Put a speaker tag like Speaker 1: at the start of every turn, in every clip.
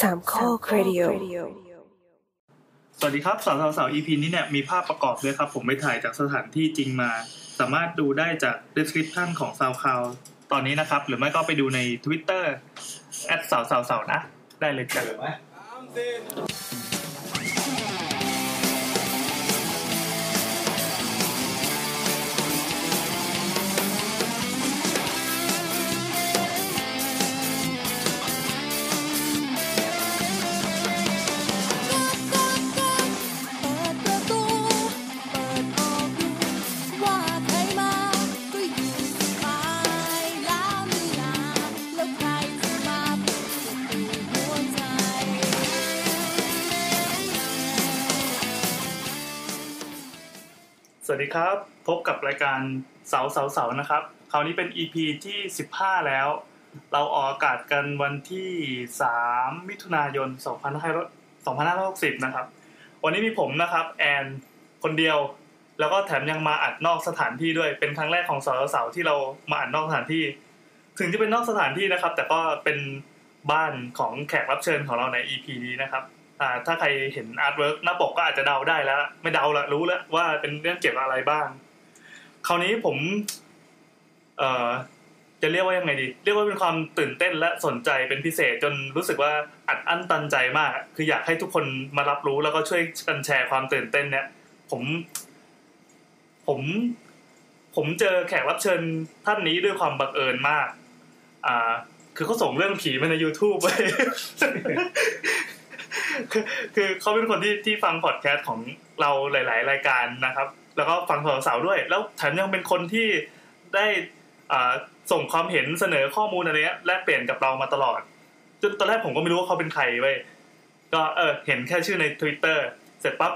Speaker 1: สามข้อครดิโอ
Speaker 2: สวัสดีครับสาวสาวสาว EP นี้เนี่ยมีภาพประกอบด้วยครับ ผมไปถ่ายจากสถานที่จริงมา สามารถดูได้จาก description ของ SoundCloud ตอนนี้นะครับ หรือไม่ก็ไปดูใน Twitter แอดสาวสาวสาวนะ ได้เลยจ้ะสวัสดีครับ พบกับรายการสาวสาวสาวนะครับ คราวนี้เป็น EP ที่ 15 แล้ว เราออกอากาศกันวันที่ 3 มิถุนายน 2560 นะครับ วันนี้มีผมนะครับ แอนคนเดียว แล้วก็แถมยังมาอัดนอกสถานที่ด้วย เป็นครั้งแรกของสาวสาวที่เรามาอัดนอกสถานที่ ถึงจะเป็นนอกสถานที่นะครับ แต่ก็เป็นบ้านของแขกรับเชิญของเราใน EP นี้นะครับ อ่าถ้าใครเห็นอาร์ตเวิร์กหน้าปกก็อาจจะเดาได้แล้ว ไม่เดาละรู้แล้วว่าเป็นเรื่องเกี่ยวกับอะไรบ้าง คราวนี้ผม เอ่อ จะเรียกว่ายังไงดี เรียกว่าเป็นความตื่นเต้นและสนใจเป็นพิเศษจนรู้สึกว่าอัดอั้นตันใจมาก คืออยากให้ทุกคนมารับรู้แล้วก็ช่วยกันแชร์ความตื่นเต้นเนี่ย ผม ผม ผมเจอแขกรับเชิญท่านนี้ด้วยความบังเอิญมาก อ่า คือเขาส่งเรื่องผีมาใน YouTube ไป คือคือเขาเป็นคนที่ที่ฟังพอดแคสต์ของเราหลาย ๆ รายการนะครับ แล้วก็ฟังสาวๆด้วย แล้วแถมยังเป็นคนที่ได้อ่าส่งความเห็นเสนอข้อมูลอะไรเงี้ยแลกเปลี่ยนกับเรามาตลอดจนตอนแรกผมก็ไม่รู้ว่าเขาเป็นใครเว้ยก็เออเห็นแค่ชื่อใน Twitter เสร็จปั๊บ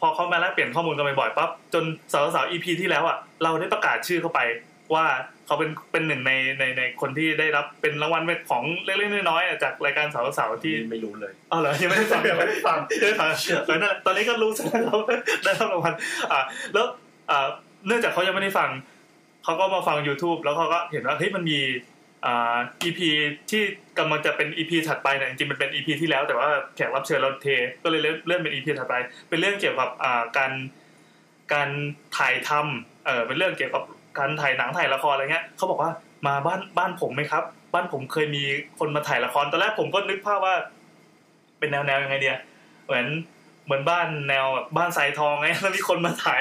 Speaker 2: พอเขามาแลกเปลี่ยนข้อมูลกันบ่อยๆปั๊บจนสาวๆ EP ที่แล้วอ่ะเราได้ประกาศชื่อเข้าไปว่าเขาเป็นเป็นหนึ่งในในในคนที่ได้รับเป็นรางวัลของเล็กๆน้อยๆอ่ะจากรายการสาวๆที่
Speaker 3: ไม่รู้เลย
Speaker 2: อ๋อเหรอยังไม่ได้ฟังยังไม่ได้ฟังยังไม่ได้ฟังเออนั่นแหละตอนนี้ก็รู้สึกแล้วได้รับรางวัลอ่าแล้วอ่าเนื่องจากเขายังไม่ได้ฟัง เขาก็มาฟัง YouTube แล้วเขาก็เห็นว่าเฮ้ยมันมีอ่า EP ที่กำลังจะเป็น EP ถัดไปเนี่ยจริงๆมันเป็น EP ที่แล้วแต่ว่าแขกรับเชิญเราเท ก็เลยเลื่อนเป็น EP ถัดไป เป็นเรื่องเกี่ยวกับอ่าการการถ่ายทำเออเป็นเรื่องเกี่ยวกับการถ่ายหนังถ่ายละครอะไรเงี้ยเขาบอกว่ามาบ้านบ้านผมไหมครับ บ้านผมเคยมีคนมาถ่ายละครตอนแรกผมก็นึกภาพว่า เป็นแนวแนวยังไงเดียเหมือนเหมือนบ้านแนวแบบบ้านสายทอง ไง แล้วมีคนมาถ่าย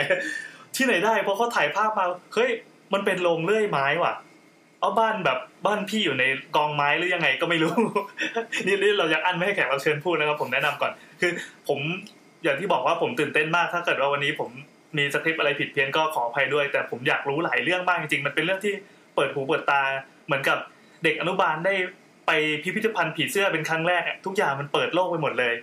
Speaker 2: ที่ไหนได้เพราะเขาถ่ายภาพมาเฮ้ยมันเป็นโรงเลื่อยไม้ว่ะ เอาบ้านแบบบ้านพี่อยู่ในกองไม้หรือยังไงก็ไม่รู้ นี่นี่เราอยากอั้นไม่ให้แขกรับเชิญพูดนะครับ ผมแนะนำก่อน คือผมอย่างที่บอกว่าผมตื่นเต้นมากถ้าเกิดว่าวันนี้ผมมีสคริปต์อะไรผิดเพี้ยนก็ขออภัยด้วย แต่ผมอยากรู้หลายเรื่องมากจริงๆมันเป็นเรื่องที่เปิดหูเปิดตาเหมือนกับเด็กอนุบาลได้ ไปพิพิธภัณฑ์ผีเสื้อเป็นครั้งแรกอะทุกอย่างมันเปิดโลกไปหมดเลย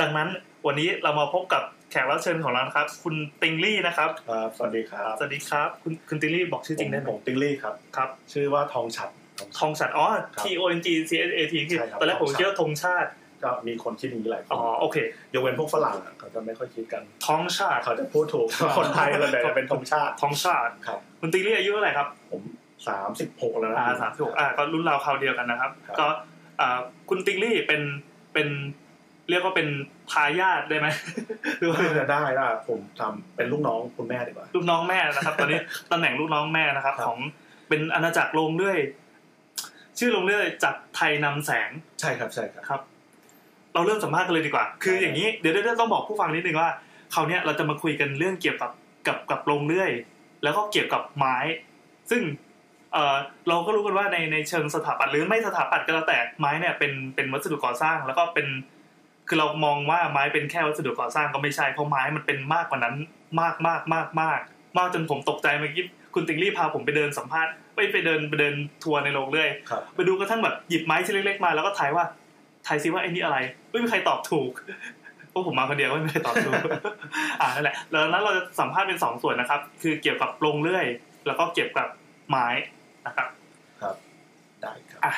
Speaker 2: ดังนั้นวันนี้เรามาพบกับแขกรับเชิญของเรานะครับ คุณติงลี่นะครับ
Speaker 3: ครับ สวัสดีครับ
Speaker 2: สวัสดีครับ คุณคุณติงลี่บอกชื่อจริงได้ไหม
Speaker 3: ผมติงลี่ครับ
Speaker 2: ครับ
Speaker 3: ชื่อว่าทองฉัด
Speaker 2: ทองสัตว์อ๋อ
Speaker 3: ครับ
Speaker 2: T O N G C S A T คือ
Speaker 3: ใช่ครับ
Speaker 2: ตอนแรกผม
Speaker 3: ทองสัตว์
Speaker 2: คิดว่าธงชาติ
Speaker 3: ก็มีคนคิดอย่างนี้หลายค
Speaker 2: อ๋
Speaker 3: น
Speaker 2: อ โอเค
Speaker 3: ยกเว้นพวกฝรั่งอะเขาจะไม่ค่อยคิดกัน
Speaker 2: ทองชาติ
Speaker 3: เขาจะพูดถูก คนไทยเลยเป็นธงชาติ
Speaker 2: ทองชาติ
Speaker 3: ครับ
Speaker 2: คุณติงลี่อายุเท่าไหร่ครับ
Speaker 3: ผมสามสิบหกแล้วนะ
Speaker 2: อ่าสามสิบหกอ่าก็รุ่นราวคราวเดียวกันนะครับ
Speaker 3: ครับ
Speaker 2: ก็อ่าคุณติงลี่เป็นเป็นเรียกว่าเป็นทายาทได้ไหม หรือว่า
Speaker 3: เพื่อจะได้ล่ะผมทำเป็นลูกน้องคุณแม่ดีกว่า
Speaker 2: ลูกน้องแม่นะครับ ตอนนี้ ตำแหน่งลูกน้องแม่นะครับ
Speaker 3: ครับ
Speaker 2: ของเป็นอาณาจักรลงเรื่อย ชื่อลงเรื่อยจากไทยนำแสง
Speaker 3: ใช่ครับใช่ครับ
Speaker 2: นะครับ เราเริ่มสัมภาษณ์กันเลยดีกว่า คือ
Speaker 3: ได้
Speaker 2: อย่างนี้เดี๋ยวเดี๋ยวต้องบอกผู้ฟังนิดนึงว่าคราวเนี้ยเราจะมาคุยกันเรื่องเกี่ยวกับกับกับลงเรื่อย แล้วก็เกี่ยวกับไม้ ซึ่งเออเราก็รู้กันว่าในในเชิงสถาปัตย์หรือไม่สถาปัตย์ก็แล้วแต่ไม้เนี่ยเป็นเป็นวัสดุก่อสร้าง แล้วก็เป็น คือเรามองว่าไม้เป็นแค่วัสดุก่อสร้างก็ไม่ใช่เพราะไม้มันเป็นมากกว่านั้นมากมากมากมากมากจนผมตกใจเมื่อกี้คุณติงลี่พาผมไปเดินสัมภาษณ์ไปไปเดินไปเดินทัวร์ในโรงเรื่อย
Speaker 3: ครับ
Speaker 2: ไปดูกระทั่งแบบหยิบไม้ชิ้นเล็กๆมาแล้วก็ถ่ายว่าถ่ายซิว่าไอ้นี่อะไรไม่มีใครตอบถูก เพราะผมมาคนเดียวไม่มีใครตอบถูก อ่านั่นแหละแล้วนั้นเราจะสัมภาษณ์เป็นสองส่วนนะครับ คือเกี่ยวกับโรงเรื่อย แล้วก็เกี่ยวกับไม้นะครับ
Speaker 3: ได้ครับ
Speaker 2: อ่ะ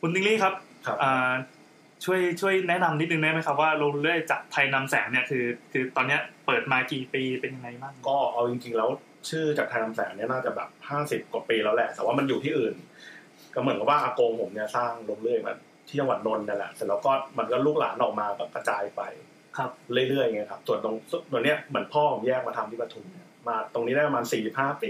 Speaker 2: คุณติงลี่ครับ
Speaker 3: ครับ
Speaker 2: อ่าช่วยช่วยแนะนำนิดนึงได้ไหมครับว่าโรงเรื่อยจากไทยนำแสงเนี่ยคือ คือตอนเนี้ยเปิดมากี่ปีเป็นยังไงบ้าง
Speaker 3: ก็เอาจริงๆแล้วชื่อจากไทยนำแสงเนี่ยน่าจะแบบห้าสิบ50 กว่าปีแล้วแหละ แต่ว่ามันอยู่ที่อื่น ก็เหมือนกับว่าอากงผมเนี่ยสร้างลงเรื่อยมา ที่จังหวัดนนท์นั่นแหละเสร็จแล้วก็มันก็ลูกหลานออกมาแบบกระจายไป
Speaker 2: ครับ
Speaker 3: เรื่อยๆอย่างเงี้ยครับส่วนตรงส่วนเนี้ยเหมือนพ่อผมแยกมาทำที่ปทุมเนี่ยมาตรงนี้ได้ประมาณสี่ห้าปี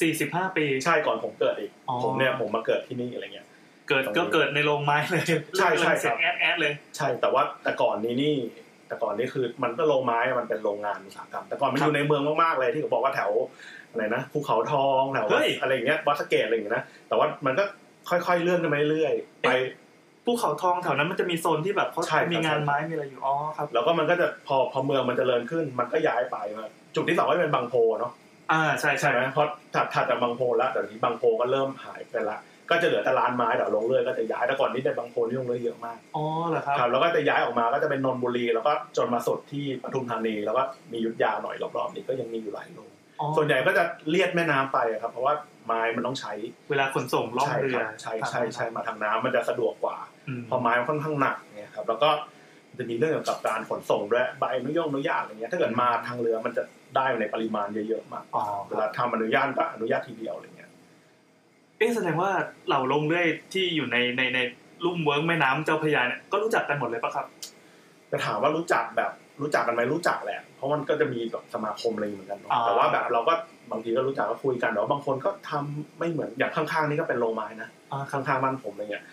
Speaker 2: สี่สิบห้าปี
Speaker 3: ใช่ก่อนผมเกิดอีก
Speaker 2: อ๋อ
Speaker 3: ผมเนี่ยผมมาเกิดที่นี่อะไรเงี้ย
Speaker 2: เกิดก็เกิดในโรงไม้เลย
Speaker 3: ใช่ใช่ครับ
Speaker 2: เสียงแอดแอดเลย
Speaker 3: ใช่แต่ว่าแต่ก่อนนี้นี่ แต่ก่อนนี่คือมันก็โรงไม้มันเป็นโรงงานอุตสาหกรรม แต่ก่อนมัน
Speaker 2: ครั
Speaker 3: อบ ยู่ในเมืองมากๆเลยที่เขาบอกว่าแถวอะไรนะภูเขาทองแถว
Speaker 2: เฮ้ย
Speaker 3: อะไรอย่างเงี้ยวัดสะเกตอะไรอย่างเงี้ยนะแต่ว่ามันก็ค่อยๆเลื่อนกันไปเรื่อยๆไป
Speaker 2: ภูเขาทองแถวนั้นมันจะมีโซนที่แบบเขา
Speaker 3: ใช่ครับ
Speaker 2: มีงานไม้มีอะไรอยู่อ๋อครับ
Speaker 3: แล้วก็มันก็จะพอพอเมืองมันจเจริญขึ้น มันก็ย้ายไปมาจุดที่สองก็จะเป็นบางโพเนาะ
Speaker 2: อ่าใช่ใช่
Speaker 3: ใช่ไหมเพราะถัดถัดจากบางโพแล้วเดี๋ยวนี้บางโพก็เริ่มหายไปละก็จะเหลือแต่ร้านไม้เดี๋ยวลงเรื่อยก็จะย้ายแต่ก่อนนี้ในบางโพนี่ลงเรื่อยเยอะมาก
Speaker 2: อ๋อเหรอครับ
Speaker 3: ครับแล้วก็จะย้ายออกมาก็จะเป็นนนทบุรีแล้วก็จนมาสุดที่ปทุมธานีแล้วก็มีอยุทธยาหน่อยรอบๆนี้ก็ยังมีอยู่หลายโรง
Speaker 2: อ๋อ
Speaker 3: ส่วนใหญ่ก็จะเลียดแม่น้ำไปอะครับเพราะว่าไม้มันต้องใช้
Speaker 2: เวลาขนส่งล่อง
Speaker 3: ใช่
Speaker 2: เรือ
Speaker 3: ครับใช่ใช่ใช่มาทางน้ำมันจะสะดวกกว่า
Speaker 2: อืม
Speaker 3: พอไม้มันค่อนข้างหนักเนี่ยครับแล้วก็มันจะมีเรื่องเกี่ยวกับการขนส่งด้วยใบอนุญาตอนุญาตอะไรเงี้ยถ้าเกิดมาทางเรือมันจะได้ในปริมาณเยอะๆมาก
Speaker 2: อ๋อ
Speaker 3: เวลาทำอนุญาตก็อนุญาตทีเดียวอะไรเงี้ย
Speaker 2: เอ๊ะแสดงว่าเหล่าลงเรื่อยที่อยู่ในในในลุ่มเวิร์กแม่น้ำเจ้าพระยาเนี่ยก็รู้จักกันหมดเลยปะครับ
Speaker 3: แต่ถามว่ารู้จักแบบรู้จักกันไหมรู้จักแหละเพราะมันก็จะมีแบบสมาคมอะไรเหมือนกันเนอะ
Speaker 2: อ๋อ
Speaker 3: แต่ว่าแบบเราก็บางทีก็รู้จักก็คุยกันแต่ว่าบางคนก็ทำไม่เหมือนอย่างข้างๆนี่ก็เป็นโลไม้นะ
Speaker 2: อ่าครั
Speaker 3: ข้า
Speaker 2: บ
Speaker 3: งๆบ้านผมอะไรเงี้ย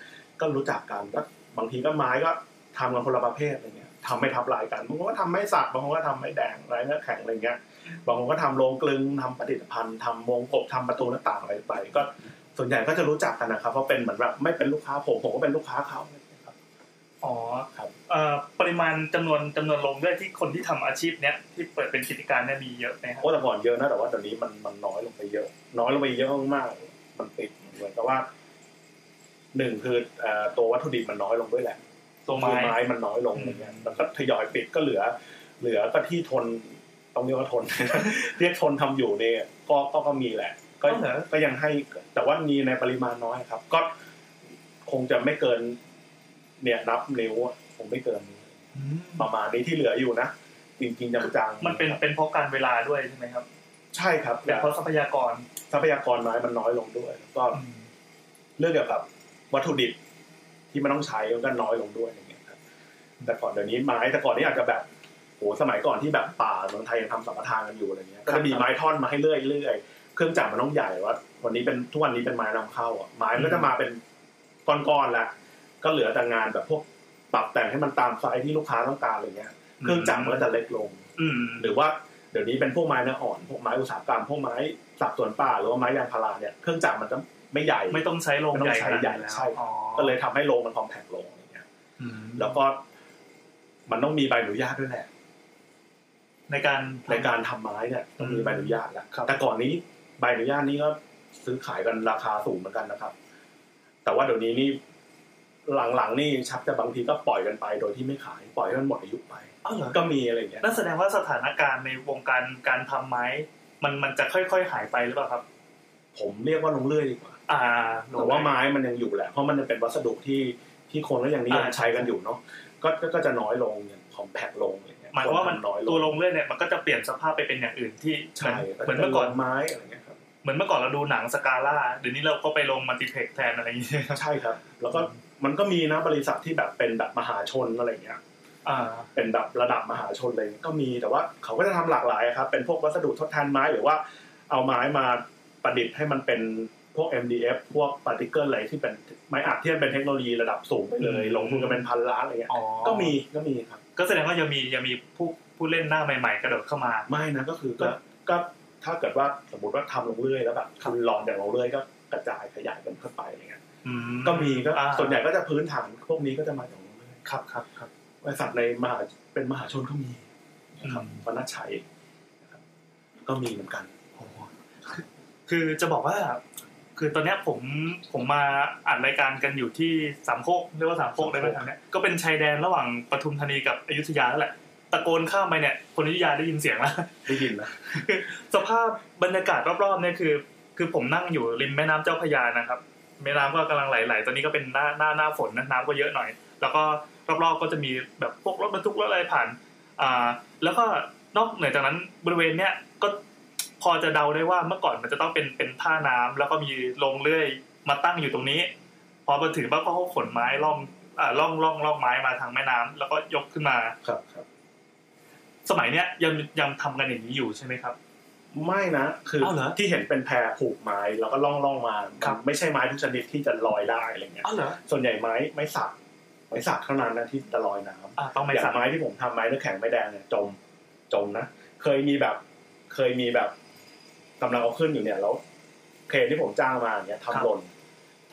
Speaker 3: ก็รู้จักกันก็บางทีก็ไม้ก็ทำกันคนละประเภทอะไรเงี้ยทำไม่ทับลายกันบางคนก็ทำไม่สักบางคนก็ทำไม่แดงไรเนื้อแข็งอะไรเงี้ย บางคนก็ทำโรงกลึงทำประดิษฐภัณฑ์ทำวงกบทำประตูหน้าต่างอะไรไป ก็ส่วนใหญ่ก็จะรู้จักกันนะครับเพราะเป็นเหมือนแบบไม่เป็นลูกค้าผมผมก็เป็นลูกค้าเขาครับ
Speaker 2: อ๋อ
Speaker 3: ครับ
Speaker 2: เอ่อปริมาณจำนวนจำนวนลงเรื่อยที่คนที่ทำอาชีพเนี้ยที่เปิดเป็นกิจการเนี่ยมีเยอะไหมครับ
Speaker 3: โอ้แต่ก่อนเยอะนะแต่ว่าเดี๋ยวนี้มันมันน้อยลงไปเยอะ น้อยลงไปเยอะมากๆมันปิดเหมือนกับว่าหนึ่งคือเอ่อตัววัตถุดิบมันน้อยลงด้วยแหละ
Speaker 2: ตรง
Speaker 3: คือ
Speaker 2: ไม้
Speaker 3: ไม้มันน้อยลง
Speaker 2: อืม
Speaker 3: อย่างเงี้ยมันก็ทยอยปิดก็เหลือ เหลือก็ที่ทนต้องเรียกว่าทน เรียกทนทำอยู่เนี่ยก็ก็ก็มีแหละ ก็
Speaker 2: เหรอ
Speaker 3: ก็ยังให้แต่ว่ามีในปริมาณน้อยครับ ก็คงจะไม่เกิน เนี่ยนับนิ้วอะคงไม่เกิน
Speaker 2: อืม
Speaker 3: ประมาณนี้ที่เหลืออยู่นะจริงๆจังๆ
Speaker 2: มันเป็นเป็นเพราะการเวลาด้วยใช่ไหมครับ
Speaker 3: ใช่ครับ
Speaker 2: เป็
Speaker 3: แต่
Speaker 2: นเพราะทรัพยากร
Speaker 3: ทรัพยากรน้อยมันน้อยลงด้วยแล้วก็
Speaker 2: อืม
Speaker 3: เรื่องเกี่ยวกับวัตถุดิบที่มันต้องใช้มันก็น้อยลงด้วยอย่างเงี้ยครับแต่ก่อนเดี๋ยวนี้ไม้แต่ก่อนนี้อาจจะแบบโหสมัยก่อนที่แบบป่าเมืองไทยยังทำสัมปทานกันอยู่อะไรเงี้ยก็จะมีไม้ท่อนมาให้เรื่อยเรื่อยๆเครื่องจักรมันต้องใหญ่ว่าวันนี้เป็นทุกวันนี้เป็นไม้นำเข้าอ่ะไม้มันก็จะมาเป็นก้อนๆละก็เหลือแต่งานแบบพวกปรับแต่งให้มันตามไซส์ที่ลูกค้าต้องการอะไรเงี้ยเครื่องจักรมันก็จะเล็กลง
Speaker 2: อืม
Speaker 3: หรือว่าเดี๋ยวนี้เป็นพวกไม้เนื้ออ่อนพวกไม้อุตสาหกรรมพวกไม้สับสวนป่าหรือว่าไม้ยางพาราเนี่ยเครื่องจักรมันจะไม่ใหญ่
Speaker 2: ไม่ต้องใช้โรง
Speaker 3: ไม่ต้
Speaker 2: ให
Speaker 3: อ
Speaker 2: ญ่
Speaker 3: งใช้
Speaker 2: ขนาด
Speaker 3: ใหญ่
Speaker 2: นั้นแล้ว
Speaker 3: ใช่
Speaker 2: อ๋อ
Speaker 3: ก็เลยทำให้โรงมันคอมแพคลงอะไรเงี้ย
Speaker 2: อืม
Speaker 3: แล้วก็มันต้องมีใบอนุญาตด้วยแหละ
Speaker 2: ในการ
Speaker 3: ในการทำไม้เนี่ยต้องมีใบอนุญาตแล้วแต่ก่อนนี้ใบอนุญาตนี้ก็ซื้อขายกันราคาสูงเหมือนกันนะครับ แต่ว่าเดี๋ยวนี้นี่หลังๆนี่ชักจะบางทีก็ปล่อยกันไป โดยที่ไม่ขายปล่อยให้มันหมดอายุไป
Speaker 2: อ้าวเหรอ
Speaker 3: ก็มีอะไรเงี้ย
Speaker 2: นั่นแสดงว่าสถานการณ์ในวงการการทำไม้ มันมันจะค่อยๆหายไปหรือเปล่าครับ
Speaker 3: ผมเรียกว่าลงเรื่อยดีกว่า
Speaker 2: อ่า
Speaker 3: แต่ว่าไม้มันยังอยู่แหละ เพราะมันยังเป็นวัสดุที่ที่คนก็ยังนิยม
Speaker 2: อ่า
Speaker 3: ใช้กันอยู่เนาะก็ก็ก็จะน้อยลงอย่างคอมแพคลงอะไรเงี้ย
Speaker 2: หมายความว่ามัน
Speaker 3: คทำน้อย
Speaker 2: ตัวลงเรื่อยเนี่ยมันก็จะเปลี่ยนสภาพไปเป็นอย่างอื่นที่
Speaker 3: ใช่
Speaker 2: เหมือนเหมือนเมื่อก่อน
Speaker 3: ไม้อะไรเงี้ยครับ
Speaker 2: เหมือนเมื่อก่อนเราดูหนังสกาล่าเดี๋ยวนี้เราก็ไปลงมัลติเพล็กแทนอะไรอย่างเงี้ย
Speaker 3: ใช่ครับ แล้วก็มันก็มีนะบริษัทที่แบบเป็นแบบมหาชนอะไรเงี้ย
Speaker 2: อ่า
Speaker 3: เป็นแบบระดับมหาชนอะไรเงี้ยก็มีแต่ว่าเขาก็จะทำหลากหลายครับ เป็นพวกวัสดุทดแทนไม้หรือว่าเอาไม้มาประดิษฐ์ให้มันเป็นพวก MDF พวกปาร์ติเคิลอะไรที่เป็นไม้อัดที่มันเป็นเทคโนโลยีระดับสูงไปเลย
Speaker 2: อืม
Speaker 3: ลงทุนกันเป็นพันล้านอะไรเงี้ย
Speaker 2: อ๋อ
Speaker 3: ก็มีก็มีครับ
Speaker 2: ก็แสดงว่ายังมียังมีผู้ผู้เล่นหน้าใหม่ๆ กระโดดเข้ามา
Speaker 3: ไม่นะก็คือ
Speaker 2: ครั
Speaker 3: ก็
Speaker 2: บ
Speaker 3: ก็ถ้าเกิดว่าสมมติว่าทำลงเรื่อยแล้วแบบคุณลองจากลงเรื่อยก็กระจายขยายกันเข้าไปอะไรเงี้ย
Speaker 2: อื
Speaker 3: ก็มีก็
Speaker 2: อ่า
Speaker 3: ส่วนใหญ่ก็จะพื้นฐานพวกนี้ก็จะมาจากลงเรื่อย
Speaker 2: ครับครับครับ
Speaker 3: บริษัทในมหาเป็นมหาชนก็มีนะครับ
Speaker 2: อืม
Speaker 3: วันนัชชัยนะครับก็มีเหมือนกัน
Speaker 2: โอ้โหคือคือจะบอกว่า คือตอนเนี้ยผมผมมาอัดรายการกันอยู่ที่สามโคกเรียกว่าสามโคกได้ไหมทา
Speaker 3: สามโคก
Speaker 2: งเนี้ยก็เป็นชายแดนระหว่างปทุมธานีกับอยุธยาแล้วแหละตะโกนข้ามไปเนี่ย คนอยุธยาได้ยินเสียงแล้ว
Speaker 3: ได้ยินนะ
Speaker 2: สภาพบรรยากาศรอบๆเนี่ยคือ คือผมนั่งอยู่ริมแม่น้ำเจ้าพระยานะครับ แม่น้ำก็กำลังไหลๆตอนนี้ก็เป็นหน้าหน้าหน้าฝนนะน้ำก็เยอะหน่อย แล้วก็รอบๆก็จะมีแบบพวกรถบรรทุกรถอะไรผ่าน อ่า แล้วก็นอกเหนือจากนั้นบริเวณเนี้ยก็พอจะเดาได้ว่าเมื่อก่อนมันจะต้องเป็นเป็นท่าน้ำแล้วก็มีลงเลื่อยมาตั้งอยู่ตรงนี้ พอมาถึงบ้างก็เขาขนไม้ล่อม อ่าล่องล่องล่องไม้มาทางแม่น้ำแล้วก็ยกขึ้นมา
Speaker 3: ครับครับ
Speaker 2: สมัยเนี้ยยังยังทำกันอย่างนี้อยู่ใช่ไหมครับ
Speaker 3: ไม่นะคือ
Speaker 2: อ้าวเหรอ
Speaker 3: ที่เห็นเป็นแพรผูกไม้แล้วก็ล่องล่องๆมา
Speaker 2: ครับ
Speaker 3: มันไม่ใช่ไม้ทุกชนิดที่จะลอยได้อะไรเงี้ย
Speaker 2: อ๋อเหรอ
Speaker 3: ส่วนใหญ่ไม้ไม้สักไม้สักเท่านั้นนะที่จะลอยน้ำ
Speaker 2: อ่าต้องไม่
Speaker 3: อย่าง
Speaker 2: สั่ง
Speaker 3: ไม้ที่ผมทำไม้เนื้อแข็งไม้แดงเนี่ยจมจมนะเคยมีแบบ เคยมีแบบกำลังเอาขึ้นอยู่เนี่ยแล้วเครนที่ผมจ้างมาเนี่ยทำหล่น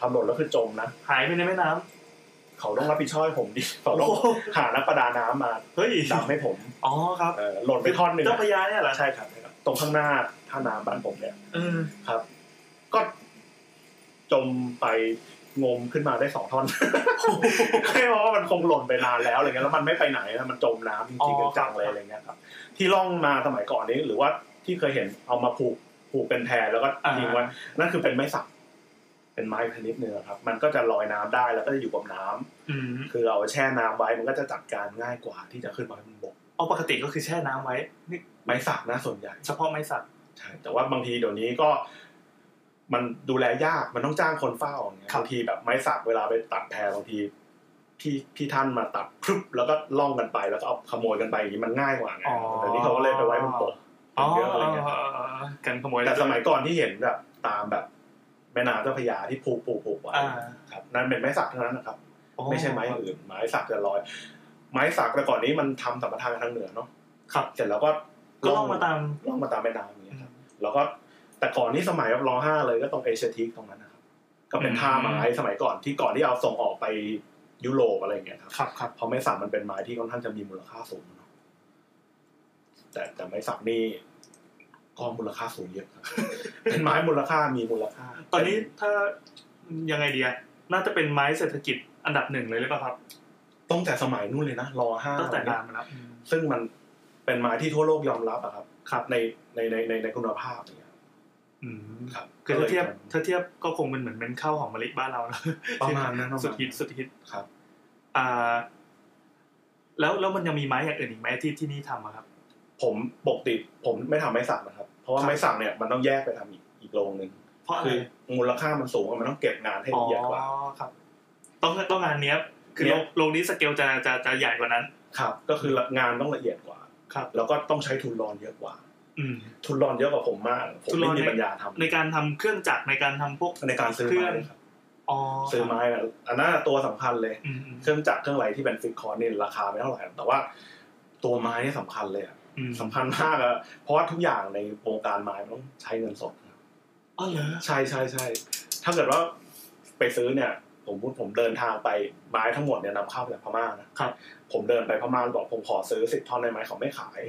Speaker 3: ทำหล่นแล้วคือจมนะ
Speaker 2: หายไปในแม่น้ำ
Speaker 3: เขาต้องรับผิดชอบให้ผมดิเขา
Speaker 2: โอ้
Speaker 3: ต้อง
Speaker 2: โห
Speaker 3: หานักประดาน้ำมา
Speaker 2: เฮ้ย
Speaker 3: ดำให้ผม
Speaker 2: อ๋อครับ
Speaker 3: เออหล่นไปท่อนหนึ่ง
Speaker 2: เจ้าพญาเนี่ยเหรอ
Speaker 3: ใช่ครับใช่ครับ ตรงข้างหน้าท่าน้ำบ้านผมเนี่ย
Speaker 2: เออ
Speaker 3: ครับ ก็จมไปงมขึ้นมาได้สองท่อน แค่เพราะว่ามันคงหล่นไปนานแล้วอะไรเงี้ยแล้วมันไม่ไปไหนนะมันจมน้ำจริงๆจังๆเลยอะไรเงี้ยครับ ที่ล่องมาสมัยก่อนนี้หรือว่าที่เคยเห็นเอามาผูกผูกเป็นแพรแล้วก็ทิ้งไว้นั่นคือเป็นไม้สักเป็นไม้ชนิดหนึ่งอะครับ มันก็จะลอยน้ำได้แล้วก็จะอยู่กับน้ำ
Speaker 2: อืม
Speaker 3: คือเอาแช่น้ำไว้มันก็จะจัดการง่ายกว่าที่จะขึ้นมาบนบก
Speaker 2: เอาปกติก็คือแช่น้ำไว้นี่
Speaker 3: ไม้สักนะส่วนใหญ่
Speaker 2: เฉพาะไม้สัก
Speaker 3: ใช่แต่ว่าบางทีเดี๋ยวนี้ก็มันดูแลยากมันต้องจ้างคนเฝ้าอย่างเงี้ย
Speaker 2: ครับ
Speaker 3: บางทีแบบไม้สักเวลาไปตัดแพรบางทีพี่พี่ท่านมาตัดพรึบแล้วก็ล่องกันไปแล้วก็เอาขโมยกันไปอย่างนี้มันง่ายกว่าไงแต่นี่เขาก็เลยไปไว้บนปก
Speaker 2: อ๋อ
Speaker 3: เยอะอะไรเงี้ย
Speaker 2: กันขโมย
Speaker 3: แต่สมัยก่อนที่เห็นแบบตามแบบแม่น้ำเจ้าพระยาที่ผูกผูกผูกไว้
Speaker 2: อ่า
Speaker 3: ครับนั่นเป็นไม้สักเท่านั้นนะครับ
Speaker 2: อ๋อ
Speaker 3: ไม่ใช่ไม้อย่างอื่น ไม้สักจะลอย ไม้สักแต่ก่อนนี้มันทำสัมปทานกันทางเหนือเนาะ
Speaker 2: ครับ
Speaker 3: เสร็จแล้วก็
Speaker 2: ก็ล่องมาตาม
Speaker 3: ล่องมาตามแม่น้ำอย่างเงี้ยครับ แล้วก็แต่ก่อนนี่สมัยรห้าเลยก็ตรงเอเชียทีคตรงนั้นนะครับก็เป็นท่าไม้สมัยก่อนที่ก่อนที่เอาส่งออกไปยุโรปอะไรอย่างเงี้ยครับ
Speaker 2: ครับครับ
Speaker 3: เพราะไม้สักมันเป็นไม้ที่ค่อนข้างจะมีมูลค่าสูงเนอะแต่แต่ไม้สักนี่ก็มูลค่าสูงเยอะครับ เป็นไม้มูลค่ามีมูลค่า
Speaker 2: ตอนนี้ถ้ายังไงดีอะน่าจะเป็นไม้เศรษฐกิจอันดับหนึ่งเลยหรือเปล่าครับ
Speaker 3: ตั้งแต่สมัยนู่นเลยนะรห้า
Speaker 2: ตั้งแต่นานมาแล้วอืม
Speaker 3: ซึ่งมันเป็นไม้ที่ทั่วโลกยอมรับอะครับ
Speaker 2: ครับ
Speaker 3: ในในในในในคุณภาพอย่างเงี้ย
Speaker 2: อืม
Speaker 3: ครับ
Speaker 2: คือถ้าเทียบถ้าเทียบก็คงเป็นเหมือนเป็นข้าวหอมมะลิบ้านเรานะ
Speaker 3: ประมาณนั้นประมาณนั้น
Speaker 2: สุดฮิตสุดฮิต
Speaker 3: ครับ
Speaker 2: อ่า แล้วแล้วมันยังมีไม้อย่างอื่นอีกไหมที่ที่นี่ทำอะครับ
Speaker 3: ผมปกติผมไม่ทำไม้สักนะครับ เพราะว่า
Speaker 2: ครับ
Speaker 3: ไม้สักเนี่ยมันต้องแยกไปทำอีกอีกโรงหนึ่ง
Speaker 2: เพราะอะไร
Speaker 3: คือมูลค่ามันสูงอะมันต้องเก็บงานให้
Speaker 2: อ๋อ
Speaker 3: ละเอียดกว่า
Speaker 2: ครับ ต้องต้องงานเนี้ยบคือ
Speaker 3: เนี้
Speaker 2: โลง
Speaker 3: ยบ
Speaker 2: โรงนี้สเกลจะจะจะใหญ่กว่านั้น
Speaker 3: ครับ ก็คืองานต้องละเอียดกว่า
Speaker 2: ครับ
Speaker 3: แล้วก็ต้องใช้ทุนรอนเยอะกว่า
Speaker 2: อืม
Speaker 3: ทุนรอนเยอะกว่าผมมาก ผม
Speaker 2: ทุนร
Speaker 3: ไม่
Speaker 2: อน
Speaker 3: มี
Speaker 2: ใน
Speaker 3: ปัญญาทำ
Speaker 2: ในการทำเครื่องจักรในการทำพวก
Speaker 3: ในการซื้อ
Speaker 2: เครื่
Speaker 3: ไม้
Speaker 2: อง
Speaker 3: ครับ
Speaker 2: อ๋อ
Speaker 3: ซื้อไม้อะอันนั้นอะตัวสำคัญเลย
Speaker 2: อืมอืม
Speaker 3: เครื่องจักรเครื่องอะไรที่เป็นฟิกคอร์สเนี่ยราคาไม่เท่าไหร่หรอกแต่ว่า ตัวไม้เนี่ยสำคัญเลยอะ
Speaker 2: อืม
Speaker 3: สำคัญมากอะเพราะว่าทุกอย่างในวงการไม้มันต้องใช้เงินสด
Speaker 2: อ๋อเหรอ
Speaker 3: ใช่ใช่ใช่ ถ้าเกิดว่าไปซื้อเนี่ยผมพูดผมเดินทางไปไม้ทั้งหมดเนี่ยนำเข้ามาจากพม่านะครับ ผมเดินไปพม่าแล้วบอกผมขอซื้อสิบท่อนได้ไหมเขาไม่ขาย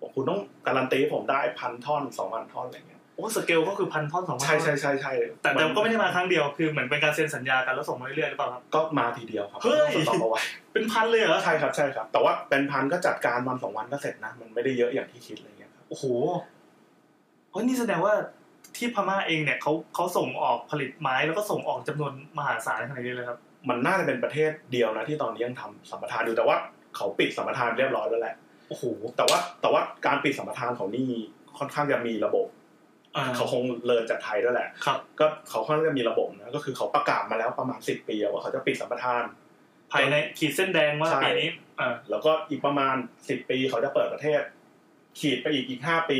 Speaker 3: บอกคุณต้องการันตีให้ผมได้พันท่อนสองพันท่อนอะไรเงี้ย
Speaker 2: โอ้สเกลก็คือพันท่อนสองพัน
Speaker 3: ใช่ใช่ใช่ใช่
Speaker 2: แต่แต่ก็ไม่ได้มาครั้งเดียวคือเหมือนเป็นการเซ็นสัญญากันแล้วส่งมาเรื่อยๆหรือเปล่าครับ
Speaker 3: ก็มาทีเดียวครับ
Speaker 2: เฮ้ย
Speaker 3: ต้องสต็อกเอาไว้
Speaker 2: เป็นพันเลยเหรอ
Speaker 3: ใช่ครับใช่ครับ แต่ว่าเป็นพันก็จัดการวันสองวันก็เสร็จนะ มันไม่ได้เยอะอย่างที่คิดอะไรเงี้ยครับ
Speaker 2: โอ้โหเฮ้ยนี่แสดงว่าที่พม่าเองเนี่ยเขาเขาส่งออกผลิตไม้แล้วก็ส่งออกจำนวนมหาศาลขนาดนี้เลยครับ
Speaker 3: มันน่าจะเป็นประเทศเดียวนะที่ตอนนี้ยังทำสัมปทานอยู่แต่ว่าเขาปิดสัมปทานเรียบร้อยแล้วแหละ
Speaker 2: โอ้โห
Speaker 3: แต่ว่าแต่ว่าการปิดสัมปทานของนี่ค่อนข้างจะมีระบบ
Speaker 2: อ่า
Speaker 3: เขาคงเลินจากไทยด้วยแหละ
Speaker 2: ครับ
Speaker 3: ก็เขาค่อนข้างจะมีระบบนะก็คือเขาประกาศมาแล้วประมาณสิบปีอะว่าเขาจะปิดสัมปทาน
Speaker 2: ภายในขีดเส้นแดงว่า
Speaker 3: ใช่
Speaker 2: ปีนี้อ่า
Speaker 3: แล้วก็อีกประมาณสิบปีเขาจะเปิดประเทศ ขีดไปอีกอีกห้าปี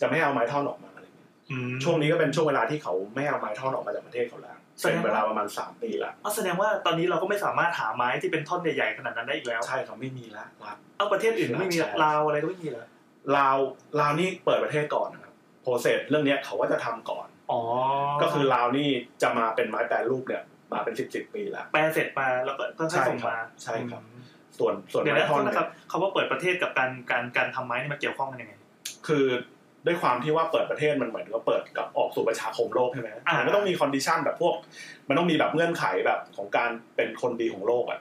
Speaker 3: จะไม่ให้เอาไม้ท่อนออกมาอะไรเงี้ย
Speaker 2: อืม
Speaker 3: ช่วงนี้ก็เป็นช่วงเวลาที่เขาไม่เอาไม้ท่อนออกมาจากประเทศเขาแล้ว
Speaker 2: แสดง
Speaker 3: เป็น
Speaker 2: ว่า
Speaker 3: เวลาประมาณสามปีละ
Speaker 2: อ๋อแสดงว่าตอนนี้เราก็ไม่สามารถหาไม้ที่เป็นท่อนใหญ่ๆขนาดนั้นได้อีกแล้ว
Speaker 3: ใช่เขาไม่มีละลาว
Speaker 2: เอาประเทศอื่นไม่มีลาวอะไรก็ไม่มีเหรอ
Speaker 3: ลาวลาวนี่เปิดประเทศก่อนนะครับโปรเซสเรื่องเนี้ยเขาก็จะทำก่อน
Speaker 2: อ๋อ
Speaker 3: ก็คือลาวนี่จะมาเป็นไม้แปรรูปเนี่ยมาเป็นสิบสิบปีละ
Speaker 2: แปลเสร็จมาแล้วก็ค่อยๆส่งมา
Speaker 3: ใช่ครับ
Speaker 2: อืม
Speaker 3: ส่วนส่วน
Speaker 2: เดี๋ยว
Speaker 3: ไม้
Speaker 2: นะ
Speaker 3: ท่อน
Speaker 2: โทษ
Speaker 3: เนี่ย
Speaker 2: นะครับคำว่าเปิดประเทศกับการการการทำไม้นี่มันเกี่ยวข้องกันยังไง
Speaker 3: คือด้วยความที่ว่าเปิดประเทศมันเหมือนกับเปิดกับออกสู่ประชาคมโลกใช่ไหม
Speaker 2: อ่ามั
Speaker 3: มันก็ต้องมีคอนดิชันแบบพวก มันต้องมีแบบเงื่อนไขแบบของการเป็นคนดีของโลกอ่ะ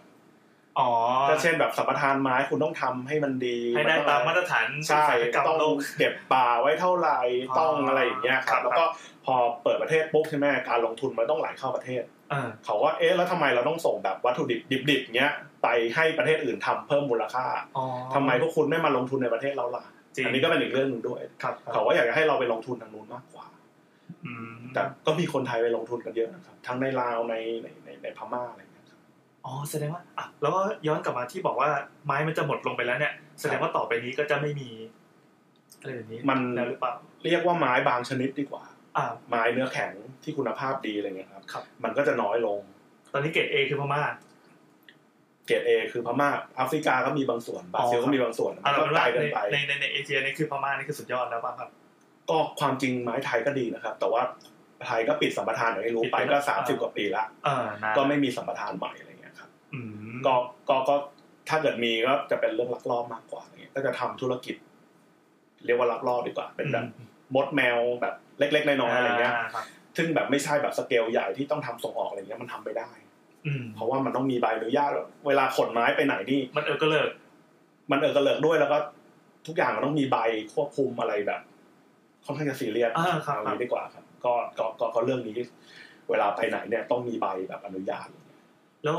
Speaker 2: อ๋อ
Speaker 3: ก็เช่นแบบสัมปทานไม้คุณต้องทำให้มันดี
Speaker 2: ให้ได้ตามมาตรฐานอุ
Speaker 3: ใช่
Speaker 2: ตสาหกรรม
Speaker 3: ต้อง
Speaker 2: โลก
Speaker 3: เก็บป่าไว้เท่าไหร่
Speaker 2: อ๋อ
Speaker 3: ต้องอะไรอย่างเงี้ยค
Speaker 2: ครั
Speaker 3: รับ
Speaker 2: บ
Speaker 3: แล้วก็พอเปิดประเทศปุ๊บใช่ไหมการลงทุนมันต้องไหลเข้าประเทศ
Speaker 2: อ่า
Speaker 3: เขาว่าเอ๊ะแล้วทำไมเราต้องส่งแบบวัตถุดิบดิบๆเงี้ยไปให้ประเทศอื่นทำเพิ่มมูลค่า
Speaker 2: อ๋อ
Speaker 3: ทำไมพวกคุณไม่มาลงทุนในประเทศเราล่ะ
Speaker 2: จริง
Speaker 3: อันนี้ก็เป็นอีกเรื่องหนึงด้วย
Speaker 2: ครับ
Speaker 3: เขาก็อยากจะให้เราไปลงทุนทางนู้นมากกว่า
Speaker 2: อืม
Speaker 3: แต่ก็มีคนไทยไปลงทุนกันเยอะนะครับ ทั้งในลาวในในในในพม่าอะไรอย่างเงี้ยครับ
Speaker 2: อ๋อแสดงว่าอ่ะแล้วก็ย้อนกลับมาที่บอกว่าไม้มันจะหมดลงไปแล้วเนี่ย แสดงว่าต่อไปนี้ก็จะไม่มีอะไรแบบนี้
Speaker 3: มัน
Speaker 2: แล้วหรือเปล่า
Speaker 3: เรียกว่าไม้บางชนิดดีกว่า
Speaker 2: อ่า
Speaker 3: ไม้เนื้อแข็งที่คุณภาพดีอะไรเงี้ยครับ
Speaker 2: ครับ
Speaker 3: มันก็จะน้อยลง
Speaker 2: ตอนนี้เกรดเอคือพม่า
Speaker 3: เกรดเอคือพม่าแอฟริกาก็มีบางส่วนบราซิ
Speaker 2: อ๋
Speaker 3: ล
Speaker 2: อครั
Speaker 3: ก็
Speaker 2: บ
Speaker 3: มีบางส่วน
Speaker 2: อ่ะ
Speaker 3: มันก็
Speaker 2: เราเป็น
Speaker 3: ไกล
Speaker 2: ว่า
Speaker 3: กันไป
Speaker 2: ในในในเอเชียนี่คือพม่านี่คือสุดยอดแล้วป่ะครับ
Speaker 3: ก็ความจริงไม้ไทยก็ดีนะครับ แต่ว่าไทยก็ปิดสัมปทานอย่างที่รู้
Speaker 2: ปิ
Speaker 3: ไป
Speaker 2: ดไป
Speaker 3: ก็
Speaker 2: แล้ว
Speaker 3: สามสิบ
Speaker 2: อ่า
Speaker 3: กว่าปีละ
Speaker 2: เออนะ
Speaker 3: ก็ไม่มีสัมปทานใหม่อะไรเงี้ยครับ
Speaker 2: อืม
Speaker 3: ก็ก็ก็ถ้าเกิดมีก็จะเป็นเรื่องลักลอบมากกว่าอะไรเงี้ยก็จะทำธุรกิจ เรียกว่าลักลอบดีกว่า เป็นแบบมดแมวแบบเล็กๆน้อยๆอะไรเงี้ย
Speaker 2: าครับ
Speaker 3: ซึ่งแบบไม่ใช่แบบสเกลใหญ่ที่ต้องทำส่งออกอะไรเงี้ยมันทำไม่ได้
Speaker 2: อืม
Speaker 3: เพราะว่ามันต้องมีใบอนุญาตเวลาขนไม้ไปไหนนี่
Speaker 2: มันเออก็เลิก
Speaker 3: มันเออกระเลิกด้วยแล้วก็ทุกอย่างมันต้องมีใบควบคุมอะไรแบบค่อนข้างจะซีเรียส
Speaker 2: อ่าครับ
Speaker 3: เอางี้ดีกว่าครับ ก็ก็ก็ก็เรื่องนี้ เวลาไปไหนเนี่ยต้องมีใบแบบอนุญาต
Speaker 2: แล้ว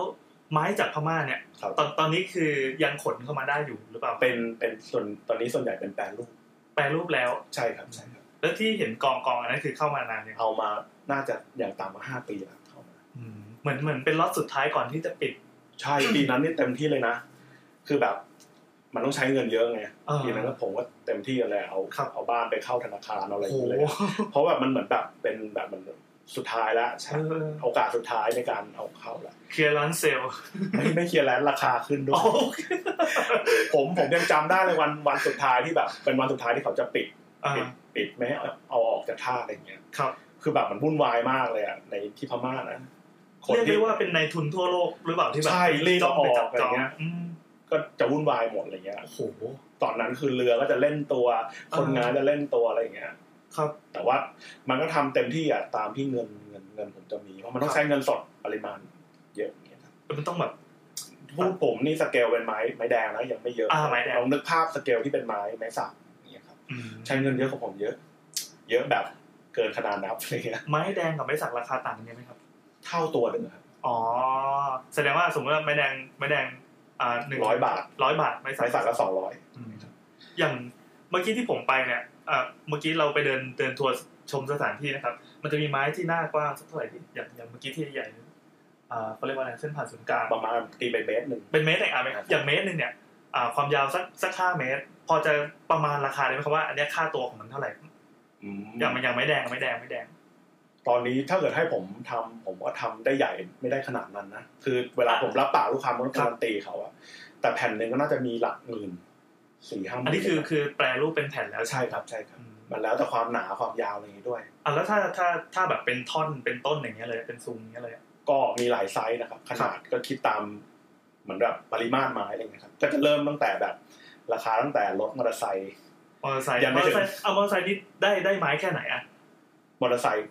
Speaker 2: ไม้จากพม่าเนี่ย
Speaker 3: ครับ
Speaker 2: ตอนตอนนี้คือยังขนเข้ามาได้อยู่หรือเปล่า
Speaker 3: เป็นเป็นส่วนตอนนี้ส่วนใหญ่เป็นแปรรูป
Speaker 2: แปรรูปแล้ว
Speaker 3: ใช่ครับใช่ครับ
Speaker 2: แล้วที่เห็นกองกองอันนั้นคือเข้ามานานเนี่ยง
Speaker 3: เอามาน่าจะอย่างต่ำมาห้าปีแล้วเข้ามา
Speaker 2: อืมเหมือนเหมือนเป็นล็อตสุดท้ายก่อนที่จะปิด
Speaker 3: ใช่ ปีนั้นนี่เต็มที่เลยนะ คือแบบมันต้องใช้เงินเยอะไง
Speaker 2: เออ
Speaker 3: ปีนั้นก็ผมก็เต็มที่เลยเอา
Speaker 2: ครับ
Speaker 3: เอาบ้านไปเข้าธนาคารเอาอะไร
Speaker 2: โอ้
Speaker 3: อ
Speaker 2: โห
Speaker 3: ย่างเงี้ยเลยอะเพราะแบบมันเหมือนแบบเป็นแบบมันสุดท้ายแล้วใช่
Speaker 2: เออ
Speaker 3: โอกาสสุดท้ายในการเอาเข้าแหละ
Speaker 2: เคลียร์ร้านเซลล์
Speaker 3: ไม่ไม่เคลียร์แล้วราคาขึ้นด้ว
Speaker 2: โอ้
Speaker 3: ย
Speaker 2: โห
Speaker 3: ผมผมยังจำได้เลยวันวันสุดท้ายที่แบบ เป็นวันสุดท้ายที่เขาจะปิด
Speaker 2: อ่า
Speaker 3: ปิดปิดไม่ให้เอาเอาออกจากท่าอะไรเงี้ย
Speaker 2: ครับ
Speaker 3: คือแบบมันวุ่นวายมากเลยอ่ะในที่พม่านะคน
Speaker 2: เรียก
Speaker 3: ที่
Speaker 2: ได้ว่าเป็นนายทุนทั่วโลกหรือเปล่าที่แบบ
Speaker 3: ใช่รีบ
Speaker 2: จ้องไปจับ
Speaker 3: เอาออก
Speaker 2: จอง
Speaker 3: แบบเนี้ย
Speaker 2: อืม
Speaker 3: ก็จะวุ่นวายหมดอะไรเงี้ย
Speaker 2: โอ้โห
Speaker 3: ตอนนั้นคือเรือก็จะเล่นตัว คนงานจะเล่นตัวอะไรเงี้ย
Speaker 2: ครับ
Speaker 3: แต่ว่ามันก็ทำเต็มที่อ่ะตามที่เงินเงินเงินผมจะมีเพราะมันต้องใช้เงินสดปริมาณเยอะอย่างเงี้ยครับ
Speaker 2: มันต้องแบบ
Speaker 3: พูดผมนี่สเกลเป็นไม้ไม้แดงนะยังไม่เยอะ
Speaker 2: อ่าไม้แดง
Speaker 3: ลองนึกภาพสเกลที่เป็นไม้ไม้สักอย่างเงี้ยครับ
Speaker 2: อืม
Speaker 3: ใช้เงินเยอะกว่าผมเยอะ เยอะแบบเกินขนาดนับอะไรเงี้ย
Speaker 2: ไม้แดงกับไม้สักราคาต่างกันเยอะไหมครับ
Speaker 3: เท่าตัวหนึ่งครับ
Speaker 2: อ๋อ แสดงว่าสมมติว่าไม้แดงไม้แดงอ่าหนึ่ง
Speaker 3: ร้อยบาท
Speaker 2: ร้อยบาทไม้สั
Speaker 3: ไม้
Speaker 2: ก
Speaker 3: สักก็สองร้อย
Speaker 2: อย่างเมื่อกี้ที่ผมไปเนี่ยเอ่อเมื่อกี้เราไปเดินเดินทัวร์ชมสถานที่นะครับ มันจะมีไม้ที่หน้ากว้างสักเท่าไหร่ที่อย่างอย่างเมื่อกี้ที่ใหญ่ๆอ่าเขาเรียกว่าอะไรเส้นผ่านศูนย์กลาง
Speaker 3: ประมาณตีเป็นเมตรหนึ่ง
Speaker 2: เป็นเมตรเองอ่ะไหม
Speaker 3: ครับ
Speaker 2: อย่างเมตรหนึ่งเนี่ยอ่าความยาวสักสักห้าเมตร พอจะประมาณราคาได้ไหมครับว่าอันเนี้ยค่าตัวของมันเท่าไหร่
Speaker 3: อืม
Speaker 2: อย่างมันอย่างไม้แดงไม้แดงไม้แดง
Speaker 3: ตอนนี้ถ้าเกิดให้ผมทำผมก็ทำได้ใหญ่ไม่ได้ขนาดนั้นนะคือเวลา
Speaker 2: อ่า
Speaker 3: ผมรับปากลูกค้ามันต้องการันตีเขาอะแต่แผ่นหนึ่งก็น่าจะมีหลักหมื่นสี่ห้าหมื่น
Speaker 2: อันนี้คือคือแปรรูปเป็นแผ่นแล้ว
Speaker 3: ใช่ครับใช่ครับ
Speaker 2: อืม
Speaker 3: มันแล้วแต่ความหนาความยาวอะไรอย่างงี้ด้วย
Speaker 2: อ่ะแล้วถ้าถ้าถ้าแบบเป็นท่อนเป็นต้นอย่างเงี้ยเลยเป็นซุงอย่างเงี้ยเลย
Speaker 3: ก็มีหลายไซส์นะครับ ขนาดก็คิดตามเหมือนแบบปริมาตรไม้อะไรเงี้ยครับก็จะเริ่มตั้งแต่แบบราคาตั้งแต่รถมอเตอร์ไซค์
Speaker 2: มอเตอร์ไซค์
Speaker 3: ยัง
Speaker 2: มอ
Speaker 3: ไม่
Speaker 2: เตอง
Speaker 3: ถึ
Speaker 2: ร์ไซค์เอามอเตอร์ไซค์นี่ได้ได้ไม้แค่ไหนอ่ะ
Speaker 3: มอเตอร์ไซค์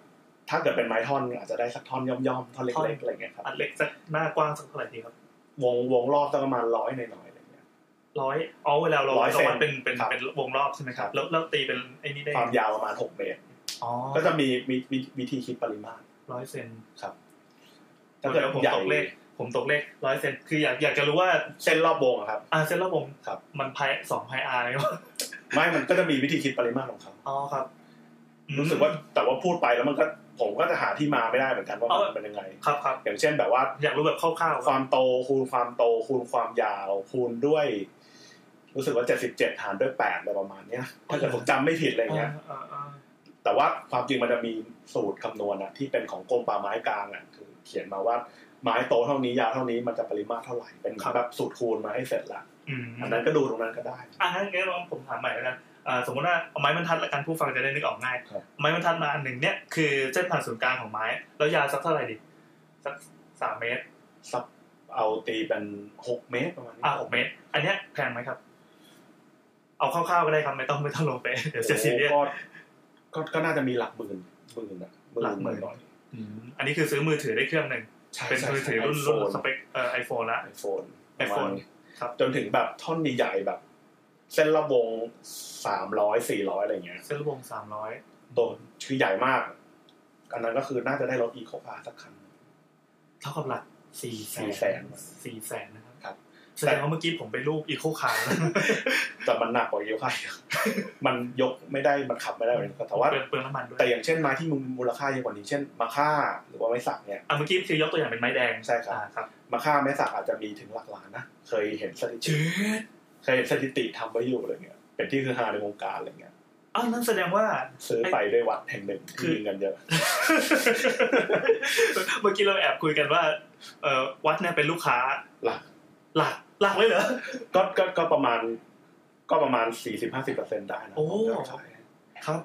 Speaker 3: ถ้าเกิดเป็นไม้ท่อนอาจจะได้สักท่อนย่อมๆท่อนเล็กๆอะไรเงี้ยครับ
Speaker 2: อันเล็กสักหน้ากว้างสักเท่าไหร่ดีครับ
Speaker 3: วงวงรอบสักประมาณร้อยหน่อยๆอะไรเงี้ย
Speaker 2: ร้อยอ๋อเวลาเรา
Speaker 3: ร้อย
Speaker 2: เรา
Speaker 3: เซน
Speaker 2: วัดเป็นเป็น
Speaker 3: ครับ
Speaker 2: เป็นวงรอบใช่ไหมครั
Speaker 3: ครับ บ
Speaker 2: แล้วแล้วตีเป็นไอ้นี่ได้
Speaker 3: ความยาวประมาณหกเมตร
Speaker 2: อ๋อ
Speaker 3: ก็จะมีมีมีวิธีคิดปริมาตร
Speaker 2: ร้อยเซน
Speaker 3: ถ้าเกิ
Speaker 2: เดี๋
Speaker 3: ด
Speaker 2: ยวผม
Speaker 3: ใหญ่
Speaker 2: ตกเลข ผมตกเลขร้อยเซนคืออยากอยากจะรู้ว่า
Speaker 3: เส้นรอบวงอะครับ
Speaker 2: อ่าเส้นละวง
Speaker 3: ครับ
Speaker 2: มันพายสองพาย อาร์ไหมวะ
Speaker 3: ไม่มันก็จะมีวิธีคิดปริมาตรของเขา
Speaker 2: อ๋อครับอืม
Speaker 3: รู้สึกว่าแต่ว่าพูดไปแล้วมันก็ผมก็จะหาที่มาไม่ได้เหมือนกันว่า
Speaker 2: เอา
Speaker 3: มันเป็นยังไง
Speaker 2: ครับครับ
Speaker 3: อย่างเช่นแบบว่า
Speaker 2: อยากรู้แบบคร่าวๆค
Speaker 3: ค
Speaker 2: รับ
Speaker 3: วามโตคูณความโตคูณความยาวคูณด้วย รู้สึกว่า 77หารด้วย8อะไรประมาณเนี้ยถ้าเกิดผมจำไม่ผิดอะไรเงี้ย
Speaker 2: อ่าอ่าอ่า
Speaker 3: แต่ว่าความจริงมันจะมีสูตรคำนวณอะที่เป็นของกรมป่าไม้กลางอะคือ เขียนมาว่าไม้โตเท่านี้ยาวเท่านี้มันจะปริมาตรเท่าไหร่เป็นเหมือนแบบสูตรคูณมาให้เสร็จละ
Speaker 2: อืม
Speaker 3: อันนั้นก็ดูตรงนั้นก็ได้
Speaker 2: อ่ะงั้นงั้นลองผมถามใหม่แล้วกันอ่าสมมติว่าเอาไม้บรรทัดละกันผู้ฟังจะได้นึกออกง่าย
Speaker 3: ครับ
Speaker 2: ไม้บรรทัดมาอันหนึ่งเนี่ยคือเส้นผ่านศูนย์กลางของไม้ แล้วยาวสักเท่าไหร่ดิสักสามเมตร
Speaker 3: ซับเอาตีเป็น6เมตรประมาณนี้
Speaker 2: อ่าหกเมตร อันเนี้ยแพงไหมครับ เอาคร่าวๆก็ได้ครับไม่ต้องไม่ต้องลงไป เดี๋ยวจะซีเรียส
Speaker 3: โอ้โหก็ก็ก็น่าจะมีหลักหมื่นหมื่นอะ
Speaker 2: หลักหมื่น
Speaker 3: น่อย
Speaker 2: อันนี้คือซื้อมือถือได้เครื่องหนึ่ง
Speaker 3: ใช่
Speaker 2: เป็น
Speaker 3: ใช่
Speaker 2: มือถือรุ่น
Speaker 3: ใช่
Speaker 2: รุ่น
Speaker 3: iPhone
Speaker 2: สเปคเอ่อไอโฟนละ
Speaker 3: ไอโฟน
Speaker 2: iPhone ครับ
Speaker 3: จนถึงแบบท่อนใหญ่ๆแบบ เส้นรอบวงสามร้อยสี่ร้อยอะไรเงี้ย
Speaker 2: เส้นระวงสามร้อย
Speaker 3: ตัวคือใหญ่มาก อันนั้นก็คือน่าจะได้รถอีโคพาสักคัน
Speaker 2: เท่ากับหลักสี่
Speaker 3: สี่แสน
Speaker 2: สี่แสนนะครับ แสดงว่าเมื่อกี้ผมไปรูปอีโคคาร์
Speaker 3: แต่มันหนักกว่าเยอะ ไปมันยกไม่ได้มันขับไม่ได้เหมือนกันแต่ว่า
Speaker 2: เปลืองน้ำมันด้วย
Speaker 3: แต่อย่างเช่นไม้ที่มันมูลค่าเยอะกว่านี้เช่นมะค่าหรือว่าไม้สักเนี่ย
Speaker 2: อ่ะเมื่อกี้คือยกตัวอย่างเป็นไม้แดง
Speaker 3: ใช่ครับ
Speaker 2: อ่าครับ
Speaker 3: มะค่าไม้สักอาจจะมีถึงหลักล้านนะเคยเห็นสถิติ
Speaker 2: เจ๊ด
Speaker 3: เคยเห็นสถิติทำไว้อยู่อะไรเงี้ยเป็นที่คือฮาในวงการอะไรเงี้ย
Speaker 2: อ้าวนั่นแสดงว่า
Speaker 3: ซื้อไปด้วยวัดแห่งหนึ่งที่มีเงินเยอะ
Speaker 2: เมื่อกี้เราแอบคุยกันว่าเอ่อวัดเนี่ยเป็นลูกค้า
Speaker 3: หลัก
Speaker 2: หลักหลักเลยเหรอ
Speaker 3: ก็ก็ก็ประมาณ ก็ประมาณสี่สิบห้าสิบเปอร์เซ็นต์ได้นะ
Speaker 2: โอ้
Speaker 3: ยดขาย
Speaker 2: ครับ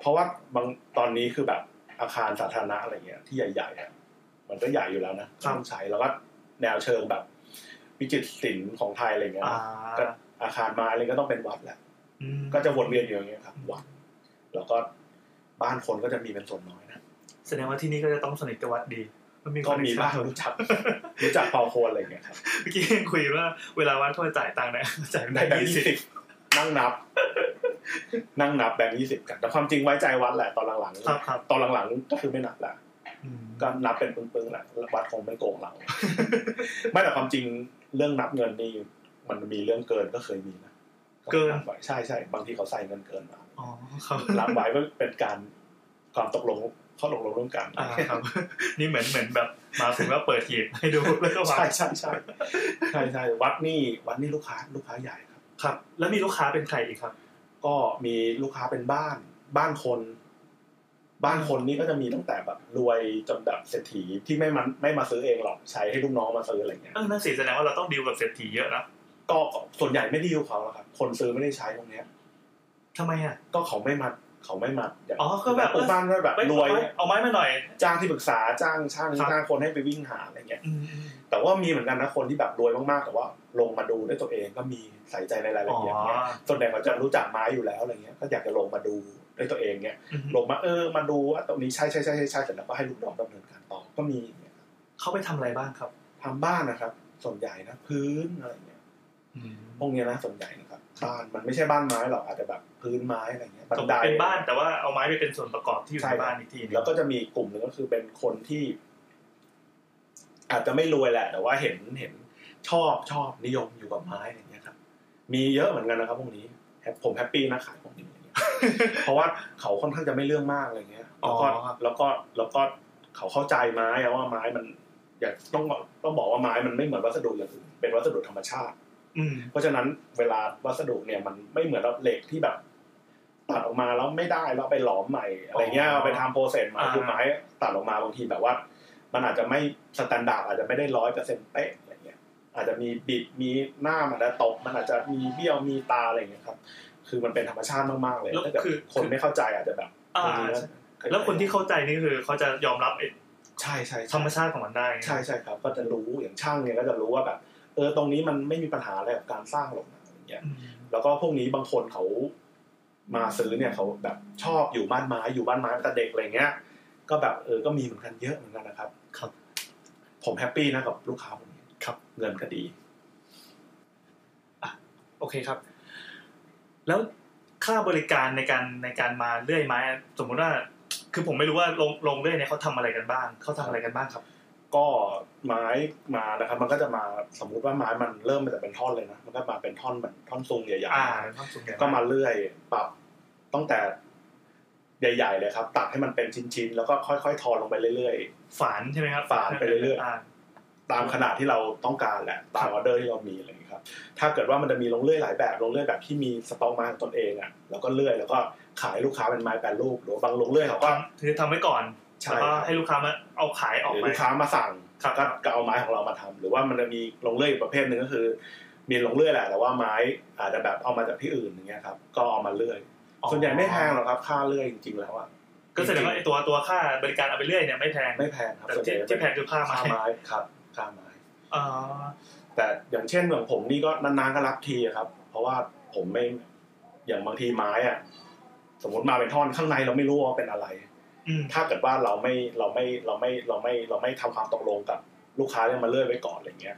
Speaker 3: เพราะว่าบางตอนนี้คือแบบอาคารสาธารณะอะไรเงี้ยที่ใหญ่ๆอะมันก็ใหญ่อยู่แล้วนะครับ ต้องใช้แล้วก็แนวเชิงแบบ วิจิตรศิลป์ของไทยอะไรเงี้ย
Speaker 2: อ่า
Speaker 3: ก็อาคารไม้อะไรก็ต้องเป็นวัดแหละ
Speaker 2: อืม
Speaker 3: ก็จะวนเวียนอยู่อย่างเงี้ยครับวัดแล้วก็บ้านคนก็จะมีเป็นส่วนน้อยนะ
Speaker 2: แสดงว่าที่นี่ก็จะต้องสนิทกับวัดดีมันมีค
Speaker 3: ก็
Speaker 2: น
Speaker 3: มีบ้างรู้จักรู้จักเปาโคนอะไรอย่างเงี้ยครับ
Speaker 2: เมื่อกี้ยังคุยว่าเวลาวัดเขาจะจ่ายตังค์เนี่ยจ่าย
Speaker 3: ใน
Speaker 2: ได้
Speaker 3: แบงค์
Speaker 2: ยี่
Speaker 3: ยี่
Speaker 2: สิบ
Speaker 3: สิบนั่งนับ นั่งนับแบงค์ยี่สิบกัน แต่ความจริงไว้ใจวัดแหละตอนหลัง
Speaker 2: ครับครับ
Speaker 3: ๆตอนหลังๆก็คือไม่นับละ
Speaker 2: อืม
Speaker 3: ก็นับเป็นปึ้งๆแหละวัดคงไม่โกงเรา ไม่แต่ความจริงเรื่องนับเงินนี่มันมีเรื่องเกินก็เคยมีนะบไว้ใช่ใช่บางทีเขาใส่เงินเกิน มา
Speaker 2: อ๋อครับ
Speaker 3: รับไว้ก็เป็นการความตกลงข้อตกลงร่วมกัน
Speaker 2: อ่าครับ นี่เหมือนเหมือนแบบมาถึงว่าเปิดหีบให้ดู แล้วก็วาง
Speaker 3: ใช่ใช่ใช่ใช่ใช่วัดนี่วัดนี่ลูกค้าลูกค้าใหญ่ครับ
Speaker 2: ครับ แล้วมีลูกค้าเป็นใครอีกครับ
Speaker 3: ก็มีลูกค้าเป็นบ้าน บ้านคน บ้านคนนี่ก็จะมีตั้งแต่แบบรวยจนแบบเศรษฐีที่ไม่มันไม่มาซื้อเองหรอกใช้ให้ลูกน้องมาซื้ออะไรเงี้ย
Speaker 2: เออนั่นสิแสดงว่าเราต้องดีลกับเศรษฐีเยอะนะ
Speaker 3: ก็ก็ส่วนใหญ่ไม่ได้อยู่เขาหรอกครับคนซื้อไม่ได้ใช้ตรงเนี้ย
Speaker 2: ทำไมอ่ะ
Speaker 3: ก็เขาไม่มาเขาไม่มาอย่าง
Speaker 2: อ๋อก็แบบ
Speaker 3: พวบ้านก็แบบ
Speaker 2: ไม่
Speaker 3: ร
Speaker 2: ร
Speaker 3: ว
Speaker 2: วย ยเอาไม้มาหน่อย
Speaker 3: จ้างที่ปรึกษาจ้างช่าง
Speaker 2: ครับ
Speaker 3: จ้างคนให้ไปวิ่งหาอะไรเงี้ย
Speaker 2: อืมอืม
Speaker 3: แต่ว่ามีเหมือนกันนะคนที่แบบรวยมากๆแต่ว่า ลงมาดูด้วยตัวเองก็มีใส่ใจในรายละเอียดเนี้ย
Speaker 2: อ๋อ
Speaker 3: ส่วนใหญ่เขาจะรู้จักไม้อยู่แล้วอะไรเงี้ย ก็อยากจะลงมาดูด้วยตัวเองเนี้ย
Speaker 2: อืม
Speaker 3: ลงมาเออมาดูว่าตรงนี้ใช่ใช่ใช่ใช่ใช่เสร็จแล้วก็ให้ลูกน้องดำเนินการต่อ ก็มีเนี่ย
Speaker 2: เขาไปทำอะไรบ้างครับ
Speaker 3: ทำบ้านนะครับ ส่วนใหญ่นะพื้นอะไรเงี้ย
Speaker 2: อืม
Speaker 3: พวกเนี้ยนะส่วนใหญ่นะครับ บ้านมันไม่ใช่บ้านไม้หรอกอาจจะแบบพื้นไม้อะไรเงี้ย บันได
Speaker 2: เป็นบ้านแต่ว่าเอาไม้ไปเป็นส่วนประกอบที่อยู่
Speaker 3: ใช่
Speaker 2: ในบ้านอีกทีหนึง
Speaker 3: แล้วก็จะมีกลุ่มหนึ่งก็คือเป็นคนที่ อาจจะไม่รวยแหละ แต่ว่าเห็นเห็นชอบชอบนิยมอยู่กับไม้อะไรเงี้ยครับ มีเยอะเหมือนกันนะครับพวกนี้แฮปผมแฮปปี้นะขายของนี้เนี่ย เพราะว่าเขาค่อนข้างจะไม่เรื่องมากอะไรเงี้ยแล้วก็แล้วก็แล้วก็เขาเข้าใจไม้อะว่าไม้มัน อยากต้องบอกต้องบอกว่าไม้มันไม่เหมือนวัสดุอย่างอื่นเป็นวัสดุธรรมชาติ
Speaker 2: อืม
Speaker 3: เพราะฉะนั้นเวลาวัสดุเนี่ยมันไม่เหมือนเราเหล็กที่แบบตัดออกมาแล้วไม่ได้แล้วเอาไปหลอมใหม่อะไรเงี้ยเอาไปทำโปรเซสใหม่คือไม้ตัดออกมาบางทีแบบว่า มันอาจจะไม่สแตนดาร์ดอาจจะไม่ได้ร้อยเปอร์เซ็นต์เป๊ะอะไรเงี้ยอาจจะมีบิดมีหน้ามันอาจจะตกมันอาจจะมีเบี้ยวมีตาอะไรเงี้ยครับ คือมันเป็นธรรมชาติมากๆเลยถ้าเกิดคนไม่เข้าใจอาจจะแบบ
Speaker 2: อ่าแล้วคนที่เข้าใจนี่คือเขาจะยอมรับไอ้
Speaker 3: ใช่ใช่
Speaker 2: ธร
Speaker 3: ใช่
Speaker 2: รมชาติของมันได้ไง
Speaker 3: ใช่ใช่ครับ ก็จะรู้อย่างช่างเนี่ยก็จะรู้ว่าแบบ เออตรงนี้มันไม่มีปัญหาอะไรกับการสร้างหรอกนะอะไรเงี้ย
Speaker 2: อืม
Speaker 3: แล้วก็พวกนี้บางคนเขามาซื้อเนี่ยเขาแบบชอบอยู่บ้านไม้อยู่บ้านไม้ตั้งแต่เด็กอะไรเงี้ย ก็แบบเออก็มีเหมือนกันเยอะเหมือนกันนะครับ
Speaker 2: ครับ
Speaker 3: ผมแฮปปี้นะกับลูกค้าผม
Speaker 2: ครับ
Speaker 3: เงินก็ดี
Speaker 2: โอเคครับ แล้วค่าบริการในการในการมาเลื่อยไม้ สมมุติว่า คือผมไม่รู้ว่าลงลงเลื่อยเนี่ยเขาทำอะไรกันบ้างเขาทำอะไรกันบ้างครับ
Speaker 3: ก็ไม้มานะครับ มันก็จะมาสมมุติว่าไม้มันเริ่มมาจากเป็นท่อนเลยนะมันก็มาเป็นท่อนแบบท่อนทรงใหญ่
Speaker 2: อ่า
Speaker 3: ๆ
Speaker 2: ส่วนใหญ่
Speaker 3: ก็มาเลื่อยปรับตั้งแต่ใหญ่ๆเลยครับตัดให้มันเป็นชิ้นๆ แล้วก็ค่อยๆ ทอนลงไปเรื่อย
Speaker 2: ฝานใช่ไหมครับ
Speaker 3: ฝานไปเรื่อยๆ
Speaker 2: า
Speaker 3: ๆ ตามขนาดที่เราต้องการแหละตามออเดอร์ที่เรามีอะไรอย่างเลยครับ ถ้าเกิดว่ามันจะมีลงเลื่อยหลายแบบลงเลื่อยแบบที่มีสต็อกมาของตนเองอ่ะแล้วก็เลื่อยแล้วก็ขายลูกค้าเป็นไม้แปรรูปหรือว่าบางลงเลื่อยเขาก็
Speaker 2: ทำคือทำไว้ก่อน
Speaker 3: ใช่
Speaker 2: แล้ว
Speaker 3: ค
Speaker 2: ก็
Speaker 3: รับ
Speaker 2: ให้ลูกค้ามาเอาขายออก
Speaker 3: หรือ
Speaker 2: ไป
Speaker 3: ลูกค้ามาสั่ง
Speaker 2: ครับ
Speaker 3: ก็ก็เอาไม้ของเรามาทำหรือว่ามันจะมีลงเลื่อยอีกประเภทหนึ่งก็คือ มีลงเลื่อยแหละแต่ว่าไม้อาจจะแบบเอามาจากที่อื่นอย่างเงี้ยครับก็เอามาเลื่อยส่วนใหญ่ไม่แพงหรอกครับค่าเลื่อยจริงๆแล้วอ่ะ
Speaker 2: ก็แสดงว่าไอ้ตัวตัวค่าบริการเอาไปเรื่อยเนี่ยไม่แพง
Speaker 3: ไม่แพงครับ
Speaker 2: แต่
Speaker 3: ส่วนให
Speaker 2: ที่
Speaker 3: ญ่จะ
Speaker 2: ที่แพ
Speaker 3: เป็น
Speaker 2: งคือค่า
Speaker 3: ค่า
Speaker 2: ไม้
Speaker 3: ไม้ครับค่าไม้
Speaker 2: อ๋อ
Speaker 3: แต่อย่างเช่นของผมนี่ก็นานๆก็รับทีอะครับ เพราะว่าผมไม่อย่างบางทีไม้อะสมมติมาเป็นท่อนข้างในเราไม่รู้ว่าเป็นอะไร
Speaker 2: อืม
Speaker 3: ถ้าเกิดว่าเราไม่เราไม่เราไม่เราไม่เราไม่ทำความตกลงกับลูกค้าเนี่ยมาเลื่อยไว้ก่อนอะไรเงี้ย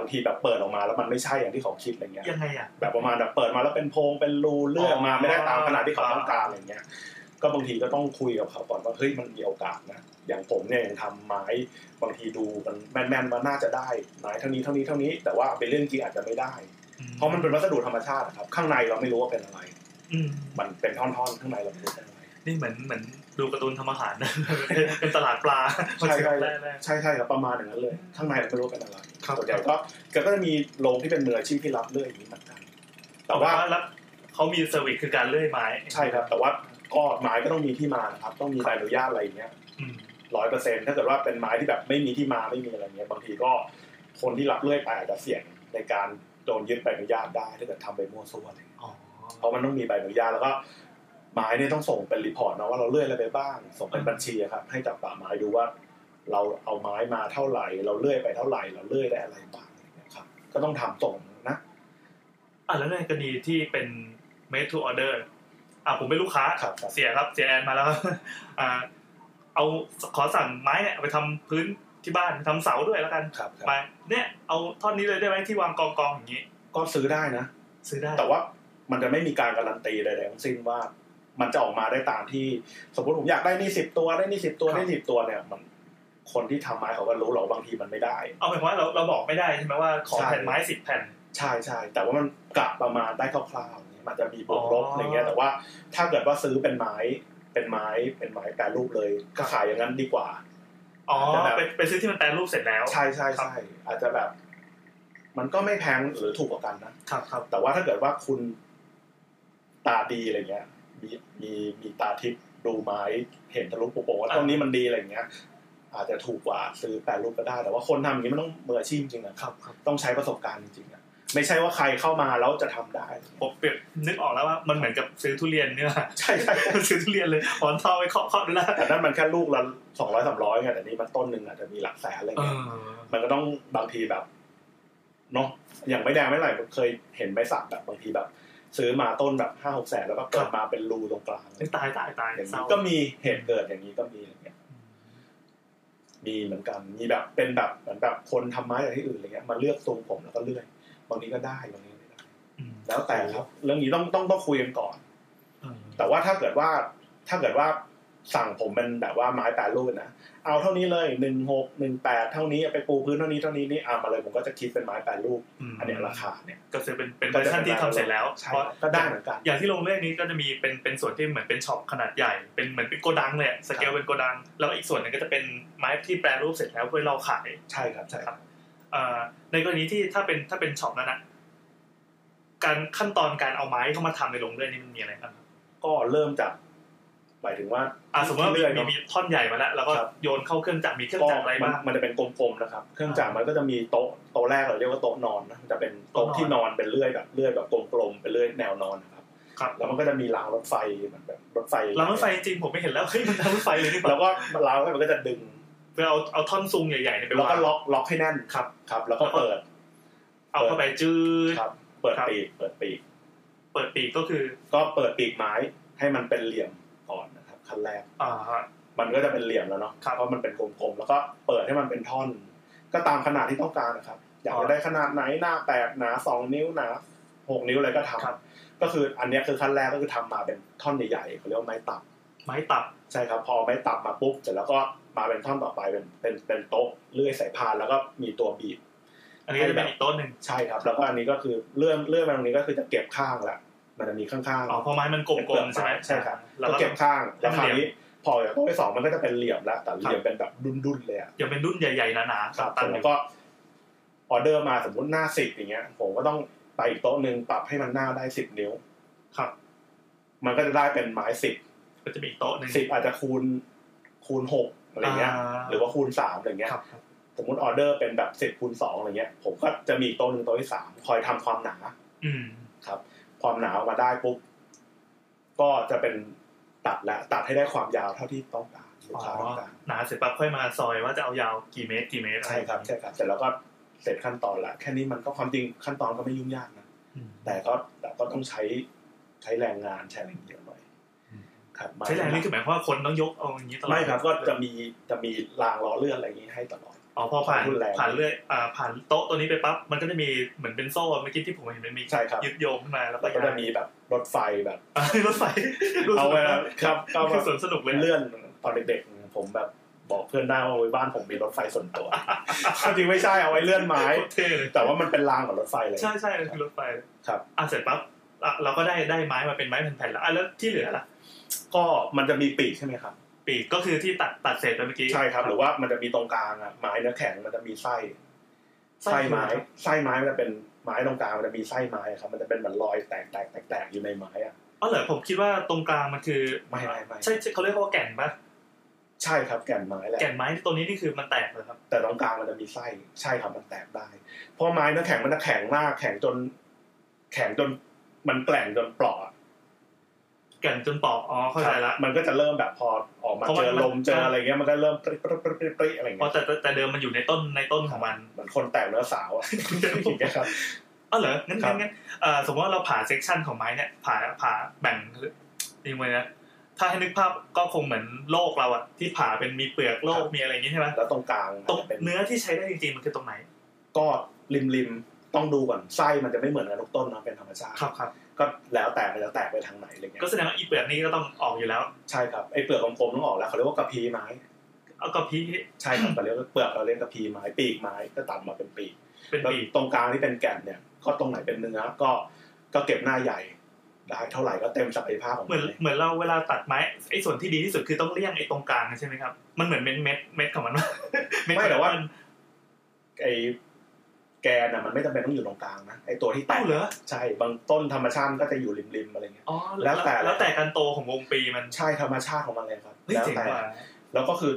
Speaker 3: บางทีแบบเปิดออกมาแล้วมันไม่ใช่อย่างที่เขาคิดอะไรเงี้ย
Speaker 2: ยังไงอ่ะ
Speaker 3: แบบประมาณแบบเปิดมาแล้วเป็นโพรงเป็นรูเลื่อยออกมา
Speaker 2: อ๋อ
Speaker 3: ไม่ได้ตามขนาดที่เขาต้องการอะไรเงี้ย ก็บางทีก็ต้องคุยกับเขาก่อนว่าเฮ้ยมันมีโอกาสนะอย่างผมเนี่ยยังทำไม้บางทีดูมันแม่นๆว่าน่าจะได้ไม้เท่านี้เท่านี้เท่านี้ แต่ว่าไปเล่นจริงอาจจะไม่ได้ เพราะมันเป็นวัสดุธรรมชาติอะครับข้างในเราไม่รู้ว่าเป็นอะไร
Speaker 2: อืม
Speaker 3: มันเป็นท่อนๆข้างในเราไม่รู้เป็นอะไร
Speaker 2: นี่เหมือนเหมือนดูการ์ตูนทำอาหารนะ เป็นตลาดปลา
Speaker 3: ใช่ใช่
Speaker 2: แรกแรก
Speaker 3: ใช่ใช่ครับประมาณอย่างนั้นเลย ข้างในเราไม่รู้ว่าเป็นอะไร
Speaker 2: ครับ
Speaker 3: ส่วนใหญ่ก็ก็จะมีโรงที่เป็นมืออาชีพที่รับเลื่อยอย่างนี้เหมือนกัน
Speaker 2: แต่
Speaker 3: แต่
Speaker 2: ว่า
Speaker 3: ว่า
Speaker 2: แล้วเขามีเซอร์วิสคือการเลื่อยไม้
Speaker 3: ใช่ครับ แต่ว่าก็ไม้ก็ต้องมีที่มานะครับ ต้องมีใบอนุญาตอะไรอย่างเงี้ย
Speaker 2: อืม
Speaker 3: ร้อยเปอร์เซ็นต์ถ้าเกิดว่าเป็นไม้ที่แบบไม่มีที่มาไม่มีอะไรเงี้ยบางทีก็คนที่รับเลื่อยไปอาจจะเสี่ยงในการโดนยึดใบอนุญาตได้ถ้าเกิดทำไปมั่วซั่วอะไรเงี้ย
Speaker 2: อ๋อ
Speaker 3: เพราะมันต้องมีใบอนุญาตแล้วก็ไม้เนี่ยต้องส่งเป็นรีพอร์ตนะว่าเราเลื่อยอะไรไปบ้าง ส่งเป็นบัญชีอะครับ ให้จับป่าไม้ดูว่า เราเอาไม้มาเท่าไหร่ เราเลื่อยไปเท่าไหร่เราเลื่อยได้อะไรบ้างอะไรเงี้ยครับ ก็ต้องทำส่งนะ
Speaker 2: อ่ะแล้วในกรณีที่เป็น made to order อ่ะผมเป็นลูกค้า
Speaker 3: ครับครับ
Speaker 2: เสียครับเสียแอนมาแล้ว ครับอ่าเอาขอสั่งไม้เนี่ยเอาไปทำพื้นที่บ้านทำเสาด้วยแล้วกัน
Speaker 3: ครับครับ
Speaker 2: มาเนี่ยเอาท่อนนี้เลยได้ไหมที่วางกองกองๆอย่างนี้
Speaker 3: ก็ซื้อได้นะ
Speaker 2: ซื้อได้
Speaker 3: แต่ว่ามันจะไม่มีการการันตีใดๆทั้งสิ้นว่า มันจะออกมาได้ตามที่ สมมติผมอยากได้นี่สิบตัวได้นี่สิบตัว
Speaker 2: ครับ
Speaker 3: ได้สิบตัวเนี่ยมันคนที่ทำไม้เขาก็รู้หรอกบางทีมันไม่ได้
Speaker 2: เอาเป็นว่าเราเราบอกไม่ได้ใช่ไหมว่าขอ
Speaker 3: ใช่
Speaker 2: แผ่นไม้สิบแผ่น
Speaker 3: ใช่ใช่แต่ว่ามันกะประมาณได้คร่าวๆเนี่ยมันจะมีบวกลบ
Speaker 2: อ๋ออ
Speaker 3: อะไรเงี้ยแต่ว่าถ้าเกิดว่าซื้อเป็นไม้เป็นไม้เป็นไม้แปรรูปเลย
Speaker 2: ครั
Speaker 3: ก็
Speaker 2: บ
Speaker 3: ขายอย่างนั้นดีกว่า
Speaker 2: อ๋อ
Speaker 3: แต่แบบ
Speaker 2: ไปไปซื้อที่มันแปลรูปเสร็จแล้ว
Speaker 3: ใช่ใช่
Speaker 2: ครับ
Speaker 3: ใช่อาจจะแบบ มันก็ไม่แพงหรือถูกกว่ากันนะ
Speaker 2: ครับครับ
Speaker 3: แต่ว่าถ้าเกิดว่าคุณตาดีอะไรเงี้ย มีมีมีตาทิพย์ดูไม้เห็นทะลุปุโปะว่า
Speaker 2: อ่า
Speaker 3: ตรงนี้มันดีอะไรเงี้ย อาจจะถูกกว่าซื้อแปดรูปก็ได้ แต่ว่าคนทำอย่างนี้มันต้องมืออาชีพจริงๆอะ
Speaker 2: ครับครับ
Speaker 3: ต้องใช้ประสบการณ์จริงๆอะไม่ใช่ว่าใครเข้ามาแล้วจะทำได้
Speaker 2: ผมเปรียบนึกออกแล้วว่ามันเหมือนกับซื้อทุเรียนเนี่ย ว่ะ
Speaker 3: ใช่ใช่
Speaker 2: ซื้อทุเรียนเลยหอนทองไปเคาะเคาะดูแลว
Speaker 3: แต่นั่นมันแค่ลูกละสองร้อยสามร้อยไงแต่นี่มันต้นหนึ่งอาจจะมีหลักแสนอะไร
Speaker 2: เอ
Speaker 3: เงี้ย
Speaker 2: อ
Speaker 3: มันก็ต้องบางทีแบบเนาะอย่างไม้แดงไม่ไหลเคยเห็นไม้สักแบบบางทีแบบ ซื้อมาต้นแบบห้าหกแสนแล้วก็เกิดมาเป็นรูตรงกลาง
Speaker 2: นี่ตายตายตาย
Speaker 3: อย่าง
Speaker 2: เศร้า
Speaker 3: นี้ก็มีเหตุเกิดอย่างนี้ก็มีอย่างเงี้ยมีเหมือนกันมีแบบเป็นแบบเหมือนแบบคนทำไม้จากที่อื่นอะไรเงี้ยมาเลือกทรงผมแล้วก็เลื่อยบางนี้ก็ได้บางนี้ไม่ได้
Speaker 2: อืม
Speaker 3: แล้วแต่ครับ เรื่องนี้ต้องต้องต้องคุยกันก่อน
Speaker 2: เออ
Speaker 3: แต่ว่าถ้าเกิดว่าถ้าเกิดว่าสั่งผมเป็นแบบว่าไม้แปรรูปนะเอาเท่านี้เลยหนึ่งหกหนึ่งแปดเท่านี้เอาไปปูพื้นเท่านี้เท่านี้นี่เอามาเลยผมก็จะคิดเป็นไม้แปรรูป
Speaker 2: ม
Speaker 3: อันเนี้ยราคาเนี่ย
Speaker 2: ก็จะเป็นเป็นเวอร์ชันที่ทำเสร็จแล้ว
Speaker 3: ใช่
Speaker 2: เพราะ
Speaker 3: ก็ได้เหมือนกัน
Speaker 2: อย่างที่ลงเล่นนี้ก็จะมีเป็นเป็นส่วนที่เหมือนเป็นช็อปขนาดใหญ่เป็นเหมือนเป็นโกดังเลยอะสเก
Speaker 3: ครั
Speaker 2: ล
Speaker 3: บ
Speaker 2: เป็นโกดัง แล้วอีกส่วนหนึงก็จะเป็นไม้ที่แปรรูปเสร็จแล้วเพื่อเราขาย
Speaker 3: ใช่ครับใช่ครับ
Speaker 2: เอ่อในกรณีที่ถ้าเป็นถ้าเป็นช็อปนั้นนะการขั้นตอนการเอาไม้เข้ามาทำในลงเล่นนี่มันมีอะไรบ้างครับ
Speaker 3: ก็เริ่มจากหมายถึงว่า
Speaker 2: อ่ะสมมติว่ามี
Speaker 3: เรื่อย
Speaker 2: มี
Speaker 3: ๆเนอะ
Speaker 2: มีท่อนใหญ่มาแล้วแล้วก็
Speaker 3: ครับ
Speaker 2: โยนเข้าเครื่องจักรมีเครื่อง
Speaker 3: ก็
Speaker 2: จักรอะไร
Speaker 3: มัน
Speaker 2: บ้าง
Speaker 3: มันจะเป็นกลมๆนะครับ เครื่องจักรมันก็จะมีโต๊ะโต๊ะแรกเราเรียกว่าโต๊ะนอนนะมันจะเป็นโต๊ะ
Speaker 2: โต๊ะนอน
Speaker 3: ที่นอนเป็นเลื่อยแบบเลื่อยแบบกลมๆเป็นเลื่อยแนวนอนนะครับ
Speaker 2: ครับ
Speaker 3: แล้วมันก็จะมีรางรถไฟเหมือนแบบรถไฟ
Speaker 2: รางรถไฟจริงๆผมไม่เห็นแล้ว เฮ้ยมันรางรถไฟเลยนี่
Speaker 3: แล้วก็รางรถไฟมันก็จะดึง
Speaker 2: เพื่อเอาเอาท่อนซุงใหญ่ๆเนี่ยไป
Speaker 3: แล้ว
Speaker 2: วา
Speaker 3: ก็
Speaker 2: ง
Speaker 3: ล็อกล็อกให้แน่น
Speaker 2: ครับ
Speaker 3: ครับ แล้วก็เปิด
Speaker 2: เอาเข้าไปจืด
Speaker 3: ครับ เปิด
Speaker 2: ครับ
Speaker 3: ปีกเปิดปีก
Speaker 2: เปิดปีกก็คือ
Speaker 3: ก็เปิดปีกไม้ให้มันเป็นเหลี่ยมก่อนนะครับขั้นแรก
Speaker 2: อ่า
Speaker 3: มันก็จะเป็นเหลี่ยมแล้วเนาะ
Speaker 2: ครับ
Speaker 3: เพราะมันเป็นกลมๆแล้วก็เปิดให้มันเป็นท่อน ก็ตามขนาดที่ต้องการนะครับ อยาก
Speaker 2: อ๋อ
Speaker 3: จะได้ขนาดไหนหน้าแปดหนาสองนิ้วหนาหกนิ้วอะไรก็ทำ
Speaker 2: ครับ
Speaker 3: ก็คืออันเนี้ยคือขั้นแรกก็คือทำมาเป็นท่อนใหญ่ๆเขาเรียกว่าไม้ตับ
Speaker 2: ไม้ตับ
Speaker 3: ใช่ครับพอไม้ตับมาปุ๊บเสร็จแล้วก็มาเป็นท่อนต่อไปเป็นเป็นเป็นโต๊ะเลื่อยสายพานแล้วก็มีตัวบีบ
Speaker 2: อันนี้ก็จะเป็นอีกโต้นหนึ่ง
Speaker 3: ใช่ครับ แล้วก็อันนี้ก็คือเลื่อนเลื่อนมาตรงนี้ก็คือจะเก็บข้างละมันจะมีข้างๆ
Speaker 2: อ๋อเพราะไม้มันกลมๆใช่ไหม
Speaker 3: ใช่ครับ
Speaker 2: แล้
Speaker 3: แล้ว
Speaker 2: วก็
Speaker 3: เก็บข้าง
Speaker 2: ให้
Speaker 3: แล้ว
Speaker 2: มัน
Speaker 3: คราว
Speaker 2: เหลี่ยม
Speaker 3: นี้พอจากโต๊ะที่สองมันก็จะเป็นเหลี่ยมแล้วแต่เหลี่
Speaker 2: ค
Speaker 3: ย
Speaker 2: รั
Speaker 3: ม
Speaker 2: บ
Speaker 3: เป็นแบบดุนๆเลยอะ
Speaker 2: อย่าเป็นรุ่นใหญ่ๆหนาๆ
Speaker 3: ครับ
Speaker 2: ตัน
Speaker 3: แล้
Speaker 2: ๆ
Speaker 3: วก็ออเดอร์มาสมมติหน้าสิบอย่างเงี้ย ผมก็ต้องไปอีกโต๊ะหนึ่งปรับให้มันหน้าได้สิบนิ้ว
Speaker 2: ครับ
Speaker 3: มันก็จะได้เป็นไม้สิบ
Speaker 2: ก็จะมีอีกโต๊ะหนึ่ง
Speaker 3: สิบอาจจะคูณคูณหกอะไรเงี้ย
Speaker 2: า
Speaker 3: หรือว่าคูณสามอะไรเงี้ย
Speaker 2: ครับ
Speaker 3: สมมติออเดอร์เป็นแบบสิบคูณสองอะไรเงี้ย ผมก็จะมีอีกโต๊ะหนึ่งโต๊ะที่สามคอยทำความหนา
Speaker 2: อืม
Speaker 3: ความหนาออกมาได้ปุ๊บก็จะเป็นตัดละตัดให้ได้ความยาวเท่าที่ต้องการลูก
Speaker 2: อ๋อ
Speaker 3: ค้าต้องการ
Speaker 2: หนาเสร็จปั๊บค่อยมาซอยว่าจะเอายาวกี่เมตรกี่เมตรอะไ
Speaker 3: ใช่ครับใช่ครับเสร็จแล้วก็เสร็จขั้นตอนละแค่นี้มันก็ความจริงขั้นตอนก็ไม่ยุ่งยากนะ
Speaker 2: อืม
Speaker 3: แต่ก็แต่ก็ต้องใช้ใช้แรงงานใช้อะไรเยอะหน่อย
Speaker 2: อืม
Speaker 3: ครับมา
Speaker 2: ใช้แรงนี่คือหมายความว่าคนต้องยกเอาอย่างนี้ตลอด
Speaker 3: ไม่ครับก็จะมีจะมีรางล้อเลื่อนอะไรอย่างนี้ให้ตลอด
Speaker 2: อ๋อพอผ่าน
Speaker 3: รุ่นแรง
Speaker 2: ผ่านเรื่อยอ่าผ่านโต๊ะตัวนี้ไปปั๊บมันก็จะมีเหมือนเป็นโซ่อะเมื่อกี้ที่ผมเห็นมันมี
Speaker 3: ใช่ครับ
Speaker 2: ยึดโยงขึ้นมาแล้วก็
Speaker 3: แล้วก็จะมีแบบรถไฟแบบ
Speaker 2: อ่ะรถไฟรู้สึ
Speaker 3: เอา
Speaker 2: ก
Speaker 3: ไว้
Speaker 2: ว่า
Speaker 3: ครับก็
Speaker 2: คือสวนสนุกเลย
Speaker 3: เลื่อนตอนเด็กๆ ผมแบบบอกเพื่อนได้ว่าโอ้ยบ้านผมมีรถไฟส่วนตัว ความจริงไม่ใช่เอาไว้เลื่อนไม้
Speaker 2: โคตรเท่เลย
Speaker 3: แต่ว่ามันเป็นรางกับรถไฟเลย
Speaker 2: ใช่ใช่นั่นคือรถไฟ
Speaker 3: ครับ
Speaker 2: อ่ะเสร็จปั๊บอ่ะเราก็ได้ได้ไม้มาเป็นไม้แผ่นๆแล้วอ่ะแล้วที่เหลือล่ะ
Speaker 3: ก็มันจะมีปีกใช่ไหมครับ
Speaker 2: ปีกก็คือที่ตัดตัดเศษไปเมื่อกี้
Speaker 3: ใช่ครับ หรือว่ามันจะมีตรงกลางอะไม้เนื้อแข็งมันจะมีไส้ไส้ไม้ไส้ไม้มันจะเป็นไม้ตรงกลางมันจะมีไส้ไม้ครับ มันจะเป็นเหมือนรอยแตกแตกแตกแตกอยู่ในไม้อะ
Speaker 2: อ๋อเหรอผมคิดว่าตรงกลางมันคือ
Speaker 3: ไม่ไม่ไม่
Speaker 2: ใช่ใช่เขาเรียกว่าแก่นปะ
Speaker 3: ใช่ครับแก่นไม้แหละ
Speaker 2: แก่นไม้ตัวนี้นี่คือมันแตกเลยครับ
Speaker 3: แต่ตรงกลางมันจะมีไส้ใช่ครับมันแตกได้เพราะไม้เนื้อแข็งมันจะแข็งมากแข็งจน แข็งจนมันแกล่งจนเปลาะอะ
Speaker 2: แก่นจนปอกอ๋อเข้าใจละ
Speaker 3: มันก็จะเริ่มแบบพอออกมา
Speaker 2: เพราะมัน
Speaker 3: เจอลม
Speaker 2: มัน
Speaker 3: เจออะไรเงี้ยมันก็เริ่มปริ๊ปริ๊ปริ๊ปริ๊ปริ๊อะไร
Speaker 2: อ๋อ
Speaker 3: เงี้ย
Speaker 2: แต่แต่แต่เดิมมันอยู่ในต้นในต้นของมัน
Speaker 3: เหมือนคนแตกเนื้อ สาวอะ อย่างเงี้ยครับ
Speaker 2: อ๋อเหรองั้น
Speaker 3: ครั
Speaker 2: งั้
Speaker 3: บ
Speaker 2: นงั้นเอ่อสมมติว่าเราผ่าเซกชันของไม้เนี่ยผ่าผ่าแบ่งยังไงนะถ้าให้นึกภาพก็คงเหมือนโลกเราอะที่ผ่าเป็นมีเปลือกโลกมีอะไรอย่างงี้ใช่ไหม
Speaker 3: แล้วตรงกลาง
Speaker 2: ตรง
Speaker 3: เป็น
Speaker 2: เนื้อที่ใช้ได้จริงๆมันคือตรงไหน
Speaker 3: ก็ริมริมๆต้องดูก่อนไส้มันจะไม่เหมือนกันทุกต้นนะเป็นธรรมชาติ
Speaker 2: ครับครับ
Speaker 3: ก็แล้วแต่มันจะแตกไปทางไหนอะไรเงี้ย
Speaker 2: ก็แสดงว่าอีเปลือกนี่ก็ต้องออกอยู่แล้ว
Speaker 3: ใช่ครับไอ้เปลือกของผมต้องออกแล้วเขาเรียกว่ากระพีไม้
Speaker 2: เอากับพี
Speaker 3: ใช่ครับเขาเรียกว่าเปลือกเราเรียกกระพีไม้ปีกไม้ก็ตัดมาเป็นปีก
Speaker 2: เป็น
Speaker 3: แล้ว
Speaker 2: ปีก
Speaker 3: ตรงกลางที่เป็นแก่นเนี่ย ก็ตรงไหนเป็นเนื้อก็ก็เก็บหน้าใหญ่ได้เท่าไหร่ก็เต็มศักยภาพของ
Speaker 2: เหมือน
Speaker 3: เลย
Speaker 2: เหมือนเราเวลาตัดไม้ไอ้ส่วนที่ดีที่สุดคือต้องเลี่ยงไอ้ตรงกลางใช่ไหมครับมันเหมือนเม็ดเม็ดเม็ดของมันเด
Speaker 3: ไม่แต่ว่า
Speaker 2: ขอน
Speaker 3: ไอ้แกนน่ะมันไม่จำเป็นต้องอยู่ตรงกลางนะไอ้ตัวที่แต
Speaker 2: เต้าก เหรอ
Speaker 3: ใช่บางต้นธรรมชาติมันก็จะอยู่ริมๆอะไรเงี้ย
Speaker 2: อ๋อ
Speaker 3: แล้วแต่
Speaker 2: แล้วแต่การโตของวงปีมัน
Speaker 3: ใช่ธรรมชาติของมันเลยครับ
Speaker 2: เฮ้ย
Speaker 3: แล้ว
Speaker 2: เจ๋ง
Speaker 3: แต่
Speaker 2: กว่า
Speaker 3: แล้วก็คือ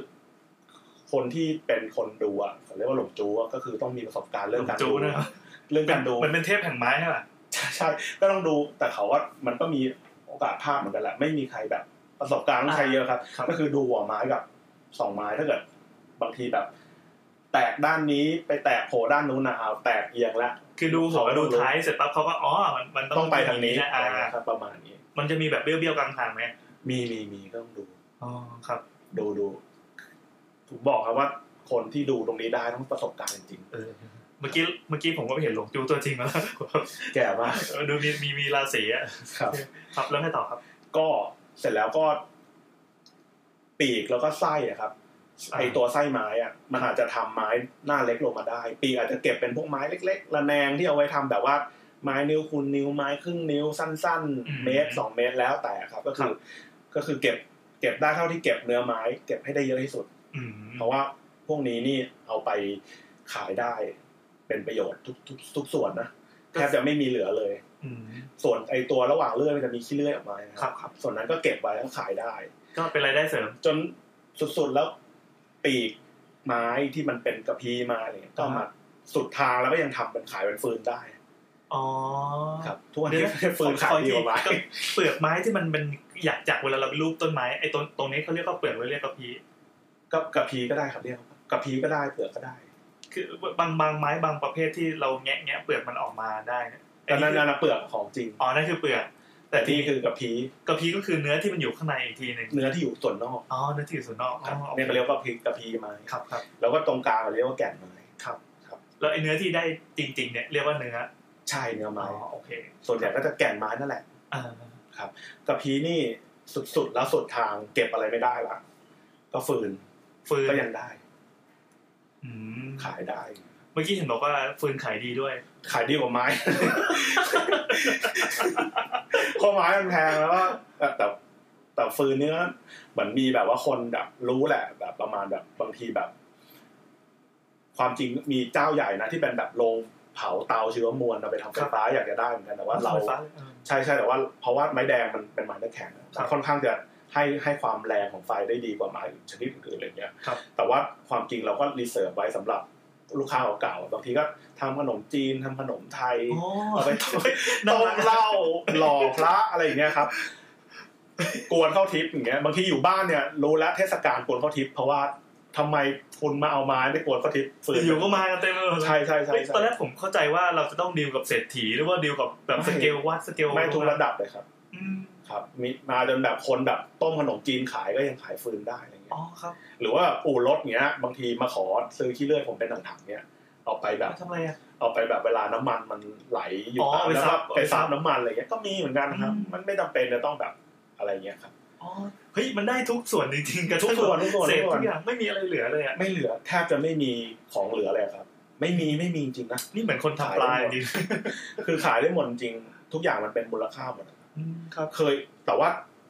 Speaker 3: คนที่เป็นคนดูอ่ะเขาเรียกว่าหลงจูอ่ะก็คือต้องมีประสบการณ์เรื่องการ
Speaker 2: จู
Speaker 3: ดู
Speaker 2: นะครับ
Speaker 3: เรื่องการดู
Speaker 2: มันเป็นเทพแห่งไม้ใช่ป่ะ
Speaker 3: ใช่ใช่ก็ต้องดูแต่เขาว่ามันก็มีโอกาสพลาดเหมือนกันแหละไม่มีใครแบบประสบการณ์ต้องใช้เยอะครับ
Speaker 2: ครับ
Speaker 3: ก็คือดูหัวไม้กับสองไม้ถ้าเกิด บางทีแบบ แตกด้านนี้ไปแตกโผล่ด้านนู้นนะเอาแตกเอียงละ
Speaker 2: คือดูหัวดูท้ายเสร็จปั๊บเขาก็อ๋อมันมัน
Speaker 3: ต้องไปทางนี้
Speaker 2: อย่
Speaker 3: อะไร
Speaker 2: อ่า
Speaker 3: เงี้ยครับ ประมาณนี้
Speaker 2: มันจะมีแบบเบี้ยวเบี้ยวๆกลางทางไหม
Speaker 3: มีมีมีก็ต้องดู
Speaker 2: อ๋อครับ
Speaker 3: ดูดูผมบอกครับว่าคนที่ดูตรงนี้ได้ต้องประสบการณ์จริง
Speaker 2: เออเมื่อกี้เมื่อกี้ผมก็ไปเห็นหลงจูตัวจริงมาแล้ว
Speaker 3: ๆแก่มาก
Speaker 2: เอ อดูมีมีมีราศีอะ
Speaker 3: ครับ
Speaker 2: ครับแล้วให้ต่อครับ
Speaker 3: ก็เสร็จแล้วก็ ปีกแล้วก็ไส้อะครับ
Speaker 2: อ่า
Speaker 3: ไอตัวไส้ไม้อะมันอาจจะทำไม้หน้าเล็กลงมาได้ ปีกอาจจะเก็บเป็นพวกไม้เล็ก ๆ ระแนงที่เอาไว้ทำแบบว่า ไม้นิ้วคูณนิ้วไม้ครึ่งนิ้วสั้น ๆ เมตรสองเมตรแล้วแต่ครับ ก็คือ ก็คือเก็บ เก็บได้เท่าที่เก็บเนื้อไม้ เก็บให้ได้เยอะที่สุด
Speaker 2: อืม
Speaker 3: เพราะว่าพวกนี้นี่เอาไปขายได้เป็นประโยชน์ทุกทุกทุกส่วนนะแทบจะไม่มีเหลือเลย
Speaker 2: อืม
Speaker 3: ส่วนไอตัวระหว่างเลื่อยมันจะมีขี้เลื่อยออกมานะครับ
Speaker 2: ครับ
Speaker 3: ส่วนนั้นก็เก็บไว้แล้วขายได้
Speaker 2: ก็เป็นรายได้เสริม
Speaker 3: จนสุดๆแล้วปีกไม้ที่มันเป็นกระพีมาอะไรเงี้ยก็เอามาสุดทางแล้วก็ยังทำเป็นขายเป็นฟืนได้
Speaker 2: อ๋อ
Speaker 3: ครับทุกวันนี้ฟืนขาย
Speaker 2: ขอ
Speaker 3: ดี
Speaker 2: อี
Speaker 3: ก
Speaker 2: ก
Speaker 3: ว่าไม้
Speaker 2: ทีเปลือกไม้ที่มันเป็นอยากจากเวลาเราไปรูปต้นไม้ไอ้ตรงตรงนี้เขาเรียกว่าเปลือกหรือเรียกว่าพี
Speaker 3: ก็กระพีก็ได้ครับเรียกกระพีก็ได้เปลือกก็ได้
Speaker 2: คือบางบางไม้บางประเภทที่เราแงะแงะเปลือกมันออกมาได้เนี่ย
Speaker 3: แต่นั่น
Speaker 2: ไอ้คือ
Speaker 3: นั่นนะเปลือกของจริง
Speaker 2: อ๋อนั่นคือเปลือก แต่
Speaker 3: แต่
Speaker 2: ที่
Speaker 3: ที่คือกระพี
Speaker 2: กระพีก็คือเนื้อที่มันอยู่ข้างในอีกทีหนึ่ง
Speaker 3: เนื้อที่อยู่ส่วนนอก
Speaker 2: อ๋อเนื้อที่อยู่ส่วนนอกอ๋
Speaker 3: ครับ
Speaker 2: อโอค
Speaker 3: เนี่ยเขาเรียกว่ากระพีกระพีไม้
Speaker 2: ครับครับ
Speaker 3: แล้วก็ตรงกลางเราเรียกว่าแก่นไม้ครับ ครับ
Speaker 2: แล้วไอ้เนื้อที่ได้จริง ๆ เนี่ยเรียกว่าเนื้อ
Speaker 3: ใช่เนื้อ
Speaker 2: อ๋อ
Speaker 3: ไม้
Speaker 2: โอเค
Speaker 3: ส่วนใหญ่ก็จะแก่นไม้นั่นแหละ
Speaker 2: อ่า
Speaker 3: กับพีนี่สุดๆแล้วสุดทางเก็บอะไรไม่ได้ละก็ฟืน
Speaker 2: ฟืน
Speaker 3: ก็ยังได้
Speaker 2: อืม
Speaker 3: ขายได้
Speaker 2: เมื่อกี้เห็นบอกว่าฟืนขายดีด้วย
Speaker 3: ขายดีกว่าไม้ เพราะไม้มันแพงแล้วก็แต่แต่แต่ฟืนเนื้อเหมือนมีแบบว่าคนแบบ รู้แหละ แบบประมาณแบบบางทีแบบ ความจริงมีเจ้าใหญ่นะที่เป็นแบบโรงเผาเตาชีวมวลเอาไปทำไฟฟ้าอยากจะได้เหมือนกันแต่ว่าเรา
Speaker 2: ไฟฟ้ออ
Speaker 3: ใช่ใช่แต่ว่าเพราะว่าไม้แดงมันเป็นไม้เนื้อแข็งนะครับ ค่อนข้างจะให้ให้ความแรงของไฟได้ดีกว่าไม้อื่นชนิดอื่นๆอะไรเงี้ย
Speaker 2: ครับ
Speaker 3: แต่ว่าความจริงเราก็รีเสิร์ฟไว้สำหรับลูกค้าเก่าๆบางทีก็ทำขนมจีนทำขนมไทย
Speaker 2: อ๋อ
Speaker 3: เอาไปต้ม
Speaker 2: น่า
Speaker 3: ต้ม
Speaker 2: รัก
Speaker 3: เหล้าหล่อพระอะไรอย่างเงี้ยครับ กวนเข้าทิพย์อย่างเงี้ยบางทีอยู่บ้านเนี่ยรู้แล้วเทศกาลกวนเข้าทิพย์เพราะว่าทำไมคุณมาเอาไม้ไปกวนเข้าทิพย์ฝืน
Speaker 2: อยู่ๆก็มากันเต็มไปหมดเลย
Speaker 3: ใช่ใช่ใช่
Speaker 2: เฮ้ย
Speaker 3: ใช่
Speaker 2: ตอนแรกผมเข้าใจว่าเราจะต้องดีลกับเศรษฐีหรือว่าดีลวัดสเกลวัดสเกล
Speaker 3: ไม่ทุกระดับเลยครับ
Speaker 2: อืม
Speaker 3: ครับมีมาจนแบบคนแบบต้มขนมจีนขายก็ยังขายฟืนได้อะไรเงี้
Speaker 2: อ๋อย ครับ
Speaker 3: หรือว่าอู่รถเงี้ย บางทีมาขอซื้อขี้เลื่อยผมเป็นถังๆเนี้ยเอาไปแบบ
Speaker 2: ทำอะไรอ่ะ
Speaker 3: เอาไปแบบเวลาน้ำมันมันไหลอยู่
Speaker 2: อ๋อ
Speaker 3: ตาม
Speaker 2: ไป
Speaker 3: แล้ว
Speaker 2: ซั
Speaker 3: ก็
Speaker 2: บ
Speaker 3: ไปซับน้ำมันอะไรเงี้ยก็มีเหมือนกันนะครับ
Speaker 2: อืม
Speaker 3: มันไม่จำเป็นจะต้องแบบอะไรเงี้ยครับ
Speaker 2: อ๋อเฮ้ยมันได้ทุกส่วนจริงๆกระ
Speaker 3: ทุก
Speaker 2: ทั่ง
Speaker 3: ส่วนทุกส่วน
Speaker 2: เศ
Speaker 3: ทุ
Speaker 2: ษ
Speaker 3: กส่ว
Speaker 2: ทุ
Speaker 3: น
Speaker 2: กอย่างไม่มีอะไรเหลือเลยอ่ะ
Speaker 3: ไม่เหลือแทบจะไม่มีของเหลือเลยครับ ไม่มีไม่มีจริงนะ
Speaker 2: นี่เหมือนคนทำปลาย
Speaker 3: ขายได้หม
Speaker 2: จ
Speaker 3: ด
Speaker 2: ริง
Speaker 3: คือขายได้หมดจริง ทุกอย่างมันเป็นมูลค่าหมดนะครับ
Speaker 2: อืมครับ
Speaker 3: เคยแต่ว่า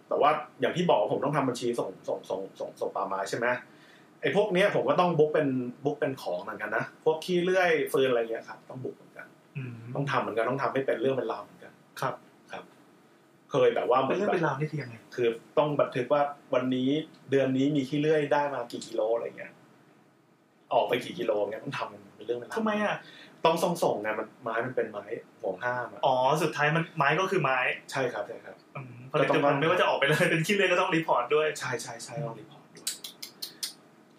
Speaker 3: แต่ว่าอย่างที่บอกว่าผมต้องทำบัญชีส่งส่งส่งส่งส่งป่าไม้ใช่ไหมไอ้พวกเนี้ยผมก็ต้องบุ๊กเป็นบุ๊กเป็นของเหมือนกันนะพวกขี้เลื่อยฟืนอะไรเงี้ยครับต้องบุ๊กเหมือนกัน
Speaker 2: อืม
Speaker 3: ต้องทำเหมือนกันต้องทำให้เป็นเรื่องเป็นราวเหมือนกัน
Speaker 2: ครับ
Speaker 3: เคยแบบว่าเหมื
Speaker 2: เป็
Speaker 3: อน น
Speaker 2: เรื่องเป็
Speaker 3: แบบ
Speaker 2: นราวนี่คือยังไง
Speaker 3: คือต้องบันทึกว่าวันนี้เดือนนี้มีขี้เลื่อยได้มากี่กิโลอะไรเงี้ย ออกไปกี่กิโลเงี้ยต้องทำเป็นเรื่องเป็นราว
Speaker 2: ทำไมอ่ะ
Speaker 3: ต้องส่งส่งไงมันไม้มันเป็นไม้ห่วงห้ามอ่ะ
Speaker 2: อ๋อสุดท้ายมันไม้ก็คือไม้
Speaker 3: ใช่ครับใช่ครับ
Speaker 2: อืมผลิตภัณฑ์ไม่ว่าจะออกไปเลยเป็นขี้เลื่อยก็ต้องรีพอร์ตด้วย
Speaker 3: ใช่ใช่ใช่ต้องรีพอร์ตด้วย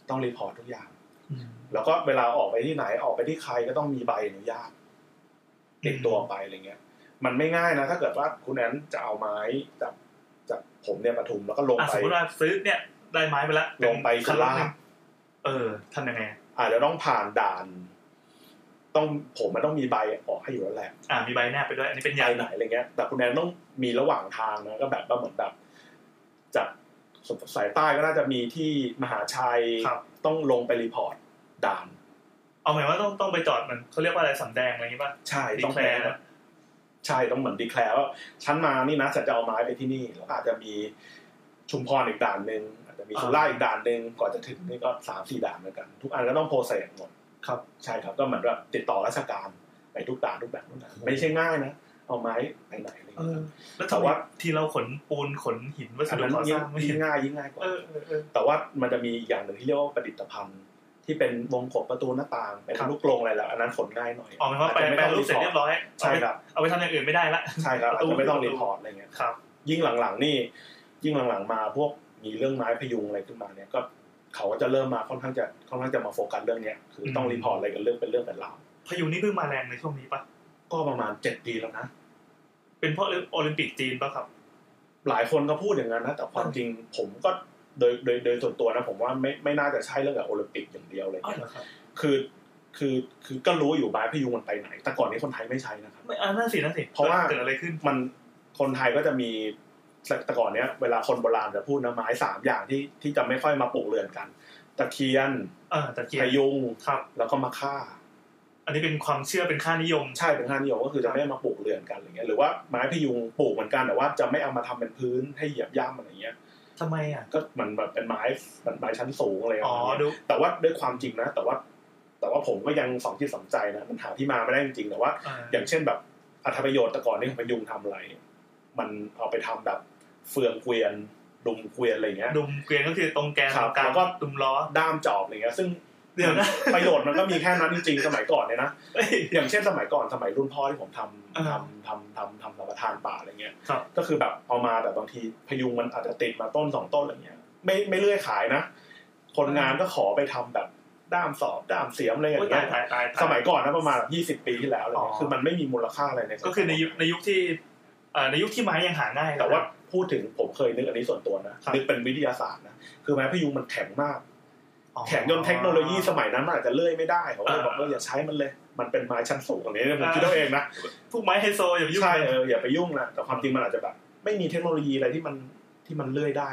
Speaker 3: ต้องรีพอร์ตทุกอย่าง
Speaker 2: อืม
Speaker 3: แล้วก็เวลาออกไปที่ไหนออกไปที่ใครก็ต้องมีใบอนุญาตติดตัวไปอะไรเงี้ย มันไม่ง่ายนะถ้าเกิดว่าคุณแอนจะเอาไม้จากจากผมเนี่ยปทุมแล้วก็ลง
Speaker 2: อ่ะ
Speaker 3: ไป
Speaker 2: สมมติว่าซื้อเนี่ยได้ไม้ไปแล้ว
Speaker 3: ลงไป
Speaker 2: คันละ
Speaker 3: ลาก
Speaker 2: หนึ่งเออทำยังไงอ่ะ
Speaker 3: อาจจะต้องผ่านด่าน ต้องผมมันต้องมีใบออกให้อยู่แล้วแหละ
Speaker 2: อ่ะมีใบแนบไปด้วย อันนี้เป็น
Speaker 3: ใบ
Speaker 2: ยา
Speaker 3: ไหนอะไรเงี้ย แต่คุณแอนต้องมีระหว่างทางนะก็แบบว่าเหมือนแบบจากสายใต้ก็น่าจะมีที่มหาชัย
Speaker 2: ครับ
Speaker 3: ต้องลงไปรีพอร์ตด่าน
Speaker 2: เอาหมายว่าต้องต้องไปจอดมันเขาเรียกว่าอะไรสำแดงอะไรอย่างงี้ป่ะ
Speaker 3: ใช่ต้องแป
Speaker 2: declare
Speaker 3: ลใช่ต้องเหมือนดีแคลว่าฉันมานี่นะฉันจะเอาไม้ไปที่นี่แล้วก็อาจจะมีชุมพรอีกด่านหนึ่งอาจจะมี
Speaker 2: อ่า
Speaker 3: สุราษฎร์อีกด่านหนึ่งก่อนจะถึงนี่ก็สามสี่ด่านเหมือนกัน ทุกอันก็ต้องโปรเซสหมด
Speaker 2: ครับ
Speaker 3: ใช่ครับก็เหมือนแบบติดต่อราชการไปทุกด่านทุกแบบทุกด่าน
Speaker 2: โอ้โห
Speaker 3: ไม่ใช่ง่ายนะเอาไม้ไปไหนอะไรอย่าง
Speaker 2: เอ
Speaker 3: เงี้
Speaker 2: อ
Speaker 3: ย
Speaker 2: แล้ว
Speaker 3: แต่
Speaker 2: แต่ว่า
Speaker 3: ว่า
Speaker 2: ที่เราขนปูนขนหินวัส
Speaker 3: อัน
Speaker 2: ดุ
Speaker 3: นั้น
Speaker 2: ก่อสร้างไม่
Speaker 3: ยิ่
Speaker 2: เห็
Speaker 3: ง
Speaker 2: น
Speaker 3: ง่ายยิ่งง่ายกว่า
Speaker 2: เออเออเออ
Speaker 3: แต่ว่ามันจะมีอีกอย่างหนึ่งที่เรียกว่าประดิษฐภัณฑ์ ที่เป็นวงกบประตูหน้าต่างเป็น
Speaker 2: ครับ
Speaker 3: ลูกกรงอะไรแล้วอันนั้นขนง่ายหน่อย
Speaker 2: ออกหมายว่าแปล
Speaker 3: อจจะ
Speaker 2: แปล
Speaker 3: ไม่ต้อง
Speaker 2: รูปเสร็จเรียบร้อย
Speaker 3: ใช่ครับ
Speaker 2: เอาไปทำอย่างอื่นไม่ได้ละ
Speaker 3: ใช่ครับ
Speaker 2: ป
Speaker 3: อา
Speaker 2: ระ
Speaker 3: จ
Speaker 2: ตู
Speaker 3: จะไม่ต้องรีพอร์ตอะไรเงี้ย
Speaker 2: ครับ
Speaker 3: ยิ่งหลังๆนี่ยิ่งหลังๆมาพวกมีเรื่องไม้พยุงอะไรขึ้นมาเนี่ยก็เขาก็จะเริ่มมาค่อนข้างจะค่อนข้างจะมาโฟกัสเรื่องเนี้ยคือต้อง
Speaker 2: อืม
Speaker 3: รีพอร์ตอะไรกันเรื่องเป็นเรื่องเป็นราว
Speaker 2: พายุนี่เพิ่งมาแรงในช่วงนี้ป่ะ
Speaker 3: ก็ประมาณเจ็ดปีแล้วนะ
Speaker 2: เป็นเพราะโอลิมปิกจีนป่ะครับ
Speaker 3: หลายคนก็พูดอย่างนั้นนะแต่ความจริงผมก็โดยโดยโดยส่วนตัวนะผมว่าไม่ไม่น่าจะใช่เรื่องกับโอลิมปิกอย่างเดียวเลย
Speaker 2: อ๋อเหรอครับ
Speaker 3: คือคือคือก็รู้อยู่ไม้พยุงมันไปไหน แต่ก่อนนี้คนไทยไม่ใช้นะครับ
Speaker 2: ไม่อ่านั่นสินั่นสิ
Speaker 3: เพราะว่า
Speaker 2: เกิดอะไรขึ้น
Speaker 3: มันคนไทยก็จะมีแต่แต่ก่อนเนี้ยเวลาคนโบราณจะพูดนะไม้สามอย่างที่ที่จะไม่ค่อยมาปลูกเรือนกันตะเคียน
Speaker 2: เออแต่เกีย
Speaker 3: พ
Speaker 2: ร์
Speaker 3: ยุง
Speaker 2: ครับ
Speaker 3: แล้วก็มาฆ่า
Speaker 2: อันนี้เป็นความเชื่อเป็นค่านิยม
Speaker 3: ใช่เป็นค่านิยมก็คือจะไม่มาปลูกเรือนกันอะไรเงี้ยหรือว่าไม้พยุงปลูกเหมือนกันแต่ว่าจะไม่เอามาทำเป็นพื้นให้เหยียบย่ำอะไรเงี้ย
Speaker 2: ทำไมอ่ะ
Speaker 3: ก็เหมือนแบบเป็นไม้เป็นไม้ชั้นสูงอะไร
Speaker 2: อ๋อ
Speaker 3: ประมาณเนี้ย
Speaker 2: ดู
Speaker 3: แต่ว่าด้วยความจริงนะ แต่ว่า แต่ว่าผมก็ยังสองจิตสองใจนะมันหาที่มาไม่ได้จริงๆแต่ว่า
Speaker 2: เออ
Speaker 3: อย่างเช่นแบบอัธประโยชน์แต่ก่อนนี่ของพยุงทำอะไร มันเอาไปทำแบบเฟืองเกวียนดุมเกวียนอะไรเงี้ย
Speaker 2: ดุมเกวียนก็คือตรงแกน
Speaker 3: ครับ
Speaker 2: กลาง
Speaker 3: แล้วก็
Speaker 2: ดุมล้อ
Speaker 3: ด้ามจอบอะไรเงี้ยซึ่ง
Speaker 2: เดี๋ยวนะ
Speaker 3: ประโยชน์มันก็มีแค่นั้นจริงๆสมัยก่อนเนี่ยนะ
Speaker 2: เอ้ย
Speaker 3: อย่างเช่นสมัยก่อนสมัยรุ่นพ่อที่ผมทำ
Speaker 2: อ่า
Speaker 3: ทำทำทำทำสัมปทานป่าอะไรเงี้ย
Speaker 2: ครับ
Speaker 3: ก็คือแบบเอามาแบบบางทีพยุงมันอาจจะติดมาต้นสองต้นอะไรเงี้ย ไม่ไม่เลื่อยขายนะ คนงานก็ขอไปทำแบบด้ามสอบด้ามเสียมอะไรอย่าง
Speaker 2: โอ้ย
Speaker 3: เงี้
Speaker 2: ตาย ยตายตายตา
Speaker 3: สมัยก่อนนะประมาณยี่สิบปีที่แล้วอะไร
Speaker 2: อ๋
Speaker 3: เงี้
Speaker 2: อ
Speaker 3: ยคือมันไม่มีมูลค่าอะไรใน
Speaker 2: ก็คือในยุคในยุคที่เอ่อในยุคที่ไม้ยังหาง่าย
Speaker 3: แต่ว่า
Speaker 2: นะ
Speaker 3: พูดถึงผมเคยนึกอันนี้ส่วนตัวนะครับ นึกเป็นวิทยาศาสตร์นะคือไม้พยุงมันแข็งมาก
Speaker 2: อ๋อ
Speaker 3: แข็งจนเทคโนโลยีสมัยนั้นมันอาจจะเลื่อยไม่ได้เขาก็เลยบอก
Speaker 2: อ่า
Speaker 3: ว่าอย่าใช้มันเลย มันเป็นไม้ชั้นสูงอย่างนี้ผมคิดเอาเองนะ
Speaker 2: พวกไม้ไฮโซอย่าไปยุ่ง
Speaker 3: ใช่เอออย่าไปยุ่งนะแต่ความจริงมันอาจจะแบบ ไม่มีเทคโนโลยีอะไรที่มันที่มันเลื่อยได้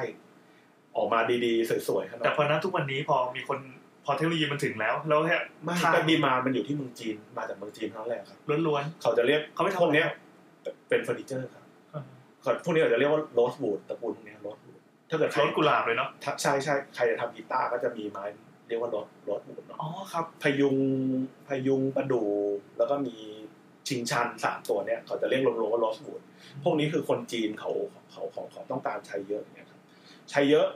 Speaker 3: ออกมาดีๆ สวยๆขนาด
Speaker 2: แต่พอนะทุกวันนี้พอมีคนพอเทคโนโลยีมันถึงแล้ว แล้วแค่
Speaker 3: ไม่ก็ดีมามันอยู่ที่เมืองจีนมาจากเมืองจีนทั้งนั้นแหละครับ
Speaker 2: ล้วน
Speaker 3: เขาจะเรียก
Speaker 2: ๆเขาไม่ทำ
Speaker 3: พวกเนี้ยเป็นเฟอร์นิเจอร์ครับ
Speaker 2: เออ
Speaker 3: เขาพวกนี้เราจะเรียกว่าโรสวูดตระกูลพวกเนี้โรสวูดถ้าเกิดใคร
Speaker 2: รถกุหลาบเลยเนาะ
Speaker 3: ถ้าใช่ใช่ใครจะทำกีตาร์ก็จะมีไม้เรียกว่าโรสโรสวูดเนาะ
Speaker 2: อ๋อครับ
Speaker 3: พยุงพยุงประดู่แล้วก็มีชิงชันสามตัวเนี่ยเขาจะเรียกรวมๆว่าโรสวูด พวกนี้คือคนจีนเขาเขาเขาเขาต้องการใช้เยอะเนี่ยครับใช้เยอะ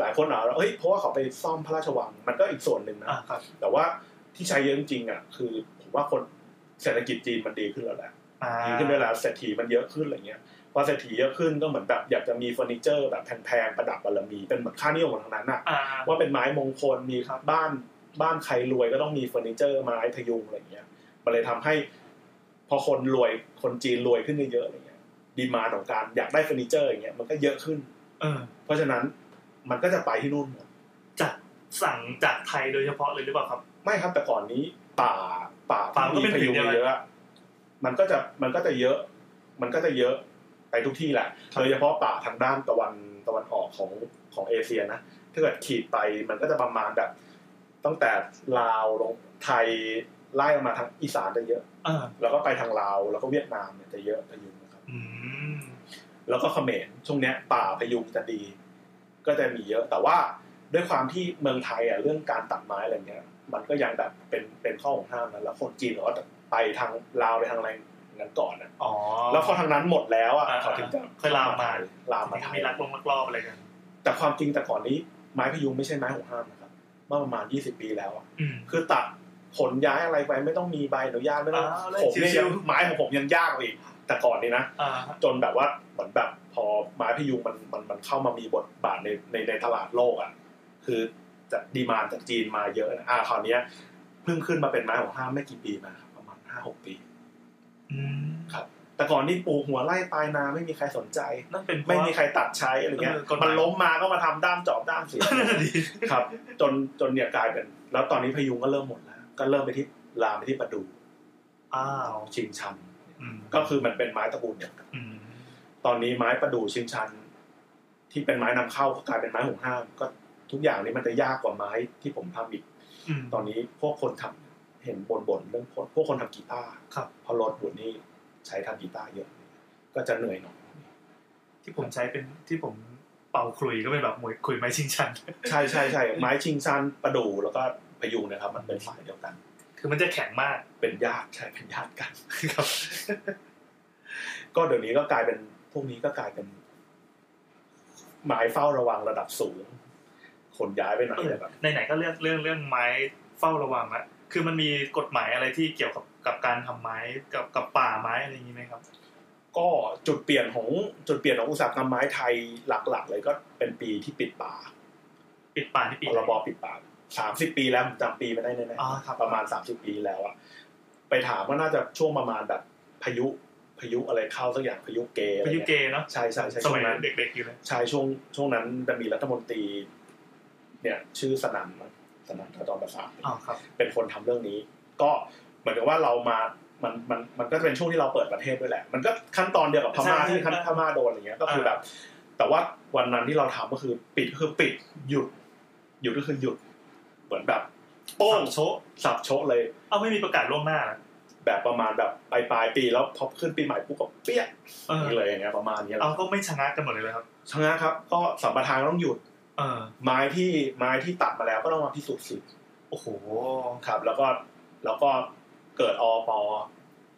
Speaker 3: หลายคนเอาแล้วเอ้ยเพราะว่าเขาไปซ่อมพระราชวังมันก็อีกส่วนหนึ่งนะ
Speaker 2: อ่าครับ
Speaker 3: แต่ว่าที่ใช้เยอะจริงๆอ่ะคือผมว่าคนเศรษฐกิจจีนมันดีขึ้นแล้วแหละ
Speaker 2: อ่า
Speaker 3: ดีขึ้นด้วยแล้วเศรษฐีมันเยอะขึ้นอะไรเงี้ยพอเศรษฐีเยอะขึ้นก็เหมือนแบบอยากจะมีเฟอร์นิเจอร์แบบแพงๆประดับบารมีเป็นเหมือนค่านิยมของทางนั้นอ่ะ
Speaker 2: อ่า
Speaker 3: ว่าเป็นไม้มงคลมี
Speaker 2: ครับ
Speaker 3: บ้านบ้านใครรวยก็ต้องมีเฟอร์นิเจอร์ไม้พยุงอะไรเงี้ยมันเลยทำให้ พอคนรวยคนจีนรวยขึ้นเยอะๆอะไรเงี้ย ดีมาของการอยากได้เฟอร์นิเจอร์อย่างเงี้ยมันก็เยอะขึ้น
Speaker 2: เออ
Speaker 3: เพราะฉะนั้นมันก็จะไปที่นู่นหมด
Speaker 2: จากสั่งจากไทยโดยเฉพาะเลยหรือเปล่าครับ
Speaker 3: ไม่ครับแต่ก่อนนี้ป่าป่า
Speaker 2: ป่ามันก็เป็น
Speaker 3: ที่พยุง
Speaker 2: ผืนเดียว
Speaker 3: เยอะมันก็จะมันก็จะเยอะ มันก็จะเยอะไปทุกที่แหละโดยเฉพาะป่าทางด้านตะวันตะวันออกของของเอเชียนะถ้าเกิดขีดไปมันก็จะประมาณแบบ ตั้งแต่ลาวลงไทยไล่ออกมาทางอีสานจะเยอะ
Speaker 2: เออ
Speaker 3: แล้วก็ไปทางลาวแล้วก็เวียดนามเนี่ยจะเยอะพยุงนะครับ
Speaker 2: อืม
Speaker 3: แล้วก็เขมรช่วงเนี้ยป่าพยุงจะดี ก็จะมีเยอะ แต่ว่าด้วยความที่เมืองไทยอ่ะเรื่องการตัดไม้อะไรเงี้ย มันก็ยังแบบเป็นเป็นข้อของห้ามนะแล้วคนจีนเขาก็จะไปทางลาวไปทางอะไรนั้นก่อนนะ
Speaker 2: อ๋อ
Speaker 3: แล้วพอทางนั้นหมดแล้วอ่ะ
Speaker 2: อ่า
Speaker 3: เขาถึงจะ
Speaker 2: ค่อยลามมา
Speaker 3: ลามมาไทย
Speaker 2: มีรักลงรักรอบอะไรกัน
Speaker 3: แต่ความจริงแต่ก่อนนี้ไม้พยุงไม่ใช่ไม้ของห้ามนะครับเมื่อประมาณ 20 ปีแล้วอะ
Speaker 2: อืม
Speaker 3: คือตัดขนย้ายอะไรไปไม่ต้องมีใบอนุญาตไม่ต้อง
Speaker 2: อ่าเลย
Speaker 3: ผมเนี่ย
Speaker 2: ชิ
Speaker 3: ยัง
Speaker 2: ว
Speaker 3: ไม้ของผมยังยากกว่าอีกแต่ก่อนนี้นะ
Speaker 2: อ่า
Speaker 3: จนแบบว่าเหมือนแบบพอไม้พยุงมันมันมันเข้ามามีบทบาทในในในตลาดโลกอ่ะคือจะดีมานจากจีนมาเยอะนะอ่าคราวเนี้ยเพิ่งขึ้นมาเป็นไม้ของห้ามไม่กี่ปีมาครับประมาณห้าหกปี
Speaker 2: อืม
Speaker 3: แต่ก่อนนี่ปลูกหัวไร่ปลายนาไม่มีใครสนใจ
Speaker 2: นั่นเป็นเพราะ
Speaker 3: ไม่
Speaker 2: ว่า
Speaker 3: มีใครตัดใช้อะไรเงี้ย
Speaker 2: เออกฎหมาย
Speaker 3: มันล้มมาก็มาทำด้ามจอบด้าม เสีย
Speaker 2: นั่นน่ะดิ
Speaker 3: ครับ จนจนเนี่ยกลายเป็น แล้วตอนนี้พยุงก็เริ่มหมดแล้ว ก็เริ่มไปที่ลามไปที่ประดู
Speaker 2: อ้าว
Speaker 3: ชิงชัน
Speaker 2: อืม
Speaker 3: ก็คือมันเป็นไม้ตระกูลเนี่ย
Speaker 2: อืม
Speaker 3: ตอนนี้ไม้ประดู่ชิงชัน ที่เป็นไม้นำเข้าก็กลายเป็นไม้ห่วงห้าม ก็ทุกอย่างนี้มันจะยากกว่าไม้ที่ผมทำอีก
Speaker 2: อืม
Speaker 3: ตอนนี้พวกคนทำเห็นบนบนๆเรื่องพวกพวกคนทำกีตาร์
Speaker 2: ครับ
Speaker 3: เพอรถบุญนี่ใช้ทำกีตาร์เยอะ ก็จะเหนื่อยหน่อย
Speaker 2: ที่ผมใช้เป็นที่ผมเป่าขลุยก็เป็นแบบมวยขลุยไม้ชิงชัน
Speaker 3: ใช่ใช่ใช่ ไม้ชิงชันประดู่แล้วก็พยุงนะครับ มันเป็นสายเดียวกัน
Speaker 2: คือมันจะแข็งมาก
Speaker 3: เป็นญาติใช่เป็นญาติกัน
Speaker 2: ครับ
Speaker 3: ก็เดี๋ยวนี้ก็กลายเป็นพวกนี้ก็กลายเป็นไม้เฝ้าระวังระดับสูงคนย้ายไปไหนอะไรแบบ
Speaker 2: ในไหนๆก็เรื่องเรื่องเรื่องไม้เฝ้าระวังละคือมันมีกฎหมายอะไรที่เกี่ยวกับกับการทำไม้กับกับป่าไม้อะไรอย่างนี้ไหมครับ
Speaker 3: ก็จุดเปลี่ยนของจุดเปลี่ยนของอุตสาหกรรมไม้ไทยหลักๆ เลยก็เป็นปีที่ปิดป่า
Speaker 2: ปิดป่าที่ปี
Speaker 3: พรบปิดป่าสามสิบปีแล้วผมจำปีไม่ได้แน่
Speaker 2: อ๋อครับ
Speaker 3: ๆประมาณสามสิบปีแล้วอะไปถามว่าน่าจะช่วงประมาณแบบพายุพายุอะไรเข้าสักอย่างพายุเกอะไร
Speaker 2: พายุ
Speaker 3: เงี้
Speaker 2: เกย์เนาะ
Speaker 3: ใช่ใช่ใช่
Speaker 2: ส
Speaker 3: ช่ว
Speaker 2: มั
Speaker 3: ง
Speaker 2: ย
Speaker 3: นั้น
Speaker 2: เด็กๆอยู่เลย
Speaker 3: ใช่ช่วงช่วงนั้นจะมีรัฐมนตรี เนี่ยชื่อสนั่นมั้งสนั่นขจรประสาท
Speaker 2: อ๋อครับ
Speaker 3: เป็นคนทำเรื่องนี้ ก็เหมือนกับว่าเรามา มัน มัน มันก็จะเป็นช่วงที่เราเปิดประเทศด้วยแหละ มันก็ขั้นตอนเดียวกับพม่า
Speaker 2: ใช่
Speaker 3: ที่ขั้น
Speaker 2: ใช่
Speaker 3: พม่าโดนอะไรเงี้ย ก็คือ
Speaker 2: เออ
Speaker 3: แบบ แต่ว่าวันนั้นที่เราทำก็คือปิดก็คือปิด หยุด หยุดก็คือหยุด เหมือนแบบโป้ง
Speaker 2: สามโชะ
Speaker 3: สับโชะเลย
Speaker 2: เอ้าไม่มีประกาศล่วงหน้าเหรอ
Speaker 3: แบบประมาณแบบปลายปลายปีแล้วพอขึ้นปีใหม่ปุ๊บก็เปี้ย
Speaker 2: เออ
Speaker 3: นี่เลยอย่างเงี้ยประมาณเนี้ย
Speaker 2: เอาก็ไม่ชะงักกันหมดเลยเลยครับ
Speaker 3: ชะงักครับ ก็สัมปทานก็ต้องหยุด
Speaker 2: เออ
Speaker 3: ไม้ที่ไม้ที่ตัดมาแล้วก็ต้องมาพิสูจน์สิทธิ
Speaker 2: โอ้โห
Speaker 3: ครับ แล้วก็แล้วก็เกิดอป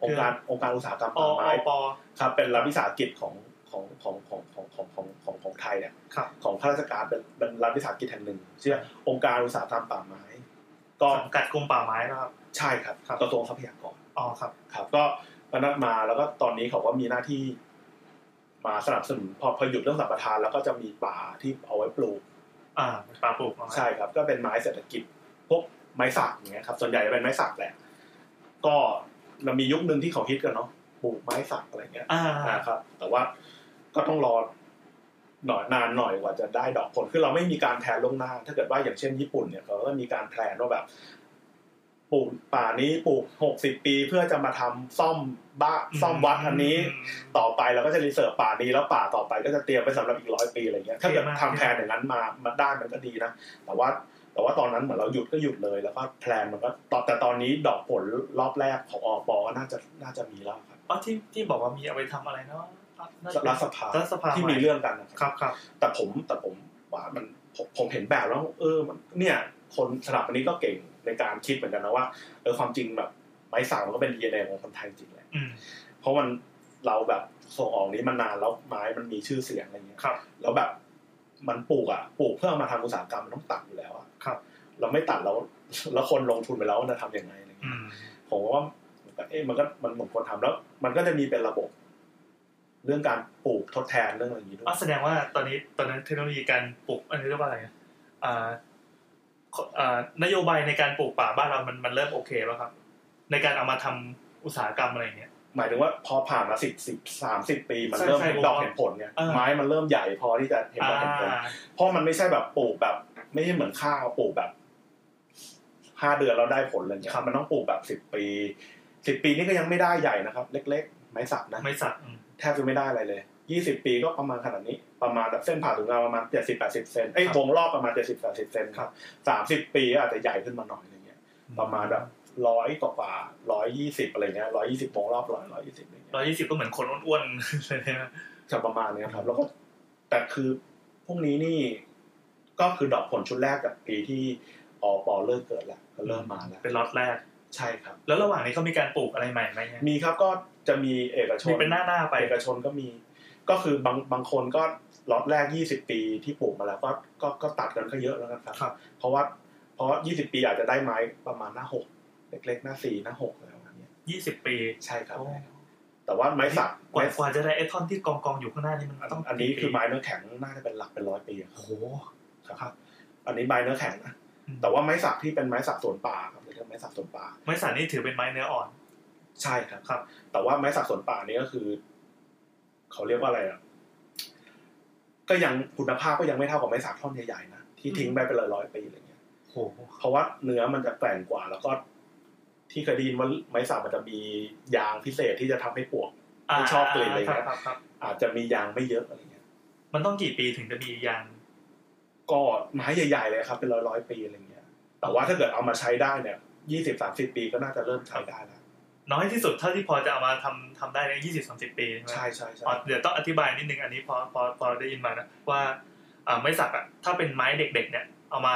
Speaker 3: องค์การองค์การอุตสาหกรรม
Speaker 2: อ
Speaker 3: ป่า
Speaker 2: อ
Speaker 3: ไม้
Speaker 2: ปอ
Speaker 3: ครับเป็นรัฐวิสาหกิจของของของของของของของของของไทยเนี่ย
Speaker 2: ครับ
Speaker 3: ของข้าราชการเป็นเป็นรัฐวิสาหกิจแห่งหนึ่งชื่อองค์การอุตสาหกรรมป่าไม้ ก็
Speaker 2: สังกัดกรมป่าไม้นะครับ
Speaker 3: ใช่ครับ
Speaker 2: ครับ
Speaker 3: กระทรวงทรัพยากร
Speaker 2: อ๋อครับ
Speaker 3: ครับ ก็ก็นัดมาแล้วก็ตอนนี้เขาก็มีหน้าที่ มาสนับสนุนพอพอหยุดเรื่องสัมปทานแล้วก็จะมีป่าที่เอาไว้ปลูก
Speaker 2: อ่าป่าปลูกเอาไว้
Speaker 3: ใช่ครับก็เป็นไม้เศรษฐกิจพวกไม้สักอย่างเงี้ยครับส่วนใหญ่จะเป็นไม้สักแหละก็เรามียุคหนึ่งที่เขาฮิตกันเนาะปลูกไม้สักอะไรเงี้ย
Speaker 2: อ่า
Speaker 3: นะครับ แต่ว่าก็ต้องรอหน่อยนานหน่อยกว่าจะได้ดอกผลคือเราไม่มีการแพลนล่วงหน้า ถ้าเกิดว่าอย่างเช่นญี่ปุ่นเนี่ยเขาก็มีการแพลนว่าแบบปลูกป่านี้ปลูกหกสิบปีเพื่อจะมาทำซ่อมบ้านซ่อมวัดอันนี้ ต่อไปเราก็จะรีเสิร์ฟป่านี้แล้วป่าต่อไปก็จะเตรียมไปสำหรับอีกร้อยปีอะไรเงี้ยถ้าเกิด
Speaker 2: เท่มาก
Speaker 3: ทำแพลนอย่างนั้นมามาได้มันก็ดีนะแต่ว่าแต่ว่าตอนนั้นเหมือนเราหยุดก็หยุดเลย แล้วก็แพลนมันก็ตอนแต่ตอนนี้ดอกผลรอบแรกของอปก็น่าจะน่าจะมีแล้วครับ
Speaker 2: อ๋อที่ที่บอกว่ามีเอาไปทำอะไรเนาะน่าจะ
Speaker 3: รัฐสภา
Speaker 2: รัฐสภา
Speaker 3: ที่
Speaker 2: ให
Speaker 3: มีเรื่องกันนะค
Speaker 2: ครับ รับครับ
Speaker 3: แต่ผมแต่ผมว่ามันผมผมเห็นแบบแล้ว เออมันเนี่ย คนสถาปนิกก็เก่งในการคิดเหมือนกันนะว่าเออความจริงแบบไม้สักมันก็เป็นดีเอ็นเอของคนไทยจริงแหละ
Speaker 2: อืม
Speaker 3: เพราะมันเราแบบส่งออกนี้มานานแล้วไม้มันมีชื่อเสียงอะไรเงี้ย
Speaker 2: ครับ
Speaker 3: แล้วแบบมันปลูกอ่ะปลูกเพื่อเอามาทำอุตสาหกรรมมันต้องตัดอยู่แล้วอ่ะ
Speaker 2: ครับ
Speaker 3: เราไม่ตัดแล้ว แล้วคนลงทุนไปแล้วมันจะทำยังไงอะไร
Speaker 2: อื
Speaker 3: เงี้ย
Speaker 2: ม
Speaker 3: ผมว่าเอ๊ะมันก็มันเหมือนคนทำแล้ว มันก็จะมีเป็นระบบ เรื่องการปลูกทดแทนเรื่องอะไรอย่างนี้ด้ว
Speaker 2: อ๋อย แสดงว่าตอนนี้ตอนนั้นเทคโนโลยีการปลูกอันนี้เรียกว่าอะไรอะอ่าขออ่านโยบายในการปลูกป่าบ้านเรามันมันเริ่มโอเคแล้วครับ ในการเอามาทำอุตสาหกรรมอะไรอย่างเงี้ย
Speaker 3: หมายถึงว่าพอผ่านมาสิบสิบสามสิบปีมัน
Speaker 2: ใช่
Speaker 3: เริ่ม
Speaker 2: ใช่
Speaker 3: เห็นดอกเห็นผลไง
Speaker 2: อ่า
Speaker 3: ไม้มันเริ่มใหญ่พอที่จะเห็น
Speaker 2: อ่
Speaker 3: ดอกเห็นผล
Speaker 2: า
Speaker 3: เพราะมันไม่ใช่แบบปลูกแบบ ไม่ใช่เหมือนข้าวปลูกแบบห้าเดือนเราได้ผลเลยเนี่ย
Speaker 2: ครับ
Speaker 3: มันต้องปลูกแบบสิบ10 ปีสิบปีนี่ก็ยังไม่ได้ใหญ่นะครับ เล็ก ๆ ไม้สักนะ
Speaker 2: ไม่สักอืม
Speaker 3: แทบจะไม่ได้อะไรเลยยี่สิบปีก็ประมาณขนาดนี้ ประมาณแบบเส้นผ่าศูนย์กลางประมาณเจ็ดสิบแปดสิบเซนไอ้ยวงรอบประมาณเจ็ดสิบแปดสิบเซนครับสามสิบปีก็อาจจะใหญ่ขึ้นมาหน่อยอะไรเงี้ย ประมาณแบบร้อยกว่าร้อยยี่สิบอะไรเงี้ยร้อยยี่สิบวงรอบร้อยร้อยยี่สิบอะไรเงี้ย
Speaker 2: ร้อยยี่สิบก็เหมือนคนอ้วนๆเลยนะ
Speaker 3: จะประมาณเนี้ยครับ แล้วก็แต่คือพวกนี้นี่ก็คือดอกผลชุดแรกจากปีที่อปอเริ่มเกิดแล้วก็เริ่มมาแล้ว
Speaker 2: เป็นล็อตแรก
Speaker 3: ใช่ครับ
Speaker 2: แล้วระหว่างนี้เขามีการปลูกอะไรใหม่ไหมเนี่ย
Speaker 3: มีครับก็จะมีเอกชน
Speaker 2: มีเป็นหน้าหน้าๆไป
Speaker 3: เอกชนก็มี ก็คือบางบางคนก็ล็อตแรก 20 ปีที่ปลูกมาแล้วก็ก็ก็ตัดกันก็เยอะแล้วกันครับ
Speaker 2: ครับ
Speaker 3: เพราะว่าเพราะ 20 ปีอาจจะได้ไม้ประมาณหน้าหกเล็กๆหน้าสี่หน้าหกอะไรประมาณเนี้ย
Speaker 2: ยี่สิบปี
Speaker 3: ใช่ครับ
Speaker 2: โอ้
Speaker 3: แต่ว่าไม้สัก
Speaker 2: กว่ากว่าจะได้ไอ้ท่อนที่กองกองๆอยู่ข้างหน้านี่มันต้อง
Speaker 3: อันนี้คือ
Speaker 2: กี่ปี
Speaker 3: ไม้เนื้อแข็งน่าจะเป็นหลักเป็นร้อยปีครับ
Speaker 2: โอ้โห
Speaker 3: ครับ อันนี้ไม้เนื้อแข็งนะ
Speaker 2: อืม
Speaker 3: แต่ว่าไม้สักที่เป็นไม้สักสวนป่าครับเรียกว่าไม้สักสวนป่า
Speaker 2: ไม้สักนี่ถือเป็นไม้เนื้ออ่อน
Speaker 3: ใช่ครับ
Speaker 2: ครับ
Speaker 3: แต่ว่าไม้สักสวนป่านี้ก็คือ เขาเรียกว่าอะไรอ่ะ ก็ยังคุณภาพก็ยังไม่เท่ากับไม้สักท่อนใหญ่ๆนะ ที่ทิ้งไปเป็นร้อยๆปีอะไรเงี้ย
Speaker 2: โอ้โห
Speaker 3: เพราะว่าเนื้อมันจะแกร่งกว่า แล้วก็ ที่เคยได้ยินว่าไม้สักมันจะมียางพิเศษที่จะทำให้ปวก
Speaker 2: อ่า
Speaker 3: ชอบกลิ่นอะไรเงี้ย
Speaker 2: ครับครับ
Speaker 3: อาจจะมียางไม่เยอะอะไรเงี้ย
Speaker 2: มันต้องกี่ปีถึงจะมียาง
Speaker 3: ก็ไม้ใหญ่ๆเลยครับ เป็นร้อยๆปีอะไรเงี้ย แต่ว่าถ้าเกิดเอามาใช้ได้เนี่ย ยี่สิบสามสิบปีก็น่าจะเริ่มใช้ได้แล้ว
Speaker 2: น้อยที่สุดเท่าที่พอจะเอามาทำทำได้ในยี่สิบสามสิบปีใช่ไหม
Speaker 3: ใช่ใช่ใช่
Speaker 2: อ๋อเดี๋ยวต้องอธิบายนิดนึงอันนี้พอพอพอได้ยินมานะว่าอ่าไม้สักอะถ้าเป็นไม้เด็ก ๆ เนี่ย เอามา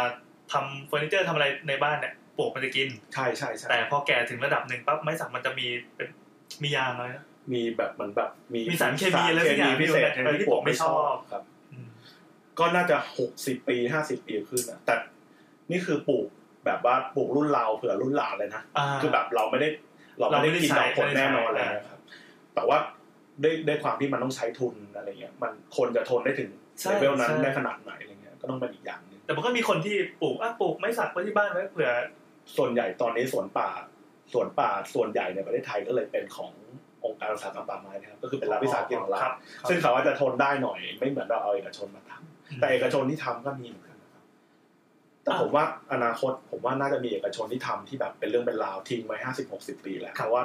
Speaker 2: ทำเฟอร์นิเจอร์ทำอะไรในบ้านเนี่ยปลวกมันจะกิน
Speaker 3: ใช่ใช่ใช่
Speaker 2: แต่พอแก่ถึงระดับหนึ่งปั๊บไม้สักมันจะมีเป็นมียางเลยนะ
Speaker 3: มีแบบเหมือนแบบมี
Speaker 2: มีสารเคมีอะไรสักอย่าง
Speaker 3: สรเคมีพิเศษ
Speaker 2: เออที่ผมไม่ชอบ
Speaker 3: ครับ
Speaker 2: อืม
Speaker 3: ก็น่าจะหกสิบปีห้าสิบปีขึ้นนะแต่นี่คือปลูกแบบว่าปลูกรุ่นเราเผื่อรุ่นหลานเลยนะคือแบบเราไม่ได้เราไม่ได้กินดอกผลแน่นอนเลยนะครับ แต่ว่าด้วยด้วยความที่มันต้องใช้ทุนอะไรเงี้ย มันคนจะทนได้ถึง
Speaker 2: ใช่
Speaker 3: เลเวลนั้น
Speaker 2: ใช่
Speaker 3: ได้ขนาดไหนอะไรเงี้ยก็ต้องเป็นอีกอย่างหนึง
Speaker 2: แต่มันก็มีคนที่ปลูกอ่ะปลูกไม้สักไว้ที่บ้านไว้เผื่อ
Speaker 3: ส่วนใหญ่ตอนนี้สวนป่าสวนป่าส่วนใหญ่ในประเทศไทยก็เลยเป็นขององค์การอุตสาหกรรมป่าไม้นะครับก็คือเป็นรัฐวิสาหกิจของรัฐ
Speaker 2: ครับครับ
Speaker 3: ซึ่งเขาอาจจะทนได้หน่อย ไม่เหมือนเราเอาเอกชนมาทำแต่เอกชนที่ทำก็มีเหมือนกันนะครับแต่ผมว่าอนาคตผมว่าน่าจะมีเอกชนที่ทำที่แบบเป็นเรื่องเป็นราวทิ้งไว้ห้าสิบหกสิบปีแหละเพราะว่า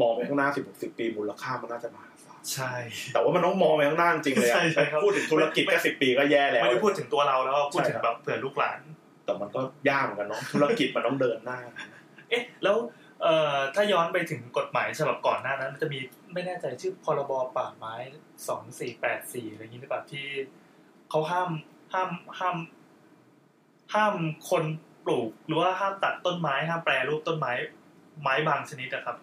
Speaker 3: มองไปข้างหน้าสิบหกสิบปีมูลค่ามันน่าจะมหาศาล
Speaker 2: ใช่
Speaker 3: แต่ว่ามันต้องมองไปข้างหน้าจริงๆเลยอะ
Speaker 2: ใช่ใช่ครับ
Speaker 3: พูดถึงธุรกิจแค่สิบปีก็แย่แล้ว
Speaker 2: ไม่ได้พูดถึงตัวเราแล้วพูดถึง
Speaker 3: ใช่ครับ
Speaker 2: แบบเผื่อลูกหลาน
Speaker 3: แต่มันก็ยากเหมือนกันเนาะธุรกิจมันต้องเดินหน้า
Speaker 2: เอ๊ะแล้วเอ่อถ้าย้อนไปถึงกฎหมายฉบับก่อนหน้านั้น มันจะมีไม่แน่ใจชื่อพรบป่าไม้สองสี่แปดสี่อะไรอย่างนี้หรือเปล่าที่เขาห้ามห้ามห้าม ห้ามคนปลูก หรือว่าห้ามตัดต้นไม้ห้ามแปรรูปต้นไม้ ไม้บางชนิดนะครับ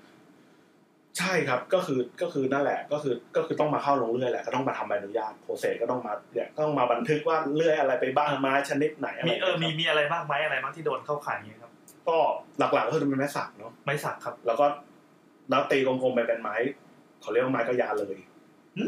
Speaker 3: ใช่ครับก็คือก็คือนั่นแหละก็คือก็คือต้องมาเข้าลงเรื่อยแหละก็ต้องมาทำใบอนุญาตโปรเซสก็ต้องมาเนี่ยต้องมาบันทึกว่าเลื่อยอะไรไปบ้างไม้ชนิดไหนอะไร
Speaker 2: มี
Speaker 3: ย่าง
Speaker 2: เออ
Speaker 3: งี้ยครับ
Speaker 2: มีมีอะไรบ้างไม้อะไรบ้างที่โดนเข้าขายอย่างนี้ยครับ
Speaker 3: ก็หลักๆก็คือเป็นไม้สักเนาะ
Speaker 2: ไม้สักครับ
Speaker 3: แล้วก็แล้วตีกลมๆไปเป็นไม้เขาเรียกว่าไม้กระยาเลย
Speaker 2: หึ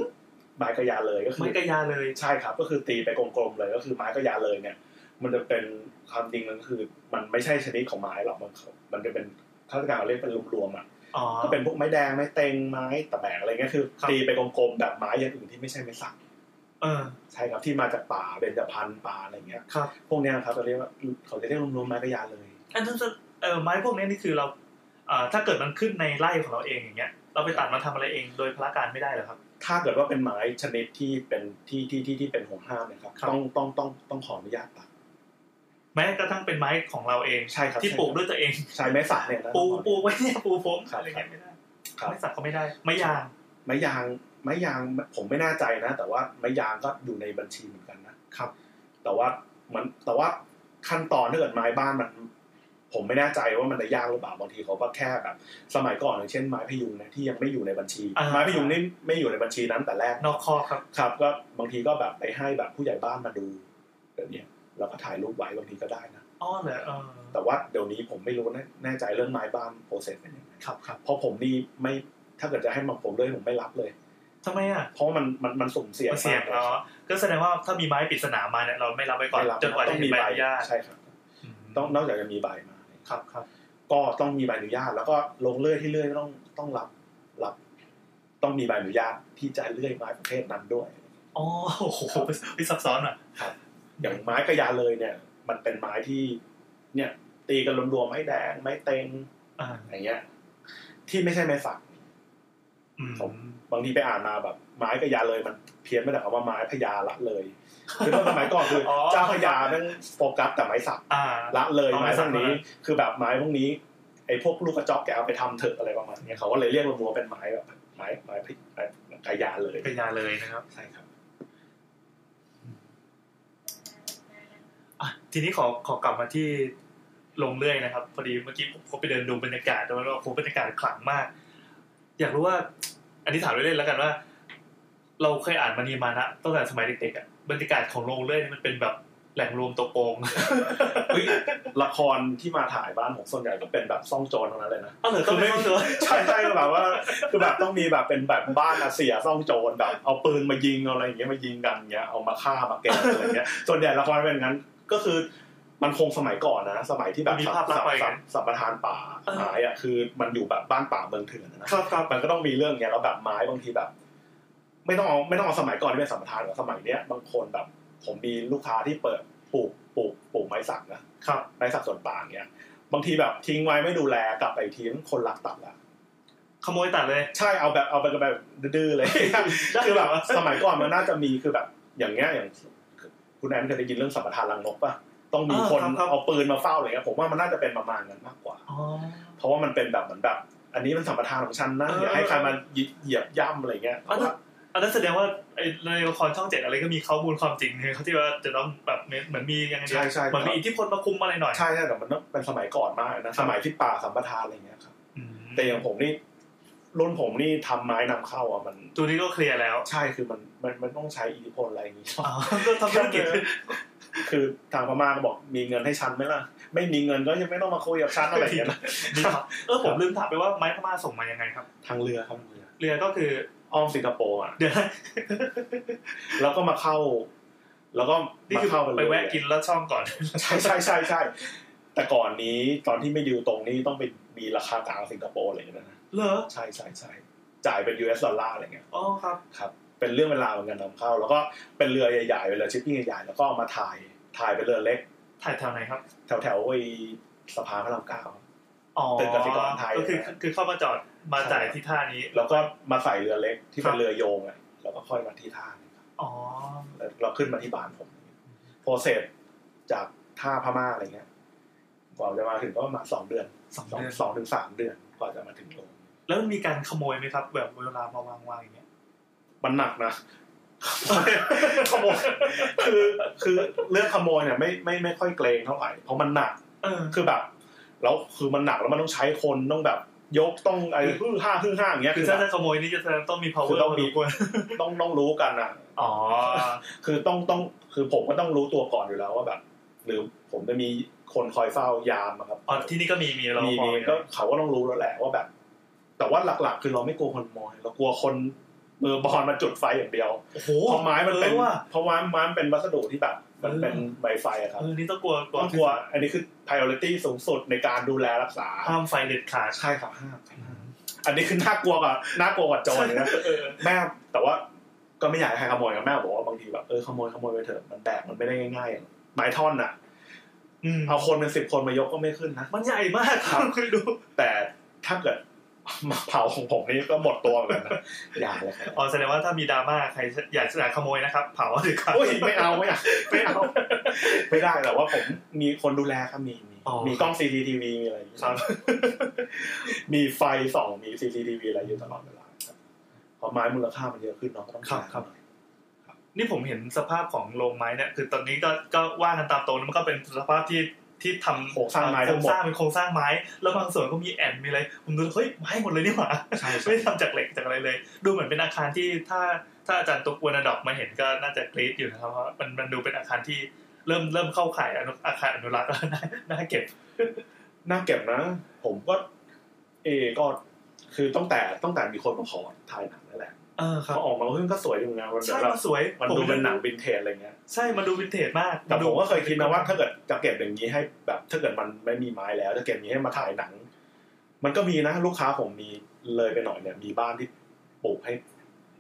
Speaker 3: ไม้กระยาเลยก็คื
Speaker 2: ไม้
Speaker 3: อก
Speaker 2: ระยาเลย
Speaker 3: ใช่ครับ ก็คือตีไปกลมๆเลยก็คือไม้กระยาเลยเนี่ย มันจะเป็นความจริงมันคือ มันไม่ใช่ชนิดของไม้หรอกมันเขามันจะเป็นข้าราชการเขาเรียกเป็นรวมๆอ่ะ
Speaker 2: อ๋อ
Speaker 3: ก็เป็นพวกไม้แดงไม้เต็งไม้ตะแบกอะไรเงี้ยคือ
Speaker 2: ครับ
Speaker 3: ตีไปกลมๆแบบไม้อย่างอื่นที่ไม่ใช่ไม้สัก
Speaker 2: เออ
Speaker 3: ใช่ครับที่มาจากป่าเบญจพรรณป่าอะไรเงี้ย
Speaker 2: ครับ
Speaker 3: พวกเนี้ยครับเราเรียกว่าเขาจะเรียกรวมๆไม้กระยาเลย
Speaker 2: อันนั้นจะเออไม้พวกนี้นี่คือเราอ่าถ้าเกิดมันขึ้นในไร่ของเราเองอย่างเงี้ย เราไปตัดมาทำอะไรเองโดยพละการไม่ได้เหรอครับ
Speaker 3: ถ้าเกิดว่าเป็นไม้ชนิดที่เป็นที่ที่ที่ที่เป็นห่วงห้ามเนะครับ
Speaker 2: ครับ
Speaker 3: ต้องต้องต้องต้องขออนุญาตตัด
Speaker 2: แม้กระทั่งเป็นไม้ของเราเอง
Speaker 3: ใช่ครับ
Speaker 2: ที่ปลูกด้วยตัวเอง
Speaker 3: ใช้ไม้สักเนี่ยนะ
Speaker 2: ปู
Speaker 3: ครับ
Speaker 2: ปูไว้เนี่ยปูผม
Speaker 3: ครับ
Speaker 2: อะไรเงี้ยไม่ได้
Speaker 3: ครับ
Speaker 2: ไม้สักก็ไม่ได้ ไม้ยาง
Speaker 3: ไม้ยางไม้ยางผมไม่แน่ใจนะ แต่ว่าไม้ยางก็อยู่ในบัญชีเหมือนกันนะครับ แต่ว่ามันแต่ว่าขั้นตอนถ้าเกิดไม้บ้านมัน ผมไม่แน่ใจว่ามันจะยากหรือเปล่าบางทีเขาก็แค่แบบ สมัยก่อนอย่างเช่นไม้พยุงนะที่ยังไม่อยู่ในบัญชี
Speaker 2: อ่า
Speaker 3: ไม้พยุงนี่ไม่อยู่ในบัญชีนั้นแต่แรก
Speaker 2: นอกคอกครับ
Speaker 3: ครับก็บางทีก็แบบไปให้แบบผู้ใหญ่บ้านมาดูแบบเนี้ยแล้วก็ถ่ายรูปไว้บางทีก็ได้นะ
Speaker 2: อ้อเหรอเออ
Speaker 3: แต่ว่าเดี๋ยวนี้ผมไม่รู้แน่แน่ใจเรื่องไม้บ้านโปรเซสเป็นยังไง
Speaker 2: ครับครับ
Speaker 3: เพราะผมนี่ไม่ถ้าเกิดจะให้มาผมเลยผมไม่รับเลย
Speaker 2: ทำไมอ่ะ
Speaker 3: เพราะมันมันมันสุ่มเสี่ยง
Speaker 2: มันเสี่ยง
Speaker 3: มากล
Speaker 2: เนาะก็แสดงว่าถ้ามีไม้ปริศนามาเนี่ยเราไม่รับไว้ก่อน
Speaker 3: ไม่รับ
Speaker 2: จนกว่า
Speaker 3: ต้
Speaker 2: จะ
Speaker 3: อง
Speaker 2: เห็
Speaker 3: มี
Speaker 2: นใบ
Speaker 3: ใบ
Speaker 2: อนุญาต
Speaker 3: ใช่ครับ
Speaker 2: ม
Speaker 3: ต้องนอกจากจะมีใบมา
Speaker 2: ครับครับ
Speaker 3: ก็ต้องมีใบอนุญาตแล้วก็ลงเลื่อยที่เลื่อยก็ต้องต้องรับรับ ต้องมีใบอนุญาตที่จะเลื่อยไม้ประเภทนั้นด้วย
Speaker 2: อ๋อโอ้โห ไปซับซ้อนอ่ะ
Speaker 3: อย่างไม้กระยาเลยเนี่ย มันเป็นไม้ที่เนี่ย ตีกันรวมๆไม้แดงไม้เต็ง
Speaker 2: อ่า
Speaker 3: อย่างเงี้ย ที่ไม่ใช่ไม้สัก
Speaker 2: อืม
Speaker 3: ผม บางทีไปอ่านมาแบบ ไม้กระยาเลยมันเพี้ยนมาจากคำว่าไม้พญาละเลยคือตอนสมัยก่อนคืออเจ้าพญาแม่งโฟกัสแต่ไม้สัก
Speaker 2: อ่า
Speaker 3: ละเลย
Speaker 2: ต้อง
Speaker 3: ไม้
Speaker 2: ไม่
Speaker 3: พวกนี้
Speaker 2: สั่งละ
Speaker 3: คือแบบไม้พวกนี้ไอ้พวกลูกกระจอกแกเอาไปทำเถอะอะไรประมาณเนี้ยเขาก็เลยเรียกรวมๆว่าเป็นไม้แบบไม้ไม้พริกไม้กายาเลย
Speaker 2: กระยาเลยนะครับ
Speaker 3: ใช่ครับ
Speaker 2: อ่ะทีนี้ขอขอกลับมาที่ลงเรื่อยนะครับ พอดีเมื่อกี้ผมผมไปเดินดูบรรยากาศแล้วว่าผมบรรยากาศขลังมาก อยากรู้ว่า อันนี้ถามเล่นๆแล้วกันว่า เราเคยอ่านมานีมานะตั้งแต่สมัยเด็กๆอ่ะบรรยากาศของโรงเรื่อยนี่มันเป็นแบบแหล่งรวมตัวโกง
Speaker 3: เฮ้ย ละครที่มาถ่ายบ้านผมส่วนใหญ่ก็เป็นแบบซ่องโจรทั้งนั้นเลยนะ
Speaker 2: เอ้า เหรอคือไม่เจอ
Speaker 3: ใช่ใช่แบบว่า คือแบบต้องมีแบบเป็นแบบบ้านอาเซียซ่องโจรแบบเอาปืนมายิงเอาอะไรอย่างเงี้ยมายิงกันเงี้ยเอามาฆ่ามาแกล้งอะไรเงี้ยส่วนใหญ่ละครเป็นอย่างนั้นก็คือมันคงสมัยก่อนนะสมัยที่แบบ
Speaker 2: มีภาพลักษณ์ไปไง
Speaker 3: สัมสัมปทานป่าไม้อ่ะคือมันอยู่แบบบ้านป่าเมืองเถื่อนนะ
Speaker 2: ครับครับ
Speaker 3: มันก็ต้องมีเรื่องเนี้ยแล้วแบบไม้บางทีแบบ ไม่ต้องเอาไม่ต้องเอาสมัยก่อนที่เป็นสัมปทานหรอกสมัยเนี้ยบางคนแบบ ผมมีลูกค้าที่เปิดปลูกปลูกปลูกไม้สักนะครับ ไม้สักส่วนต่างเนี้ยบางทีแบบทิ้งไว้ไม่ดูแลกลับไปอีกทีมันคนรักตัดละ
Speaker 2: ขโมยตัดเลย
Speaker 3: ใช่เอาแบบเอาไปแบบดื้อ ๆเลย คือแบบสมัยก่อนมันน่าจะมีคือแบบ อย่างเงี้ยอย่างคุณแอนเคยได้ยินเรื่องสัมปทานรังนกป่ะต้องมี
Speaker 2: อ่า
Speaker 3: คน
Speaker 2: ครับครับ
Speaker 3: เอาปืนมาเฝ้าอะไรเงี้ยผมว่ามันน่าจะเป็นประมาณนั้นมากกว่า
Speaker 2: อ๋อ
Speaker 3: เพราะว่ามันเป็นแบบเหมือนแบบ อันนี้มันสัมปทานของฉันนะอย่าให้ใครมาเหยียบย่ำอะไรเงี้ย
Speaker 2: อ่ะ อันนั้นแสดงว่าไอ้ในละครช่องเจ็ดอะไรก็มีข้อมูลความจริง เนี่ยเขาที่ว่าจะต้องแบบเหมือนมียังไง
Speaker 3: ใช่ใช่
Speaker 2: เหมือนมีอิทธิพลมาคุมอะไรหน่อย
Speaker 3: ใช่ใช่แต่มันเป็นสมัยก่อนมากนะสมัยที่ป่าสัมปทานอะไรเงี้ยครับ
Speaker 2: อืม
Speaker 3: แต่อย่างผมนี่รุ่นผมนี่ทำไม้นำเข้าอ่ะมัน
Speaker 2: ตัวนี้ก็เคลียร์แล้ว
Speaker 3: ใช่คือมันมันมันต้องใช้อิทธิพลอะไรอย่างงี้
Speaker 2: ก็ทำธุรกิจ
Speaker 3: คือทางพม่าก็บอกมีเงินให้ฉันไหมล่ะ ไม่มีเงินก็ยังไม่ต้องมาคุยกับฉันอะไรอย่างเงี้ยนะ
Speaker 2: ดีครับเออผมลืมถามไปว่าไม้พม่าส่งมายังไงครับ
Speaker 3: ทางเรือครับทางเรือ
Speaker 2: เรือก็คือ
Speaker 3: อ้อมสิงคโปร์อ่ะ
Speaker 2: เดี๋ยว นะ
Speaker 3: แล้วก็มาเข้า แล้วก็
Speaker 2: นี่
Speaker 3: มา
Speaker 2: คือ
Speaker 3: เข้าไปเลย
Speaker 2: ไปแวะกินแล้วช่องก่อน
Speaker 3: ใช่ใช่ใช่ใช่แต่ก่อนนี้ตอนที่ไม่ดิวตรงนี้ต้องไปมีราคากลางสิงคโปร์เลยนะ
Speaker 2: เหรอ
Speaker 3: ใช่ใช่ใช่จ่ายเป็น US ดอลลาร์อะไรเงี้ย
Speaker 2: อ๋อครับ
Speaker 3: ครับเป็นเรื่องเวลาวเหมือนกันนำเข้า แล้วก็เป็นเรือใหญ่ๆเป็นเรือชิปปิ้งใหญ่ๆแล้วก็เอามาถ่ายถ่ายเป็นเรือเล็ก
Speaker 2: ถ่ายแถวไหนครับ
Speaker 3: แถวแถวๆไอ้สะพานพระรามเก้า
Speaker 2: อ๋อ
Speaker 3: ตึกกสิกรไทย
Speaker 2: ก็คือ
Speaker 3: นะ
Speaker 2: คือเข้ามาจอดมาจ่ายที่ท่านี้
Speaker 3: แล้วก็มาใส่เรือเล็กที่
Speaker 2: ค
Speaker 3: เป็
Speaker 2: รั
Speaker 3: น
Speaker 2: บ
Speaker 3: เรือโยงอะแล้วก็ค่อยมาที่ท่า
Speaker 2: อ๋อ
Speaker 3: แล้วเราขึ้นมาที่บ้านผมโปรเซสจากท่าพม่าอะไรเงี้ยกว่าจะมาถึงก็ประมาณสองเดือน
Speaker 2: สอง
Speaker 3: สอง
Speaker 2: เดือน
Speaker 3: สองถึงสามเดือนกว่าจะมาถึงโรง
Speaker 2: แล้วมันมีการขโมยไหมครับ แบบเวลามาวางวางอย่างเงี้ย
Speaker 3: มันหนักนะ ขโมยคือคือเรื่องขโมยเนี่ยไม่ไม่ไม่ค่อยเกรงเท่าไหร่เพราะมันหนัก
Speaker 2: เออ
Speaker 3: คือแบบแล้วคือมันหนักแล้วมันต้องใช้คนต้องแบบ ยกต้องไอ้ฮือห้าฮือห้าอย่างเงี้ย
Speaker 2: คื
Speaker 3: คือ อ
Speaker 2: ถ้า
Speaker 3: แบ
Speaker 2: จะ
Speaker 3: บ
Speaker 2: ขโมยนี่จะแสดงต้องมี power
Speaker 3: คือต้องมี
Speaker 2: พสควร
Speaker 3: ต้องต้องรู้กันอ่ะ
Speaker 2: อ๋อ
Speaker 3: คือต้องต้องคือผมก็ต้องรู้ตัวก่อนอยู่แล้วว่าแบบ หรือผมจะมีคนคอยเฝ้ายามอะครับ
Speaker 2: อ๋อที่นี่ก็มีมีเรา
Speaker 3: มี
Speaker 2: พอ
Speaker 3: มีก็เขาก็ต้องรู้แล้วแหละว่าแบบ แต่ว่าหลักๆ คือเราไม่กลัวคนขโมยเรากลัวคนมือบอลมาจุดไฟอย่างเดียว
Speaker 2: โอ้โห
Speaker 3: เพราะไม้มันเป็น
Speaker 2: ออว่ะ
Speaker 3: เพราะว่าไม้มันเป็นวัสดุที่แบบ มันเป็น
Speaker 2: เออ
Speaker 3: ใบไฟอะครับ
Speaker 2: เออนี่ต้องกลัว
Speaker 3: ต้องกลัวอันนี้คือ priority สูงสุดในการดูแลรักษา
Speaker 2: ห้ามไฟเด็ดขาด
Speaker 3: ใช่ครับห้ามอันนี้คือน่ากลัวกว่าน่ากลัวกว่าโจรเลยนะ
Speaker 2: เออ
Speaker 3: แม่แต่ว่าก็ไม่อยากให้ใครขโมยนะแม่บอกว่าบางทีแบบเออขโมยขโมยไปเถอะมันแบกมันไม่ได้ง่ายๆอะไม้ท่อนอะ
Speaker 2: อืม
Speaker 3: เอาคนเป็นสิบคนมายกก็ไม่ขึ้นนะ
Speaker 2: มันใหญ่มาก
Speaker 3: ครับ
Speaker 2: เคยดู
Speaker 3: แต่ถ้าเกิด มาเผาของผมนี่ก็หมดตัวเหมือนกันนะอย่าเลยครับ
Speaker 2: อ๋อแสดงว่าถ้ามีดราม่าใครอยากจะขโมยนะครับ เผาเลยครับ
Speaker 3: โอ้ยไม่เอาไม่เอาไม่เอาไม่ได้แต่ว่าผมมีคนดูแลครับมีมี
Speaker 2: อ๋อ
Speaker 3: มีกล้อง CCTV มีอะไรอย่างงี้
Speaker 2: ครับ
Speaker 3: มีไฟส่องมี CCTV อะไรอยู่ตลอดเวลาครับเพราะไม้มูลค่ามันเยอะขึ้นเนาะก็ต้อง
Speaker 2: ครับ
Speaker 3: ใช้
Speaker 2: ครับ นี่ผมเห็นสภาพของโรงไม้เนี่ยคือตอนนี้ก็ก็ว่ากันตามตรงนะมันก็เป็นสภาพที่ที่ทำ
Speaker 3: โครงสร้างไม้
Speaker 2: โคร
Speaker 3: ทั้ง
Speaker 2: ง
Speaker 3: หม
Speaker 2: ส
Speaker 3: ด
Speaker 2: ร้างเป็นโครงสร้างไม้ แล้วบางส่วนก็มีแอนมีอะไรผมดูเฮ้ยไม้หมดเลยนี่หว่า
Speaker 3: ใช่ใช่
Speaker 2: ไม่ได้ทำจากเหล็กจากอะไรเลย ดูเหมือนเป็นอาคารที่ถ้าถ้าอาจารย์ตุกวนดอกมาเห็นก็น่าจะกรี๊ดอยู่นะครับเพราะมันมันดูเป็นอาคารที่เริ่มเริ่มเข้าข่ายอนุอาคารอนุรักษ์ แล้วน่าน่าเก็บ
Speaker 3: น่าเก็บนะ ผมก็ เออก็คือตั้งแต่ตั้งแต่มีคนมาขอถ่ายหนังนั่นแหละ
Speaker 2: เออครั
Speaker 3: ก็
Speaker 2: บ
Speaker 3: ออกมาเฮ้ยมันก็สวยดีเหมือนกันมัน
Speaker 2: ใช่
Speaker 3: แบบ
Speaker 2: มันสวย
Speaker 3: มัน
Speaker 2: ผ
Speaker 3: ดู
Speaker 2: ม
Speaker 3: เป็นหนังวินเทจอะไรเงี้ย
Speaker 2: ใช่มันดูวินเทจมาก
Speaker 3: แต่ผมก็เคยคิดนะว่า
Speaker 2: ถ้า
Speaker 3: ถ้าเกิดจะเก็บอย่างนี้ให้แบบ ถ้าเกิดมันไม่มีไม้แล้วจะเก็บอย่างนี้ให้มาถ่ายหนัง มันก็มีนะลูกค้าผมมีเลยไปหน่อยเนี่ย มีบ้านที่ ปลูกให้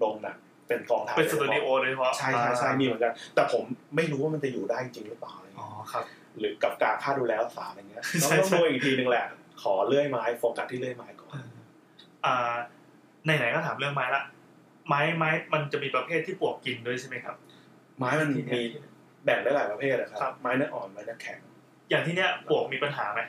Speaker 3: ลงหนักเป็นกองถ่าย
Speaker 2: เป็นสตูดิโอโดยเฉพาะ
Speaker 3: ใช่ใช่ใช่มีเหมือนกัน แต่ผมไม่รู้ว่ามันจะอยู่ได้จริงหรือเปล่าอะไร
Speaker 2: อ๋อ
Speaker 3: เงี้ย
Speaker 2: ครับ
Speaker 3: หรือกับการค่าดูแลรักษาอะไรเงี้ย
Speaker 2: ใช่
Speaker 3: ต้อง
Speaker 2: ใช่
Speaker 3: ต้องดูอีกทีหนึ่งแหละ ขอเลื่อยไม้โฟกัสที่เลื่อยไม้ก่อน
Speaker 2: อ่าไหนๆก็ถามเรื่องไม้ละ ไม้ไม้มันจะมีประเภทที่ปลวกกินด้วยใช่ไหมครับ
Speaker 3: ไม้มันมีแบ่งได้หลายประเภทนะค
Speaker 2: ครั
Speaker 3: รับ บ ไม้เนื้ออ่อนไม้เนื้อแข็ง
Speaker 2: อย่างที่เนี้ยปลวกมีปัญหาไหม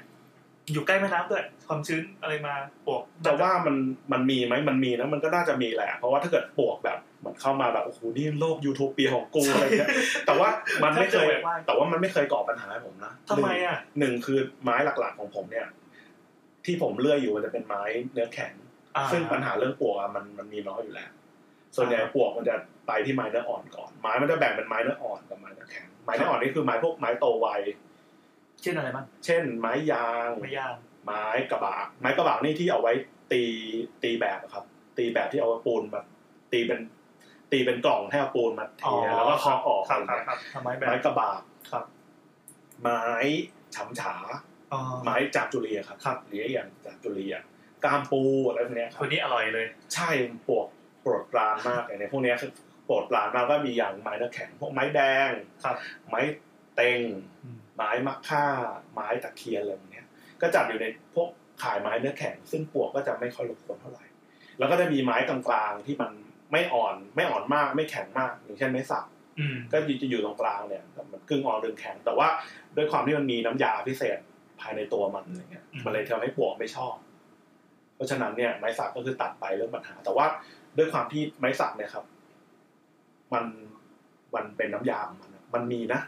Speaker 2: อยู่ใกล้แม่น้ำด้วยความชื้นอะไรมาปลวก
Speaker 3: แต่ว่ามันมันมีไหมมันมีนะมันก็น่าจะมีแหละ เพราะว่าถ้าเกิดปลวกแบบเหมือนเข้ามาแบบโอ้โหนี่โลกยูโทเปียของกูอะไรเงี้ยแต่ว่ามันไม่เคย แต่ว่ามันไม่เคยก่อปัญหาให้ผมนะ
Speaker 2: ทำไมอ่ะ
Speaker 3: หนึ่งคือไม้หลักๆของผมเนี่ย ที่ผมเลื่อยอยู่มันจะเป็นไม้เนื้อแข็ง
Speaker 2: อ่
Speaker 3: ซึ่งปัญหาเรื่องปลวกอะมันมันมีน้อยอยู่แล้ว ส่วนใหญ่ปลวกมันจะไปที่ไม้เนื้ออ่อนก่อน ไม้มันจะแบ่งเป็นไม้เนื้ออ่อนกับไม้เนื้อแข็ง ไม้เนื้ออ่อนนี่คือไม้พวกไม้โตไว
Speaker 2: เช่นอะไรบ้าง
Speaker 3: เช่น ไม้ยาง
Speaker 2: ไม่ยาก
Speaker 3: ไม้กระบากไม้กระบากนี่ที่เอาไว้ตีตีแบบอะครับ ตีแบบที่เอาปูนมาตีเป็น ตีเป็นกล่องให้เอาปูนมาเทแล้วก็เคาะออก
Speaker 2: ครับ
Speaker 3: อะไร
Speaker 2: ครับ
Speaker 3: เงี้ย
Speaker 2: ครับทำไมแบบ
Speaker 3: ไม้กระบาก
Speaker 2: ครับ
Speaker 3: ไม้ฉำฉา
Speaker 2: อ๋อ
Speaker 3: ไม้จากจุลีอะครับ
Speaker 2: ครับ
Speaker 3: หรืออย่างจากจุลีอะกามปูอะไรพวกเนี้ยค
Speaker 2: ค
Speaker 3: รั
Speaker 2: น
Speaker 3: บ
Speaker 2: นี้อร่อยเลย
Speaker 3: ใช่ปวกโปรดปรานมากเลยในพวกเนี้ยคือโปรดปรานมากก็มีอย่างไม้เนื้อแข็งพวกไม้แดง
Speaker 2: ครับ
Speaker 3: ไม้เต็ง ไม้มะค่า ไม้ตะเคียนอะไรพวกเนี้ย ก็จัดอยู่ในพวกขายไม้เนื้อแข็ง ซึ่งปลวกก็จะไม่ค่อยรบกวนเท่าไหร่ แล้วก็จะมีไม้กลางๆที่มันไม่อ่อนไม่อ่อนมากไม่แข็งมากอย่างเช่นไม้สัก
Speaker 2: อืม
Speaker 3: ก็จะอยู่ตรงกลางเนี่ยมันกึ่งอ่อนกึ่งแข็ง แต่ว่าด้วยความที่มันมีน้ำยาพิเศษภายในตัวมันอะไรเงี้ยมันเลยทำให้ปลวกไม่ชอบ เพราะฉะนั้นเนี่ยไม้สักก็คือตัดไปเรื่องปัญหา แต่ว่าด้วยความที่ไม้สักเนี่ยครับ มันมันเป็นน้ำยาของมันอะมันมีนะ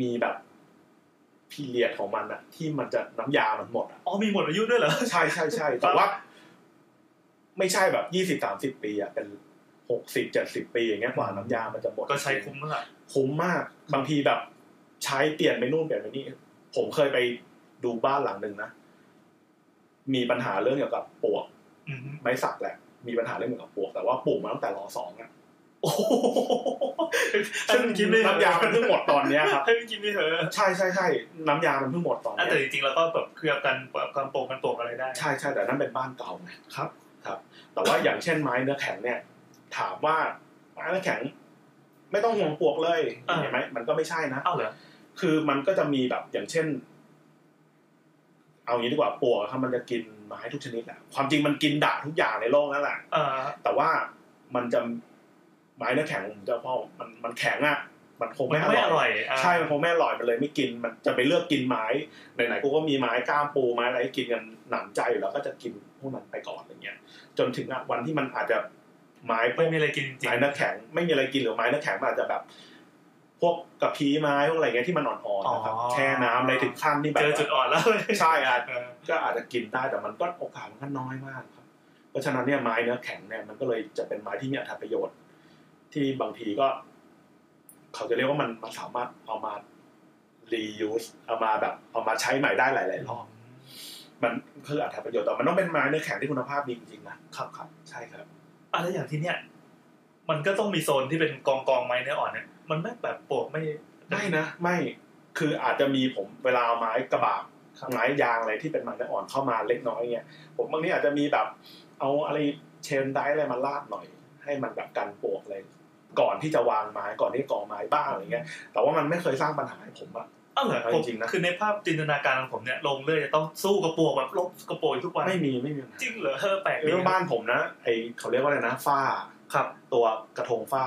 Speaker 3: มีแบบพีเรียดของมันอะที่มันจะน้ำยามันหมดอะ
Speaker 2: อ๋อมีหมดอายุด้วยเหรอ
Speaker 3: ใช่ใช่ใช่แต่ว่า ไม่ใช่แบบยี่สิบสามสิบปีอะเป็นหกสิบเจ็ดสิบปีอย่างเงี้ยกว่าน้ำยามันจะหมด
Speaker 2: ก็ใช้คุ้มมาก
Speaker 3: คุ้มมาก บางทีแบบ ใช้เปลี่ยนไปนู่นเปลี่ยนไปนี่ผมเคยไปดูบ้านหลังหนึ่งนะมีปัญหาเรื่องเกี่ยวกับปลวก
Speaker 2: อืม
Speaker 3: ไม้สักแหละมีปัญหาเรื่องเกี่ยวกับปลวกแต่ว่าปลูกมาตั้งแต่รอสองอะ
Speaker 2: โอ้โหให้
Speaker 3: ซึ่ง
Speaker 2: มันกินเลย
Speaker 3: น้ำยามันเพิ่งหมดตอนเนี้ยครับ
Speaker 2: ให้มันกินไปเถอะ
Speaker 3: ใช่ใช่ใช่น้ำยามันเพิ่งหมดตอน
Speaker 2: อ่ะ
Speaker 3: เนี้
Speaker 2: แต่
Speaker 3: ย
Speaker 2: จริงๆแล้วก็แบบเคลือบกันแบบความโปร่งกันโปร่งอะไรได้
Speaker 3: ใช่ใช่แต่นั่นเป็นบ้านเก่าไง
Speaker 2: ครับ
Speaker 3: ครับ แต่ว่าอย่างเช่นไม้เนื้อแข็งเนี่ย ถามว่าไม้เนื้อแข็ง ไม่ต้องห่วงปลวกเลย
Speaker 2: อ่า
Speaker 3: เห็นไหมมันก็ไม่ใช่นะ
Speaker 2: เอ้าเหรอ
Speaker 3: คือมันก็จะมีแบบอย่างเช่น เอางี้ดีกว่าปลวกอะครับมันจะกินไม้ทุกชนิดแหละความจริงมันกินด่าทุกอย่างในโลกนั่นแหละ
Speaker 2: เอ่อ
Speaker 3: แต่ว่ามันจะไม้เนื้อแข็งผมจะพ่อมันมันแข็งอ่ะมันคง
Speaker 2: มั
Speaker 3: ไม่
Speaker 2: น
Speaker 3: อ
Speaker 2: ไม่อ
Speaker 3: ร่
Speaker 2: ร่
Speaker 3: อ
Speaker 2: อย ยอ่ะ
Speaker 3: ใช่มันคงไม่อร่อยมันเลยไม่กินมันจะไปเลือกกินไม้ไหนๆกูก็มีไม้ก้ามปูไม้อะไรกินกันหนามใจอยู่แล้วก็จะกินพวกนั้นไปก่อนอะไรเงี้ย จนถึงอะวันที่มันอาจจะไม้พว
Speaker 2: ไม่
Speaker 3: ก
Speaker 2: มีอะไรกินจริง
Speaker 3: ไม้เนื้อแข็ง ไม่มีอะไรกินหรือไม้เนื้อแข็งมันอาจจะแบบ พวกกระพี้ไม้พวกอะไรเงี้ยที่มันอ่อนๆนะครับแช่น้ำอะไรถึงขั้นที่แบ
Speaker 2: เจ
Speaker 3: บ
Speaker 2: อจุดอ่อนแล้ว
Speaker 3: ใช่อ่ะ
Speaker 2: เออ
Speaker 3: ก็อาจจะกินได้แต่มันก็โอกาสมันก็น้อยมากครับ เพราะฉะนั้นเนี่ยไม้เนื้อแข็งเนี่ยมันก็เลยจะเป็นไม้ที่มีอัตประโยชน์ ที่บางทีก็ เขาจะเรียกว่ามันมันสามารถเอามา reuse เอามาแบบ เอามาใช้ใหม่ได้หลาย ๆ รอบ มันคืออัตประโยชน์แต่มันต้องเป็นไม้เนื้อแข็งที่คุณภาพดีจริงๆนะครับครับใช่ครับ
Speaker 2: อ่ะแล้วอย่างที่เนี้ยมันก็ต้องมีโซนที่เป็นกองกองๆไม้เนื้ออ่อนเนี่ยมันไม่แบบปลวกไม่
Speaker 3: ไม่นะไม่คืออาจจะมีผมเวลาเอาไม้กระบาดไม้ยางอะไรที่เป็นไม้เนื้ออ่อนเข้ามาเล็กน้อยเนี่ยผมบางทีอาจจะมีแบบ เอาอะไรเชนได้อะไรมาลาดหน่อย ให้มันแบบกันปลวกอะไรก่อนที่จะวางไม้ก่อนที่จะก่อไม้บ้างอะไรเงี้ย แต่ว่ามันไม่เคยสร้างปัญหาให้ผมอะ
Speaker 2: อ้าวเหรอ
Speaker 3: เอา
Speaker 2: ผม
Speaker 3: จริงๆนะ
Speaker 2: คือในภาพจินตนาการของผมเนี่ยลงเรื่อยจะต้องสู้กระโปรงแบบลบกระโปรงทุกวัน
Speaker 3: ไม่มีไม่มีปัญหา
Speaker 2: จริงเหรอเออแปลกดี
Speaker 3: เรื่องบ้านผมนะไอเขาเรียกว่าอะไรนะฝ้า
Speaker 2: ครับ
Speaker 3: ตัวกระทงฝ้า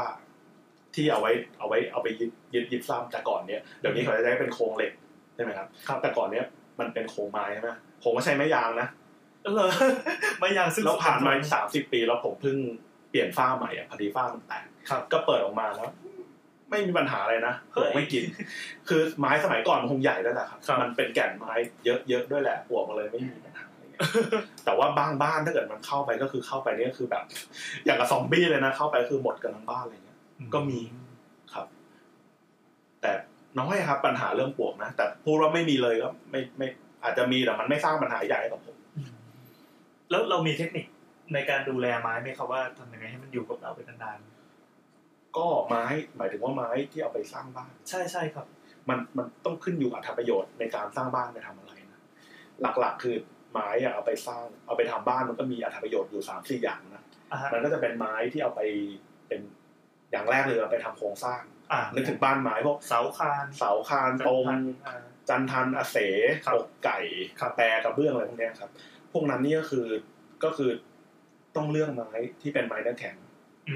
Speaker 3: ที่เอาไว้เอาไว้เอาไปยึดยึดยึดซ้ำแต่ก่อนเนี้ยเดี๋ยวนี้เขาจะใช้เป็นโครงเหล็กใช่ไหมครับ
Speaker 2: ครับ
Speaker 3: แต่ก่อนเนี้ยมันเป็นโครงไม้ใช่ไหมผมก็ใช้ไม้ยางนะ
Speaker 2: เหรอไม่อย่างซึ่ง
Speaker 3: แล้วผ่านมาสามสิบปีแล้วผมเพิ่งเปลี่ยนฝ้าใหม่อ่ะพอดีฝ้ามันแตก
Speaker 2: ครับ
Speaker 3: ก็เปิดออกมาแล้ว ไม่มีปัญหาอะไรนะ
Speaker 2: เฮ้
Speaker 3: หัวย กไม่กิน คือไม้สมัยก่อนมันคงใหญ่แล้วแหละครับ
Speaker 2: ครับ
Speaker 3: มันเป็นแก่นไม้เยอะๆด้วยแหละหัวกมันเลยไม่มีปัญหาอะไรเงี้ยแต่ว่าบางบ้านถ้าเกิดมันเข้าไปก็คือเข้าไปเนี่ยคือแบบ อย่างกับซอมบี้เลยนะเข้าไปคือหมดกันทั้งบ้านอะไรเงี้ย ก็มี ครับ แต่น้อยครับ ปัญหาเรื่องปลวกนะแต่พูดว่าไม่มีเลยก็ไม่ไม่อาจจะมีแต่มันไม่สร้างปัญหาใหญ่กับผม
Speaker 2: อืมแล้วเรามีเทคนิคในการดูแลไม้ไหมครับว่าทำยังไงให้มันอยู่กับเราไปนาน
Speaker 3: ก็ไม้หมายถึงว่าไม้ที่เอาไปสร้างบ้าน
Speaker 2: ๆใช่ใช่ครับ
Speaker 3: มันมันต้องขึ้นอยู่อัตประโยชน์ในการสร้างบ้านไปทำอะไรนะหลักๆคือไม้อะเอาไปสร้าง เอาไปทำบ้านมันก็มีอัตประโยชน์อยู่สามสี่อย่างนะ
Speaker 2: อ่าฮะ
Speaker 3: มันก็จะเป็นไม้ที่เอาไปเป็นอย่างแรกเลยเอาไปทำโครงสร้าง
Speaker 2: อ่า
Speaker 3: นึกถึงบ้านไม้พวก
Speaker 2: เสาคาน
Speaker 3: เสาคานตรง
Speaker 2: อ่า
Speaker 3: จันทันอาเส
Speaker 2: ครับ
Speaker 3: อกไก่
Speaker 2: ครับ
Speaker 3: แปรกระเบื้องอะไรพวกเนี้ยครับ พวกนั้นนี่ก็คือก็คือต้องเลือกไม้ที่เป็นไม้เนื้อแข็ง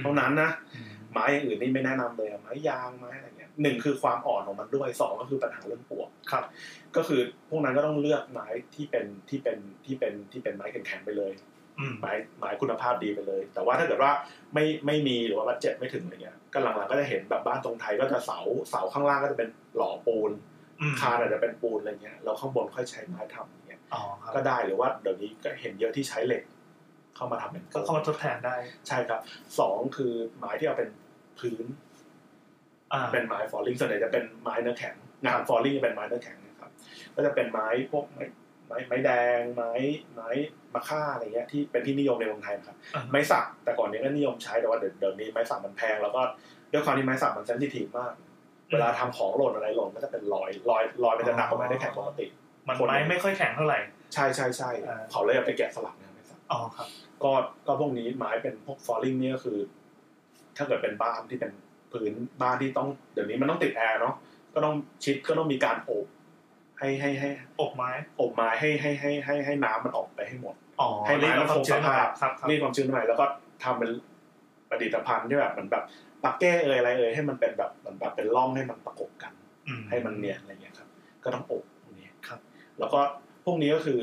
Speaker 3: เท่านั้นนะ
Speaker 2: อืม
Speaker 3: ไม้อย่างอื่นนี่ไม่แนะนำเลยอะไม้ยางไม้อะไรเงี้ยหนึ่งคือความอ่อนของมันด้วยสองก็คือปัญหาเรื่องปลวก
Speaker 2: ครับ
Speaker 3: ก็คือพวกนั้นก็ต้องเลือกไม้ที่เป็นที่เป็นที่เป็นที่เป็นไม้แข็งๆไปเลย
Speaker 2: อืม
Speaker 3: ไม้ไม้คุณภาพดีไปเลย แต่ว่าถ้าเกิดว่าไม่ไม่มีหรือว่าบัตเจ็ตไม่ถึงอะไรเงี้ยก็หลังๆก็จะเห็นแบบบ้านตรงไทยก็จะเสาเสาข้างล่างก็จะเป็นหล่อปูน
Speaker 2: อืม
Speaker 3: คานอาจจะเป็นปูนอะไรเงี้ยเราข้างบนค่อยใช้ไม้ทำอย่างเงี้ย
Speaker 2: อ๋อครับ
Speaker 3: ก็ได้หรือว่าเดี๋ยวนี้ก็เห็นเยอะที่ใช้เหล็ก เข้ามาทำเป็น
Speaker 2: ก็เข้ามาทดแทนได้
Speaker 3: ใช่ครับสองคือไม้ที่เอาเป็นพื้น
Speaker 2: อ่า
Speaker 3: เป็นไม้ฟอลลิ่งส่วนใหญ่จะเป็นไม้เนื้อแข็งงานฟอลลิ่งจะเป็นไม้เนื้อแข็งนะครับก็จะเป็นไม้พวกไม้ไม้ไม้แดงไม้ไม้มะค่าอะไรเงี้ยที่เป็นที่นิยมในเมืองไทยนะครับ
Speaker 2: อ่า
Speaker 3: ไม้สักแต่ก่อนนี้ก็นิยมใช้แต่ว่าเดี๋ยวเดี๋ยวนี้ไม้สักมันแพงแล้วก็ด้วยความที่ไม้สักมันเซนซิทีฟมาก เวลาทำของหล่นอะไรหล่นก็จะเป็นรอยรอยรอยมันจะหนักกว่าไม้เนื้อแข็งปกติ
Speaker 2: มันไม้ไม่ค่อยแข็งเท่าไหร่
Speaker 3: ใช่ใช่ใช่
Speaker 2: อ่า
Speaker 3: เขาเลยเอาไปแกะสลักนะครับ
Speaker 2: อ๋อครับ
Speaker 3: ก็ก็พวกนี้ไม้เป็นพวกฟอลลิ่งนี่ก็คือ ถ้าเกิดเป็นบ้านที่เป็นพื้นบ้านที่ต้องเดี๋ยวนี้มันต้องติดแอร์เนาะก็ต้องชิดก็ต้องมีการอบให้ให้ให้
Speaker 2: อกไม้
Speaker 3: อบไม้ให้ให้ให้ให้ให้น้ำมันออกไปให้หมด
Speaker 2: อ๋อ
Speaker 3: ให้ไม้มัน
Speaker 2: ควา
Speaker 3: ค
Speaker 2: ม
Speaker 3: ง
Speaker 2: ชื้น
Speaker 3: สภาพ
Speaker 2: ครับครับ
Speaker 3: รีดความชื้นไปแล้วก็ทำเป็นผลิตภัณฑ์ที่แบบเหมือนแบบปักแก้เอ่ยอะไรเอ่ยให้มันเป็นแบบเหมือนแบบเป็นร่องให้มันประกบกัน
Speaker 2: อื
Speaker 3: ให้มันเนียนอะไรอย่างเงี้ยครับ ก็ต้องอบพวกนี้
Speaker 2: ครับ
Speaker 3: แล้วก็พวกนี้ก็คือ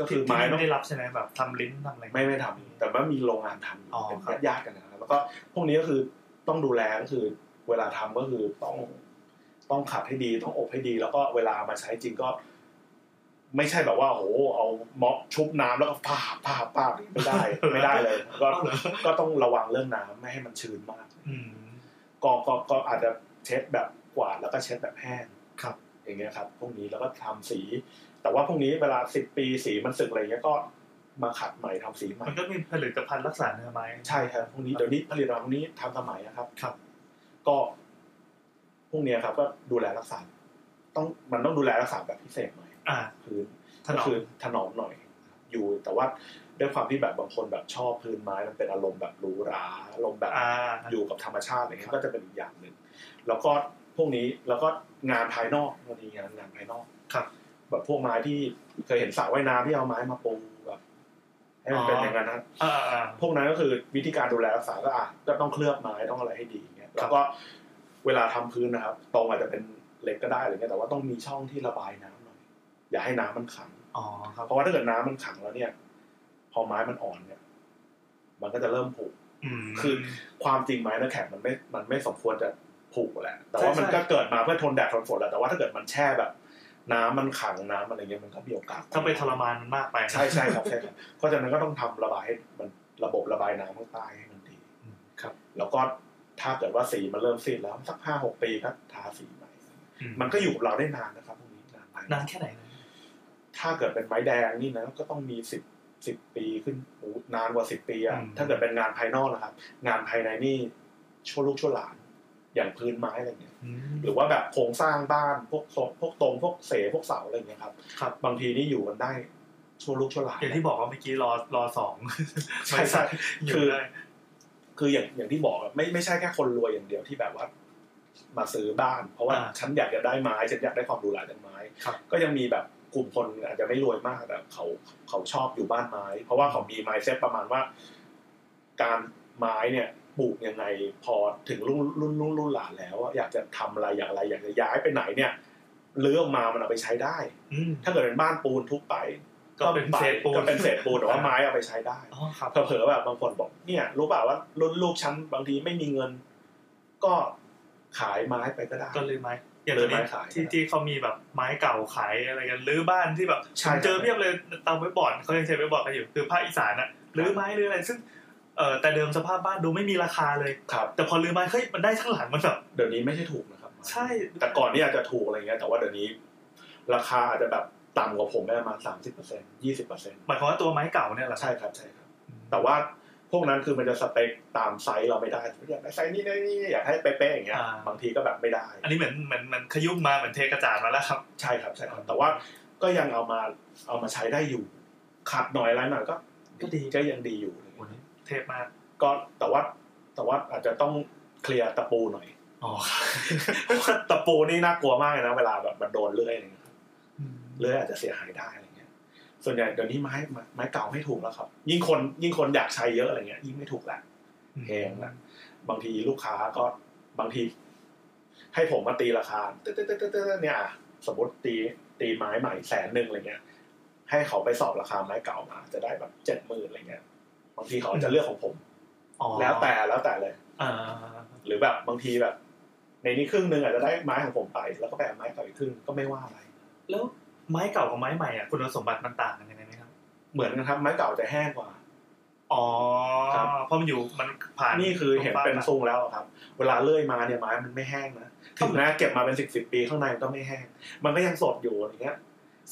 Speaker 3: ก็คือ
Speaker 2: ที่
Speaker 3: ไม้
Speaker 2: ที่
Speaker 3: ต้
Speaker 2: ไม่
Speaker 3: อง
Speaker 2: ได้รับใช่ไหมแบบทำลิ้นทำอะไร
Speaker 3: ไม่ไม่ทำแต่ว่ามีโรงงานทำ
Speaker 2: อ๋อ
Speaker 3: เป็น
Speaker 2: ครับ
Speaker 3: ญาติๆกันนะครับแล้วก็พวกนี้ก็คือต้องดูแลก็คือ เวลาทำก็คือต้องต้องขัดให้ดีต้องอบให้ดี แล้วก็เวลามาใช้จริงก็ ไม่ใช่แบบว่าโอ้โหเอาม็อบชุบน้ำแล้วก็ปาบปาบปาบไม่ได้ ไม่ได้เลย ก็
Speaker 2: เอาเหรอ
Speaker 3: ก็ต้องระวังเรื่องน้ำไม่ให้มันชื้นมาก
Speaker 2: อืม
Speaker 3: ก็ก็ก็อาจจะเช็ดแบบกวาดแล้วก็เช็ดแบบแห้ง
Speaker 2: ครับ
Speaker 3: อย่างเงี้ยครับ พวกนี้แล้วก็ทำสี แต่ว่าพวกนี้เวลาสิบปีสีมันสึกอะไรเงี้ยก็มาขัดใหม่ทำสีใหม่
Speaker 2: มันก็มีผลิตภัณฑ์รักษาเนื้อไม้
Speaker 3: ใช่ครับพวกนี้เดี๋ยวนี้ผลิตภัณฑ์พวกนี้ทันสมัยนะครับ
Speaker 2: ครับ
Speaker 3: ก็พวกเนี้ยครับ ก็ดูแลรักษา ต้องมันต้องดูแลรักษาแบบพิเศษหน่อย
Speaker 2: อ่า
Speaker 3: พื้น
Speaker 2: ถนอ
Speaker 3: ก็
Speaker 2: ม
Speaker 3: คือถนอมหน่อย อยู่แต่ว่าด้วยความที่แบบบางคนแบบชอบพื้นไม้มันเป็นอารมณ์แบบหรูหราอารมณ์แบบ
Speaker 2: อ่า
Speaker 3: อยู่กับธรรมชาติอะไรเงี้ยก็จะเป็นอีกอย่างหนึ่งแล้วก็พวกนี้แล้วก็งานภายนอกมันมีงานงานภายนอก
Speaker 2: ครับ
Speaker 3: แบบพวกไม้ที่เคยเห็นสระว่ายน้ำที่เอาไม้มาปูแบบให้มันเป็นอย่างนั้นนะ
Speaker 2: อ่าอ่า
Speaker 3: พวกนั้นก็คือวิธีการดูแลรักษาก็อ่ะก็ต้องเคลือบไม้ต้องอะไรให้ดีอย่างเงี้ยแล้วก็เวลาทำพื้นนะครับตรงอาจจะเป็นเหล็กก็ได้อะไรเงี้ยแต่ว่าต้องมีช่องที่ระบายน้ำหน่อยอย่าให้น้ำมันขัง
Speaker 2: อ๋อครับ
Speaker 3: เพราะว่าถ้าเกิดน้ำมันขังแล้วเนี่ย พอไม้มันอ่อนเนี่ย มันก็จะเริ่มผุ
Speaker 2: อืม
Speaker 3: คือ ความจริงไม้น้ำแข็งมันไม่มันไม่สมควรจะผุแหละ แต่ว่ามัน
Speaker 2: ใช่ใช่
Speaker 3: ก็เกิดมาเพื่อทนแดดทนฝนแหละแต่ว่าถ้าเกิดมันแช่แบบ น้ำมันขังน้ำอะไรเงี้ยมันก็มีโอกาส
Speaker 2: ถ้าไปทรมานมันมากไปนะ
Speaker 3: ใช่ใช่ครับใช่ครับเพราะฉะนั้นก็ต้องทำระบายให้มันระบบระบายน้ำข้างใต้ให้มันดี
Speaker 2: อืมครับ
Speaker 3: แล้วก็ถ้าเกิดว่าสีมันเริ่มซีดแล้วสักห้าหกปีก็ทาสีใหม่
Speaker 2: อื
Speaker 3: มันก็อยู่กับเราได้นานนะครับพวกนี้นานไป
Speaker 2: นานแค่ไหนนะ
Speaker 3: ถ้าเกิดเป็นไม้แดงนี่นะก็ต้องมีสิบสิบปีขึ้นโอ้นานกว่าสิบปีอะถ้าเกิดเป็นงานภายนอกนะครับ งานภายในนี่ชั่วลูกชั่วหลาน อย่างพื้นไม้อะไรเงี้ย
Speaker 2: อืม
Speaker 3: หรือว่าแบบโครงสร้างบ้านพวกโซพวกตรงพวกเสพวกเสาอะไรเงี้ยครับ
Speaker 2: ครับ
Speaker 3: บางทีนี่อยู่กันได้ชั่วลูกชั่วหลาน
Speaker 2: อย่างที่บอกว่าเมื่อกี้รอรอสอง
Speaker 3: ใช่ใช่
Speaker 2: อยู่ได้
Speaker 3: คืออย่างอย่างที่บอกอะไม่ไม่ใช่แค่คนรวยอย่างเดียวที่แบบว่า มาซื้อบ้าน เพราะว่า
Speaker 2: อ่า
Speaker 3: ฉันอยากจะได้ไม้ฉันอยากได้ความหรูหราจากไม้
Speaker 2: ครับ
Speaker 3: ก็ยังมีแบบกลุ่มคนอาจจะไม่รวยมากแต่เขาเขาชอบอยู่บ้านไม้ เพราะว่าเขามีไม้เซ็ตประมาณว่า การไม้เนี่ยปลูกยังไงพอถึงรุ่นรุ่นรุ่นรุ่นหลานแล้วอะอยากจะทำอะไรอยากอะไร อยากจะย้ายไปไหนเนี่ยเลื้อออกมามันเอาไปใช้ได้
Speaker 2: ืม
Speaker 3: ถ้าเกิดเป็นบ้านปูนทุบไป
Speaker 2: ก็เป็นเศษปูน
Speaker 3: ก็เป็นเศษปูนแต่ว่าไม้เอาไปใช้ได้
Speaker 2: อ๋อครับ
Speaker 3: เผลอๆแบบบางคนบอกเนี่ย รู้เปล่าว่ารุ่นลูกฉันบางทีไม่มีเงิน ก็ขายไม้ไปก็ได้
Speaker 2: ก็เลยไม้อย่าง
Speaker 3: เล
Speaker 2: ตอย น
Speaker 3: ไม้
Speaker 2: นี้
Speaker 3: ขาย
Speaker 2: ที่ที่เขามีแบบไม้เก่าขายอะไรกันรื้อบ้านที่แบบ
Speaker 3: ใช่
Speaker 2: ผมเจอ
Speaker 3: ครับ
Speaker 2: เพียบเลยตามไว้บอร์ดเขายังใช้ไว้บอร์ดกันอยู่คือภาคอีสานอะรื้อไม้รื้ออะไรซึ่งเออแต่เดิมสภาพบ้านดูไม่มีราคาเลย
Speaker 3: ครับ
Speaker 2: แต่พอรื้อไม้เฮ้ยมันได้ทั้งหลังมันแบบ
Speaker 3: เดี๋ยวนี้ไม่ใช่ถูกนะครับ
Speaker 2: ใช่
Speaker 3: แต่ก่อนนี่อาจจะถูกอะไรเงี้ยแต่ว่าเดี๋ยวนี้ ราคาอาจจะแบบต่ำกว่าผมไปประมาณสามสิบเปอร์เซ็นยี่สิบเปอร์เซ็น
Speaker 2: หมายความว่าตัวไม้เก่าเนี่ยแหละ
Speaker 3: ใช่ครับใช่ครับ แต่ว่าพวกนั้นคือมันจะสเปคตามไซส์เราไม่ได้อยากได้ไซส์นี้ได้นี่อยากให้เป๊ะๆอย่างเงี้ยบางทีก็แบบไม่ได้
Speaker 2: อันนี้เหมือนเหมือนเหมันขยุ่มมาเหมือนเทกระจาดมาแล้วครับ
Speaker 3: ใช่ครับใช่ครับแต่ว่าก็ยังเอามาเอามาใช้ได้อยู่ขาดหน่อยอะไรหน่อยก็
Speaker 2: ก็ดี
Speaker 3: ก็ยังดีอยู่
Speaker 2: โอ้โห เทพมาก
Speaker 3: ก็แต่ว่าแต่ว่าอาจจะต้องเคลียร์ตะปูหน่อย
Speaker 2: อ๋อ
Speaker 3: เพราะ ว่าตะปูนี่น่ากลัวมากเลยนะเวลาแบบมันโดนเลื่อยอะไรเงี้ยครับเลื่อยอาจจะเสียหายได้อะไรเงี้ย ส่วนใหญ่เดี๋ยวนี้ไม้ไม้ไม้เก่าไม่ถูกแล้วครับ ยิ่งคนยิ่งคนอยากใช้เยอะอะไรเงี้ย ยิ่งไม่ถูกละ แพงนะ บางทีลูกค้าก็บางที ให้ผมมาตีราคาเต้เต้เต้เต้เนี่ยอ่ะสมมติตีตีไม้ใหม่แสนหนึ่งอะไรเงี้ย ให้เขาไปสอบราคาไม้เก่ามา จะได้แบบเจ็ดหมื่นอะไรเงี้ย บางทีเขาจะเลือกของผม
Speaker 2: อ๋อ
Speaker 3: แล้วแต่แล้วแต่เลย
Speaker 2: อ่า
Speaker 3: หรือแบบบางทีแบบ ในนี้ครึ่งหนึ่งอาจจะได้ไม้ของผมไป แล้วก็แปลไม้เก่าอีกครึ่งก็ไม่ว่าอะไร
Speaker 2: แล้วไม้เก่ากับไม้ใหม่อ่ะคุณสมบัติมันต่างกันยังไงไหมครับ
Speaker 3: เหมือนกันครับไม้เก่าจะแห้งกว่า
Speaker 2: อ๋อ
Speaker 3: ครับ
Speaker 2: เพราะมันอยู่มันผ่าน
Speaker 3: นี่คือเห็นเป็นทรงแล้วอะครับ เวลาเลื่อยมาเนี่ยไม้มันไม่แห้งนะถึงแม้เก็บมาเป็นสิบสิบปีข้างในมันก็ไม่แห้ง มันก็ยังสดอยู่อย่างเงี้ย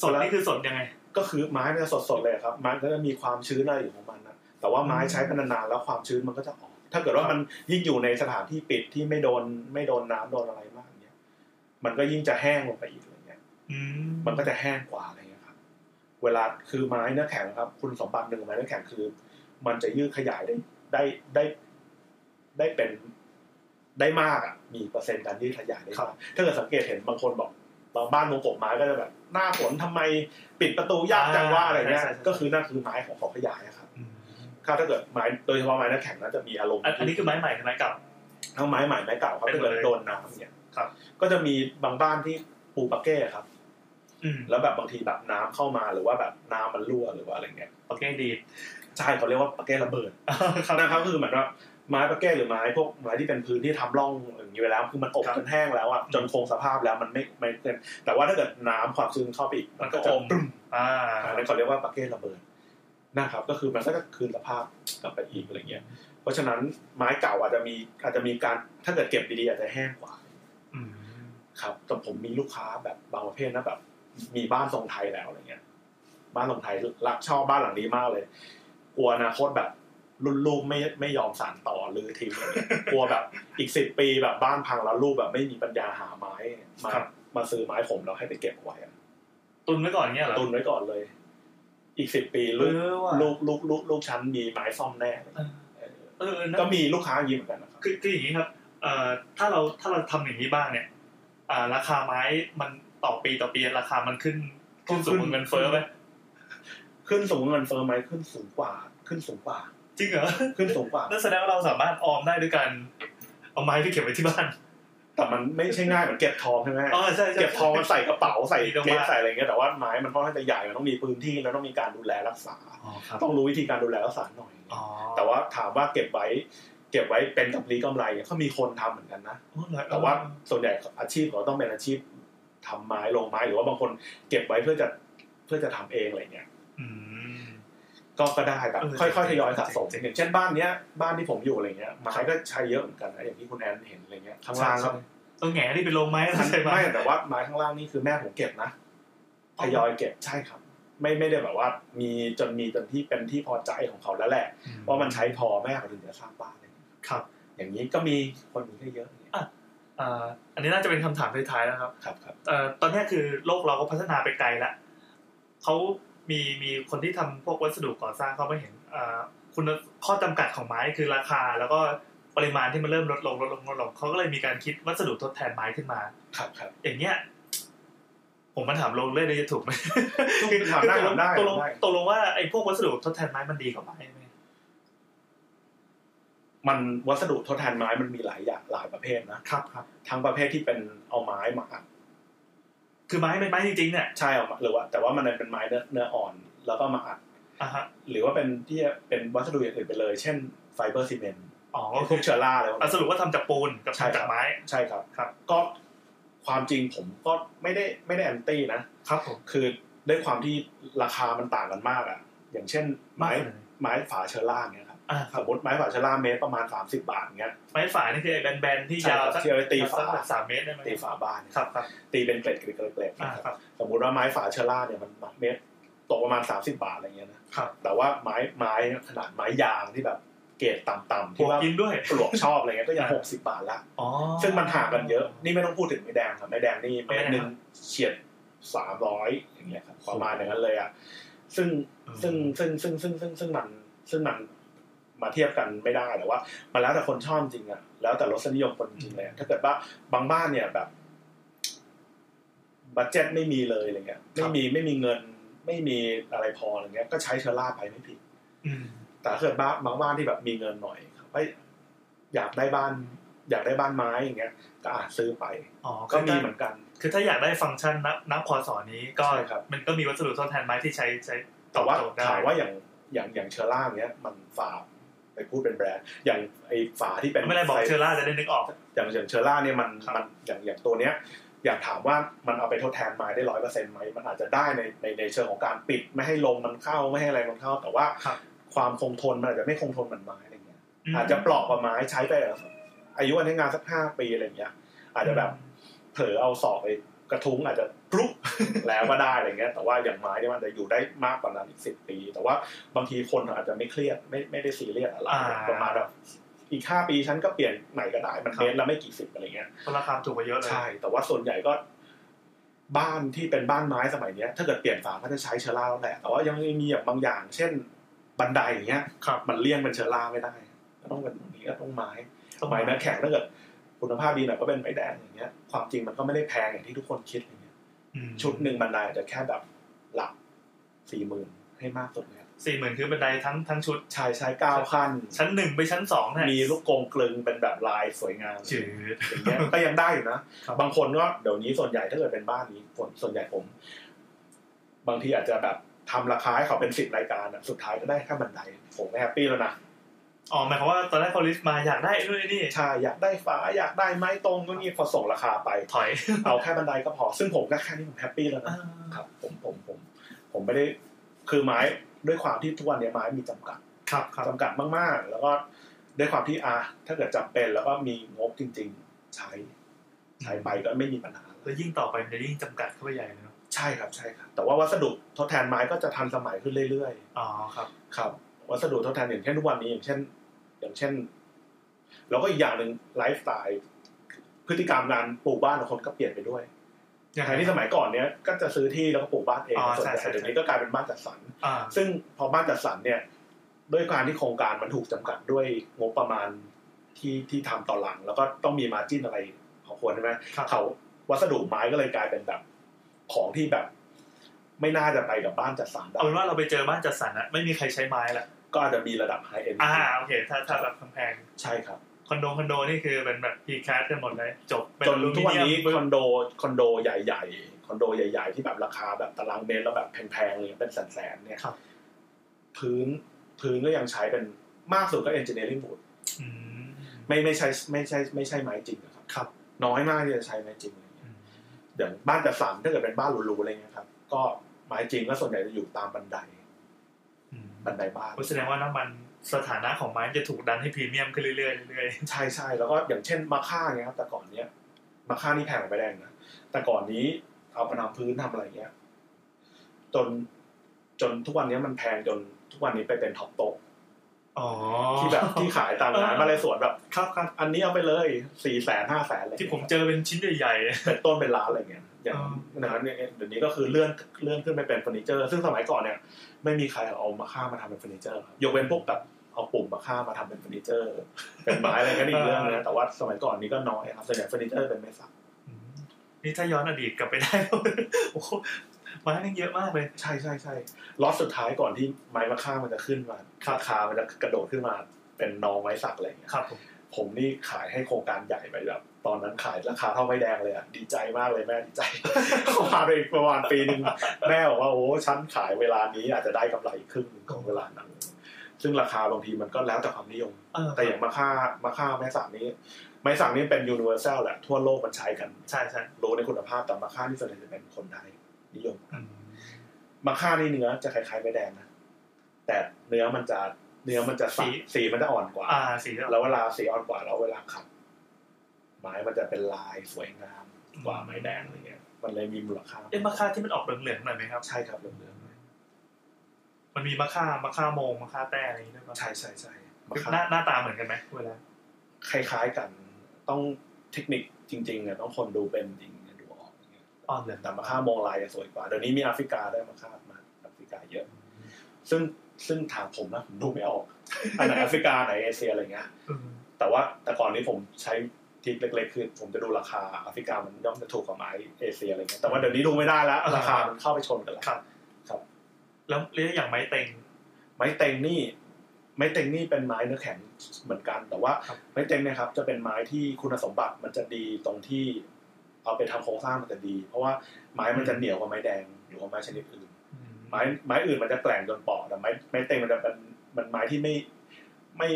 Speaker 2: สดนี่คือสดยังไง
Speaker 3: ก็คือไม้มันจะสดๆเลยครับไม้มันก็จะมีความชื้นอะไรอยู่ของมันนะแต่ว่าไม้ใช้เป็นนานๆแล้วความชื้นมันก็จะออก ถ้าเกิดว่ามันยิ่งอยู่ในสถานที่ปิดที่ไม่โดนไม่โดนน้ำโดนอะไรมากเนี้ย มันก็ยิ่งจะแห้งลงไปอีกอะไรเงี้ย
Speaker 2: อืม
Speaker 3: มันก็จะแห้งกว่าอะไรเงี้ยครับ เวลาคือไม้เนื้อแข็งครับ คุณสมบัติหนึ่งของไม้เนื้อแข็งคือ มันจะยืดขยายได้ได้ได้ ได้เป็นได้มากอ่ะ มีเปอร์เซ็นต์การยืดขยายได้มากถ้าเกิดสังเกตเห็นบางคนบอกบางบ้านตรงกบไม้ก็จะแบบ หน้าฝนทำไมปิดประตูยากจังว่าอะไรเงี้ย
Speaker 2: ใช่ใช่ใช่
Speaker 3: ก็คือนั่นคือไม้ของเขาขยายอะครับ
Speaker 2: อืม
Speaker 3: ถ้าถ้าเกิดไม้โดยเฉพาะไม้เนื้อแข็งน่าจะมีอารมณ์
Speaker 2: อันอันนี้คือไม้ใหม่กับไม้เก่า
Speaker 3: ทั้งไม้ใหม่ไม้เก่าครับ
Speaker 2: เป็นหม
Speaker 3: ถ้าเกิ
Speaker 2: ด
Speaker 3: ด
Speaker 2: เลย
Speaker 3: โดนน้ำเนี่ย
Speaker 2: ครับ
Speaker 3: ก็จะมีบางบ้านที่ปูปะเก้ครับ
Speaker 2: อืม
Speaker 3: แล้วแบบบางทีแบบน้ำเข้ามาหรือว่าแบบน้ำมันรั่วหรือว่าอะไรเงี้ย
Speaker 2: โอเคดีด
Speaker 3: ใช่เขาเรียกว่าปะเก้ระเบิด
Speaker 2: ครับ
Speaker 3: นะครับก็คือเหมือนว่าไม้ปะเก้หรือไม้พวกไม้ที่เป็นพื้นที่ทำร่องอย่างนี้ไปแล้วคือมันอบ
Speaker 2: ครับ
Speaker 3: จนแห้งแล้วอ่ะจนคงสภาพแล้วมันไม่ไม่เป็นแต่ว่าถ้าเกิดน้ำความชื้นเข้าไปอีก
Speaker 2: มันก็
Speaker 3: จะ
Speaker 2: อม
Speaker 3: ปึ้ม
Speaker 2: อ่า
Speaker 3: อันนั้นเขาเรียกว่าปะเก้ระเบิดนะครับ ก็คือมันก็จะคืนสภาพกลับไปอีกอะไรเงี้ยเพราะฉะนั้นไม้เก่าอาจจะมีอาจจะมีการถ้าเกิดเก็บดีๆอาจจะแห้งกว่า
Speaker 2: อืม
Speaker 3: ครับแต่ผมมีลูกค้าแบบบางประเภทนะแบบ มีบ้านทรงไทยแล้วอะไรเงี้ย บ้านทรงไทยรักชอบบ้านหลังนี้มากเลย กลัวอนาคตแบบรุ่นลูกไม่ไม่ยอมสานต่อหรือทิ้งอะไรเงี้ยกลัวแบบอีกสิบปีแบบบ้านพังแล้วลูกแบบไม่มีปัญญาหาไม้มามาซื้อไม้ผมแล้วให้ไปเก็บเอาไว้อะ
Speaker 2: ตุนไว้ก่อนเงี้ยเหรอ
Speaker 3: ตุนไว้ก่อนเลย อีกสิบปี
Speaker 2: เอ
Speaker 3: ลูก
Speaker 2: อว่ะ
Speaker 3: ลูกลูกลูกลูกชั้นมีไม้ซ่อมแน่เลยเออ
Speaker 2: เออนะ
Speaker 3: ก็มีลูกค้าอย่างนี้เหมือนกันนะครับ
Speaker 2: คือคืออย่างนี้ครับเอ่อถ้าเราถ้าเราทำอย่างนี้บ้างเนี่ยอ่าราคาไม้มันต่อปีต่อปีราคามันขึ้นขึ้นสูงกว่าเงินเฟ้อไหม
Speaker 3: ขึ้นสูงเงินเฟ้อไหมขึ้นสูงกว่า ขึ้นสูงกว่า
Speaker 2: จริงเหรอ
Speaker 3: ขึ้นสูงกว่า
Speaker 2: นั่นแสดงว่าเราสามารถออมได้ด้วยการเอาไม้ไปเก็บไว้ที่บ้าน
Speaker 3: แต่มันไม่ใช่ง่ายเหมือนเก็บทองใช่ไหม
Speaker 2: อ๋อใช่ใช่
Speaker 3: เก็บทองมันใส่กระเป๋าใส่
Speaker 2: ลง
Speaker 3: เกล็
Speaker 2: มา
Speaker 3: ใส่อะไรเงี้ยแต่ว่าไม้มันค่อนข้างจะใหญ่มันต้องมีพื้นที่แล้วต้องมีการดูแลรักษา
Speaker 2: อ๋อครับ
Speaker 3: ต้องรู้วิธีการดูแลรักษาหน่อย
Speaker 2: อ๋อ
Speaker 3: แต่ว่าถามว่าเก็บไว้ เก็บไว้เป็นกับรีกำไรเนี่ยก็มีคนทำเหมือนกันนะ
Speaker 2: อ๋อเหรอ
Speaker 3: แต่ว่าส่วนใหญ่อาชีพเขาต้องเป็นอาชีพทำไม้ลงไม้หรือว่าบางคนเก็บไว้เพื่อจะเพื่อจะทำเองอะไรเงี้ย
Speaker 2: อืม
Speaker 3: ก็ก็ได้แบบ
Speaker 2: เออ
Speaker 3: ค่อยๆ
Speaker 2: เจ๋ง
Speaker 3: ทยอยสะสม
Speaker 2: เจ๋ง
Speaker 3: อย่างเช่นบ้านเนี้ยบ้านที่ผมอยู่อะไรเงี้ยไม้ก็ใช้เยอะเหมือนกันนะอย่างที่คุณแอนเห็นอะไรเงี้ยข้างล่างก็
Speaker 2: ต้องแหง่ที่เป็นโรงไม้แล้วใช่ไหม
Speaker 3: ไม่แต่ว่าไม้ข้างล่างนี่คือแม่ผมเก็บนะทยอยเก็บใช่ครับ ไม่ไม่ได้แบบว่า มีจนมีจนที่เป็นที่พอใจของเขาแล้วแหละว่ามันใช้พอแม่เขาถึงจะสร้างบ้านเลย
Speaker 2: ครับ
Speaker 3: อย่างนี้ก็มีคนมีเยอะๆเนี่ย
Speaker 2: อ่ะ อ่าอันนี้น่าจะเป็นคำถามท้ายๆแล้วครับ
Speaker 3: ครับครับ
Speaker 2: เอ่อตอนเนี้ยคือโลกเราก็พัฒนาไปไกลละเขามีมีคนที่ทำพวกวัสดุก่อสร้างเขาไม่เห็นเอ่อคุณข้อจำกัดของไม้คือราคา แล้วก็ปริมาณที่มันเริ่มลดลงลดลงลดลงเขาก็เลยมีการคิดวัสดุทดแทนไม้ขึ้นมา
Speaker 3: ครับครับ
Speaker 2: อย่างเงี้ย ผมมาถามลงเรื่อยเลยจะถูกไหม
Speaker 3: ถูกถามได้
Speaker 2: คือ
Speaker 3: ถามได้
Speaker 2: ตกลง
Speaker 3: ได้
Speaker 2: ตกลงว่าไอ้พวกวัสดุทดแทนไม้มันดีกว่าไม้ไหม
Speaker 3: มันวัสดุทดแทนไม้มันมีหลายอย่างหลายประเภทนะครับ
Speaker 2: ครับ
Speaker 3: ทั้งประเภทที่เป็นเอาไม้มาอัด
Speaker 2: คือไม้เป็นไม้จริงๆเนี่ย
Speaker 3: ใช่เอามาหรือว่า แต่ว่ามันเป็นไม้เนื้อเนื้ออ่อน แล้วก็มาอัด
Speaker 2: อ่ะฮะ
Speaker 3: หรือว่าเป็นที่เป็นวัสดุอย่างอื่นไปเลย เช่นไฟเบอร์ซีเมนต์
Speaker 2: อ๋อ
Speaker 3: พวกเชื้อราอะไรพวก
Speaker 2: อ่ะ
Speaker 3: นี้
Speaker 2: สรุปว่าทำจากปูนกับ
Speaker 3: ใช่ค
Speaker 2: ทำ
Speaker 3: รับ
Speaker 2: จากไม้
Speaker 3: ใช่ครับ
Speaker 2: ครับ
Speaker 3: ก็ความจริงผมก็ไม่ได้ไม่ได้แอนตี้นะ
Speaker 2: ครับผม
Speaker 3: คือด้วยความที่ราคามันต่างกันมากอะอย่างเช่น ไม้ไม้ฝาเชอร่าเนี่ยครับ
Speaker 2: อ่ะค
Speaker 3: ส
Speaker 2: รับ
Speaker 3: มมติไม้ฝาเชอร่าเมตรประมาณ 30 บาทเงี้ย
Speaker 2: ไม้ฝายนี่คือไอ้แบนๆที่
Speaker 3: ใช่
Speaker 2: ยาว
Speaker 3: ครับ
Speaker 2: สัก
Speaker 3: ที่เอาไปตีฝา
Speaker 2: สักสามเมตรได้ไหม
Speaker 3: ตีฝาบ้านเนี่ย
Speaker 2: ครับครับ
Speaker 3: ตีเป็นเกล็ดเกล็ดเกล็ดเกล็ด
Speaker 2: อ่า
Speaker 3: นะครับ
Speaker 2: ครับ
Speaker 3: สมมติว่าไม้ฝาเชอร่าเนี่ยมันเมตรตกประมาณ 30 บาทอะไรเงี้ยนะครับ แต่ว่าไม้ไม้ขนาดไม้ยางที่แบบเกรดต่ำๆ
Speaker 2: หั
Speaker 3: ที่
Speaker 2: ว
Speaker 3: ว่า
Speaker 2: กินด้วย
Speaker 3: ปลวกชอบอะไรเงี้ยก็ยัง
Speaker 2: อ่า
Speaker 3: 60 บาทละ
Speaker 2: อ๋อ
Speaker 3: ซึ่งมันห่างกันเยอะ นี่ไม่ต้องพูดถึงไม้แดงครับไม้แดงนี่เมตรหนึ่งเฉียดสามร้อยอย่างเงี้ยครับประมาณอย่างนั้นเลยอ่ะ ซึ่ง
Speaker 2: อืม
Speaker 3: ซึ่งซึ่งซึ่งซึ่งซึ่งซึ่งมันซึ่งมัน มาเทียบกันไม่ได้แต่ว่า มันแล้วแต่คนชอบจริงอะแล้วแต่รสนิยมคนจริงเลยอะถ้าเกิดว่าบางบ้านเนี่ยแบบบัตเจ็ตไม่มีเลยอะไรเงี้ยไม่มีไม่มีเงินไม่มีอะไรพออะไรเงี้ย ก็ใช้เชอร่าไปไม่ผิด
Speaker 2: อืม
Speaker 3: แต่ถ้าเกิดบ้านบางบ้านที่แบบมีเงินหน่อยครับเอ้ยอยากได้บ้าน อยากได้บ้านไม้อย่างเงี้ย ก็อาจซื้อไป
Speaker 2: อ๋อ
Speaker 3: ก็
Speaker 2: ก็
Speaker 3: มี
Speaker 2: มี
Speaker 3: เหมือนกัน
Speaker 2: คือถ้าอยากได้ฟังก์ชันนับนับพอสอนี้ก็
Speaker 3: ใช่ครับ
Speaker 2: มันก็มีวัสดุทดแทนไม้ที่ใช้ใช้
Speaker 3: แต่ว่า
Speaker 2: ตอบโจทย์ได้
Speaker 3: ถามว่าอย่างอย่างอย่างเชอร่าเนี้ย มันฝาไปพูดเป็นแบรนด์อย่างไอฝาที่เป็น
Speaker 2: ไม่ได้บอก
Speaker 3: ซส์
Speaker 2: เชอร่าจะได้นึกออก
Speaker 3: อย่างอย่างเชอร่าเนี่ยมัน
Speaker 2: ครับ
Speaker 3: มันอย่างอย่างตัวเนี้ย อยากถามว่ามันเอาไปทดแทนไม้ได้ร้อยเปอร์เซ็นต์ไหมมันอาจจะได้ในในในเชิงของการปิดไม่ให้ลมมันเข้าไม่ให้อะไรมันเข้า แต่ว่าความคงทนมันอาจจะไม่คงทนเหมือนไม้อะไรเงี้ย
Speaker 2: ม
Speaker 3: อาจจะเปลอกกว่าไม้ใช้ไปแบบอายุอันใช้งานสักห้าปีอะไรอย่างเงี้ย อาจจะแบบเผลอเอาศอกไปกระทุ้งอาจจะพรุก แล้วก็ได้อะไรเงี้ย แต่ว่าอย่างไม้เนี่ยมันจะอยู่ได้มากกว่านั้นอีกสิบปี แต่ว่าบางทีคนอาจจะไม่เครียดไม่ไม่ได้ซีเรียสอะไร
Speaker 2: อ่า
Speaker 3: ประมาณแบบอีกห้าปีฉันก็เปลี่ยนใหม่ก็ได้มันเน้นแล้วไม่กี่สิบอะไรเงี้ย
Speaker 2: เพราะราคาถูกกว่าเยอะเลย
Speaker 3: ใช่ แต่ว่าส่วนใหญ่ก็ บ้านที่เป็นบ้านไม้สมัยเนี้ย ถ้าเกิดเปลี่ยนฝาก็จะใช้เชอร่าแล้วแหละแต่ว่ายังมีแบบบางอย่าง เช่น บันไดอย่างเงี้ย
Speaker 2: ครับ
Speaker 3: มันเลี่ยงเป็นเชอร่าไม่ได้ก็ต้องเป็นตรงนี้ก็ต้องไม้ไม้นะแข็งถ้าเกิดคุณภาพดีหน่อยก็เป็นไม้แดงอย่างเงี้ย ความจริงมันก็ไม่ได้แพงอย่างที่ทุกคนคิดอย่างเงี้ย
Speaker 2: อืม
Speaker 3: ชุดหนึ่งบันไดอาจจะแค่แบบหลักสี่หมื่นให้มากสุดเลย
Speaker 2: สี่หมื่นคือบันไดทั้งทั้งชุด
Speaker 3: ชายใช้เก้าขั้น
Speaker 2: ชั้นหนึ่งไปชั้นสองเนี่ย
Speaker 3: มีลูกกรงกลึงเป็นแบบลายสวยงาม
Speaker 2: จืด
Speaker 3: อย่างเงี้ยก็ยังได้อยู่นะ
Speaker 2: ครับ
Speaker 3: บางคนก็เดี๋ยวนี้ส่วนใหญ่ถ้าเกิดเป็นบ้านนี้ส่วนส่วนใหญ่ผม บางทีอาจจะแบบทำราคาให้เขาเป็นสิบรายการอะสุดท้ายก็ได้แค่บันไดผมก็แฮปปี้แล้วนะ
Speaker 2: อ๋อหมายความว่าตอนแรกเขาลิสต์มาอยากได้นู่นนี่
Speaker 3: ใช่อยากได้ฝาอยากได้ไม้ตรงก็นี่พอส่งราคาไป
Speaker 2: ถอย
Speaker 3: เอาแค่บันไดก็พอ ซึ่งผมก็แค่นี้ผมแฮปปี้แล้วนะ ครับ ผมผมผม ผมไม่ได้คือไม้ด้วยความที่ทุกวันเนี้ยไม้มีจำกัด
Speaker 2: ครับครับ
Speaker 3: จำกัดมากๆ แล้วก็ด้วยความที่อ่ะถ้าเกิดจำเป็นแล้วก็มีงบจริง ๆ ใช้ใช้ไปก็ไม่มีปัญหา
Speaker 2: แล้วยิ่งต่อไปมันจะยิ่งจำกัดเข้าไปใหญ่เลยเนอะ
Speaker 3: ใช่ครับใช่ครับ แต่ว่าวัสดุทดแทนไม้ก็จะทันสมัยขึ้นเรื่อย ๆ
Speaker 2: อ๋อครับ
Speaker 3: ครับวัสดุทดแทนอย่างเช่นทุกวันนี้อย่างเช่น อย่างเช่น แล้วก็อีกอย่างหนึ่งไลฟ์สไตล์พฤติกรรมการปลูกบ้านของคนก็เปลี่ยนไปด้วยอย่างที่สมัยก่อนเนี้ยก็จะซื้อที่แล้วก็ปลูกบ้านเอง
Speaker 2: อ๋อ
Speaker 3: ส่วนให
Speaker 2: ใช่
Speaker 3: ญ่
Speaker 2: ใช่
Speaker 3: เดี๋ยวนี้ก็กลายเป็นบ้านจัดสรร
Speaker 2: อ่า
Speaker 3: ซึ่งพอบ้านจัดสรรเนี่ย ด้วยการที่โครงการมันถูกจำกัดด้วยงบประมาณที่ที่ทำต่อหลัง แล้วก็ต้องมีมาจิ้นอะไรของควรใช่ไหม
Speaker 2: ครับ
Speaker 3: เขาวัสดุไม้ก็เลยกลายเป็นแบบของที่แบบ ไม่น่าจะไปกับบ้านจัดสรรได้
Speaker 2: เอาเป็นว่าเราไปเจอบ้านจัดสรรอะไม่มีใครใช้ไม้ละ
Speaker 3: ก็อาจจะมีระดับไฮเอ็น
Speaker 2: อ่าโอเค ถ้าถ้าแบบกำแพง
Speaker 3: ใช่ครับ
Speaker 2: คอนโดคอนโดนี่คือเป็นแบบพีแคสกันหมดเลยจบเป็
Speaker 3: จน
Speaker 2: อลู
Speaker 3: ทุ
Speaker 2: มิ
Speaker 3: กวัน
Speaker 2: เยม
Speaker 3: นี้คอนโดคอนโดใหญ่ๆคอนโดใหญ่ ๆ ที่แบบราคาแบบตารางเมตรแล้วแบบแพงๆเลยเป็นแสนๆเนี่ย
Speaker 2: ครับ
Speaker 3: พื้นพื้นก็ยังใช้เป็นมากสุดก็ engineering wood
Speaker 2: อืม
Speaker 3: ไม่ไม่ใช้ไม่ใช่ไม่ใช่ไม้จริงอะครับ
Speaker 2: ครับ
Speaker 3: น้อยมากที่จะใช้ไม้จริงอะไรเงี้ยอย่างบ้านจัดสรรถ้าเกิดเป็นบ้านหรูๆอะไรเงี้ยครับ ก็ไม้จริงก็ส่วนใหญ่จะอยู่ตามบันได
Speaker 2: อืม
Speaker 3: บันไดบ้าน
Speaker 2: แสดงว่าน้ำมันสถานะของไม้จะถูกดันให้พรีเมียมขึ้นเรื่อยๆเรื่อย
Speaker 3: ใช่ใช่แล้วก็อย่างเช่นมาค่าเงี้ยครับแต่ก่อนเนี้ยมาค่านี่แพงกว่าไปแดงนะแต่ก่อนนี้เอามาทำพื้นทำอะไรเงี้ยจนจนทุกวันเนี้ยมันแพงจนทุกวันนี้ไปเป็นท็อปโต๊ะ
Speaker 2: ๆอ๋อ
Speaker 3: ที่แบบที่ขายตามร้าน
Speaker 2: เออ
Speaker 3: มาเลยสวนแบบ
Speaker 2: ครับครับ
Speaker 3: อันนี้เอาไปเลยสี่แสนห้าแสนอะไร
Speaker 2: ที่ผมเจอเป็นชิ้นใหญ่ๆ
Speaker 3: เป็นต้นเป็นล้านอะไรเงี้ยอย่าง
Speaker 2: อ๋อ
Speaker 3: นั้นเนี่ยเดี๋ยวนี้ก็คือเลื่อนเลื่อนขึ้นไปเป็นเฟอร์นิเจอร์ ซึ่งสมัยก่อนเนี่ย ไม่มีใครเอามาค่ามาทำเป็นเฟอร์นิเจอร์ครับยกเว้นพวกแบบเอาปุ่มมาค่ามาทำเป็นเฟอร์นิเจอร์ เป็นไม้อะไรกันอีกเรื่องนะแต่ว่าสมัยก่อนนี้ก็น้อยครับส่วนใหญ่เฟอร์นิเจอร์เป็นไม้สัก
Speaker 2: อืมนี่ถ้าย้อนอดีตกลับไปได้ โอ้โหไม้นั่งเยอะมากเลย
Speaker 3: ใช่ใช่ใช่ล็อตสุดท้ายก่อนที่ไม้มะค่ามันจะขึ้นมาราคามันจะกระโดดขึ้นมาเป็นนองไม้สักอะไรอย่างเงี้ย
Speaker 2: ครับผม
Speaker 3: ผมนี่ขายให้โครงการใหญ่ไปแบบตอนนั้นขายราคาเท่าไม้แดงเลยอ่ะดีใจมากเลยแม่ดีใจ มาไปอีกประมาณปีหนึ่งแม่บอกว่าโอ้ฉันขายเวลานี้อาจจะได้กำไรครึ่งหนึ่งของเวลานั้น ซึ่งราคาบางทีมันก็แล้วแต่ความนิยม
Speaker 2: เออ
Speaker 3: แต่อย่างมะค่ามะค่าไม้สักนี้ ไม้สักนี้เป็นยูนิเวอร์แซลแหละทั่วโลกมันใช้กัน
Speaker 2: ใช่ใช่
Speaker 3: รู้ในคุณภาพแต่มะค่าที่ส่วนใหญ่จะเป็นคนไทยนิยม
Speaker 2: อืม
Speaker 3: มาค่าในเนื้อจะคล้ายๆใบแดงนะ แต่เนื้อมันจะเนื้อมันจะสีสีมันจะอ่อนกว่า
Speaker 2: อ่าสีแล้ว
Speaker 3: แล้วเวลาสีอ่อนกว่าแล้วเวลาขัดไม้มันจะเป็นลายสวยงามกว่าไม้แดงอะไรเงี้ย มันเลยมีมูลค่า
Speaker 2: เอ๊ะมะค่าที่มันออกเหลืองๆหน่อยไหมครับ
Speaker 3: ใช่ครับเหลือง
Speaker 2: มันมีมะค่ามะค่าโมงมะค่าแต้อะไรอย่างนี้ด้วยมั้ย
Speaker 3: ๆใช่ใช่ใช่มา
Speaker 2: คือห
Speaker 3: ค่า
Speaker 2: น้าหน้าตาเหมือนกันไหมเวลา
Speaker 3: คล้ายๆกันต้องเทคนิคจริงๆเนี่ยต้องคนดูเป็นจริงเนี่ยดูออกอย่างเงี้ย
Speaker 2: อ่อนเหลือง
Speaker 3: แต่มาค่ามองลายจะสวยกว่าเดี๋ยวนี้มีแอฟริกาได้มาค่ามาแอฟริกาเยอะ ซึ่ง ซึ่งถามผมนะผมดูไม่ออกอันไหนแอฟริกาอันไหนเอเชียอะไรเงี้ย แต่ว่าแต่ก่อนนี้ผมใช้ทริคเล็กๆคือผมจะดูราคาแอฟริกามันย่อมจะถูกกว่าไม้เอเชียอะไรเงี้ยแต่ว่าเดี๋ยวนี้ดูไม่ได้แล้วราคามันเข้าไปชนกันแล้ว
Speaker 2: ครับ
Speaker 3: ครับ
Speaker 2: แล้วเรียกอย่างไม้เต็ง
Speaker 3: ไม้เต็งนี่ ไม้เต็งนี่เป็นไม้เนื้อแข็งเหมือนกัน แต่ว่า
Speaker 2: ครับ
Speaker 3: ไม้เต็งเนะครับ จะเป็นไม้ที่คุณสมบัติมันจะดีตรงที่เอาไปทำโครงสร้างมันจะดี เพราะว่าไม้มันจะเหนียวกว่าไม้แดงหรือว่าไม้ชนิดอื่น ไม้ไม้อื่นมันจะแกร่งจนเปอกแต่ไม้ไม้เต็งมันจะเป็นมันไม้ที่ไม่ไม่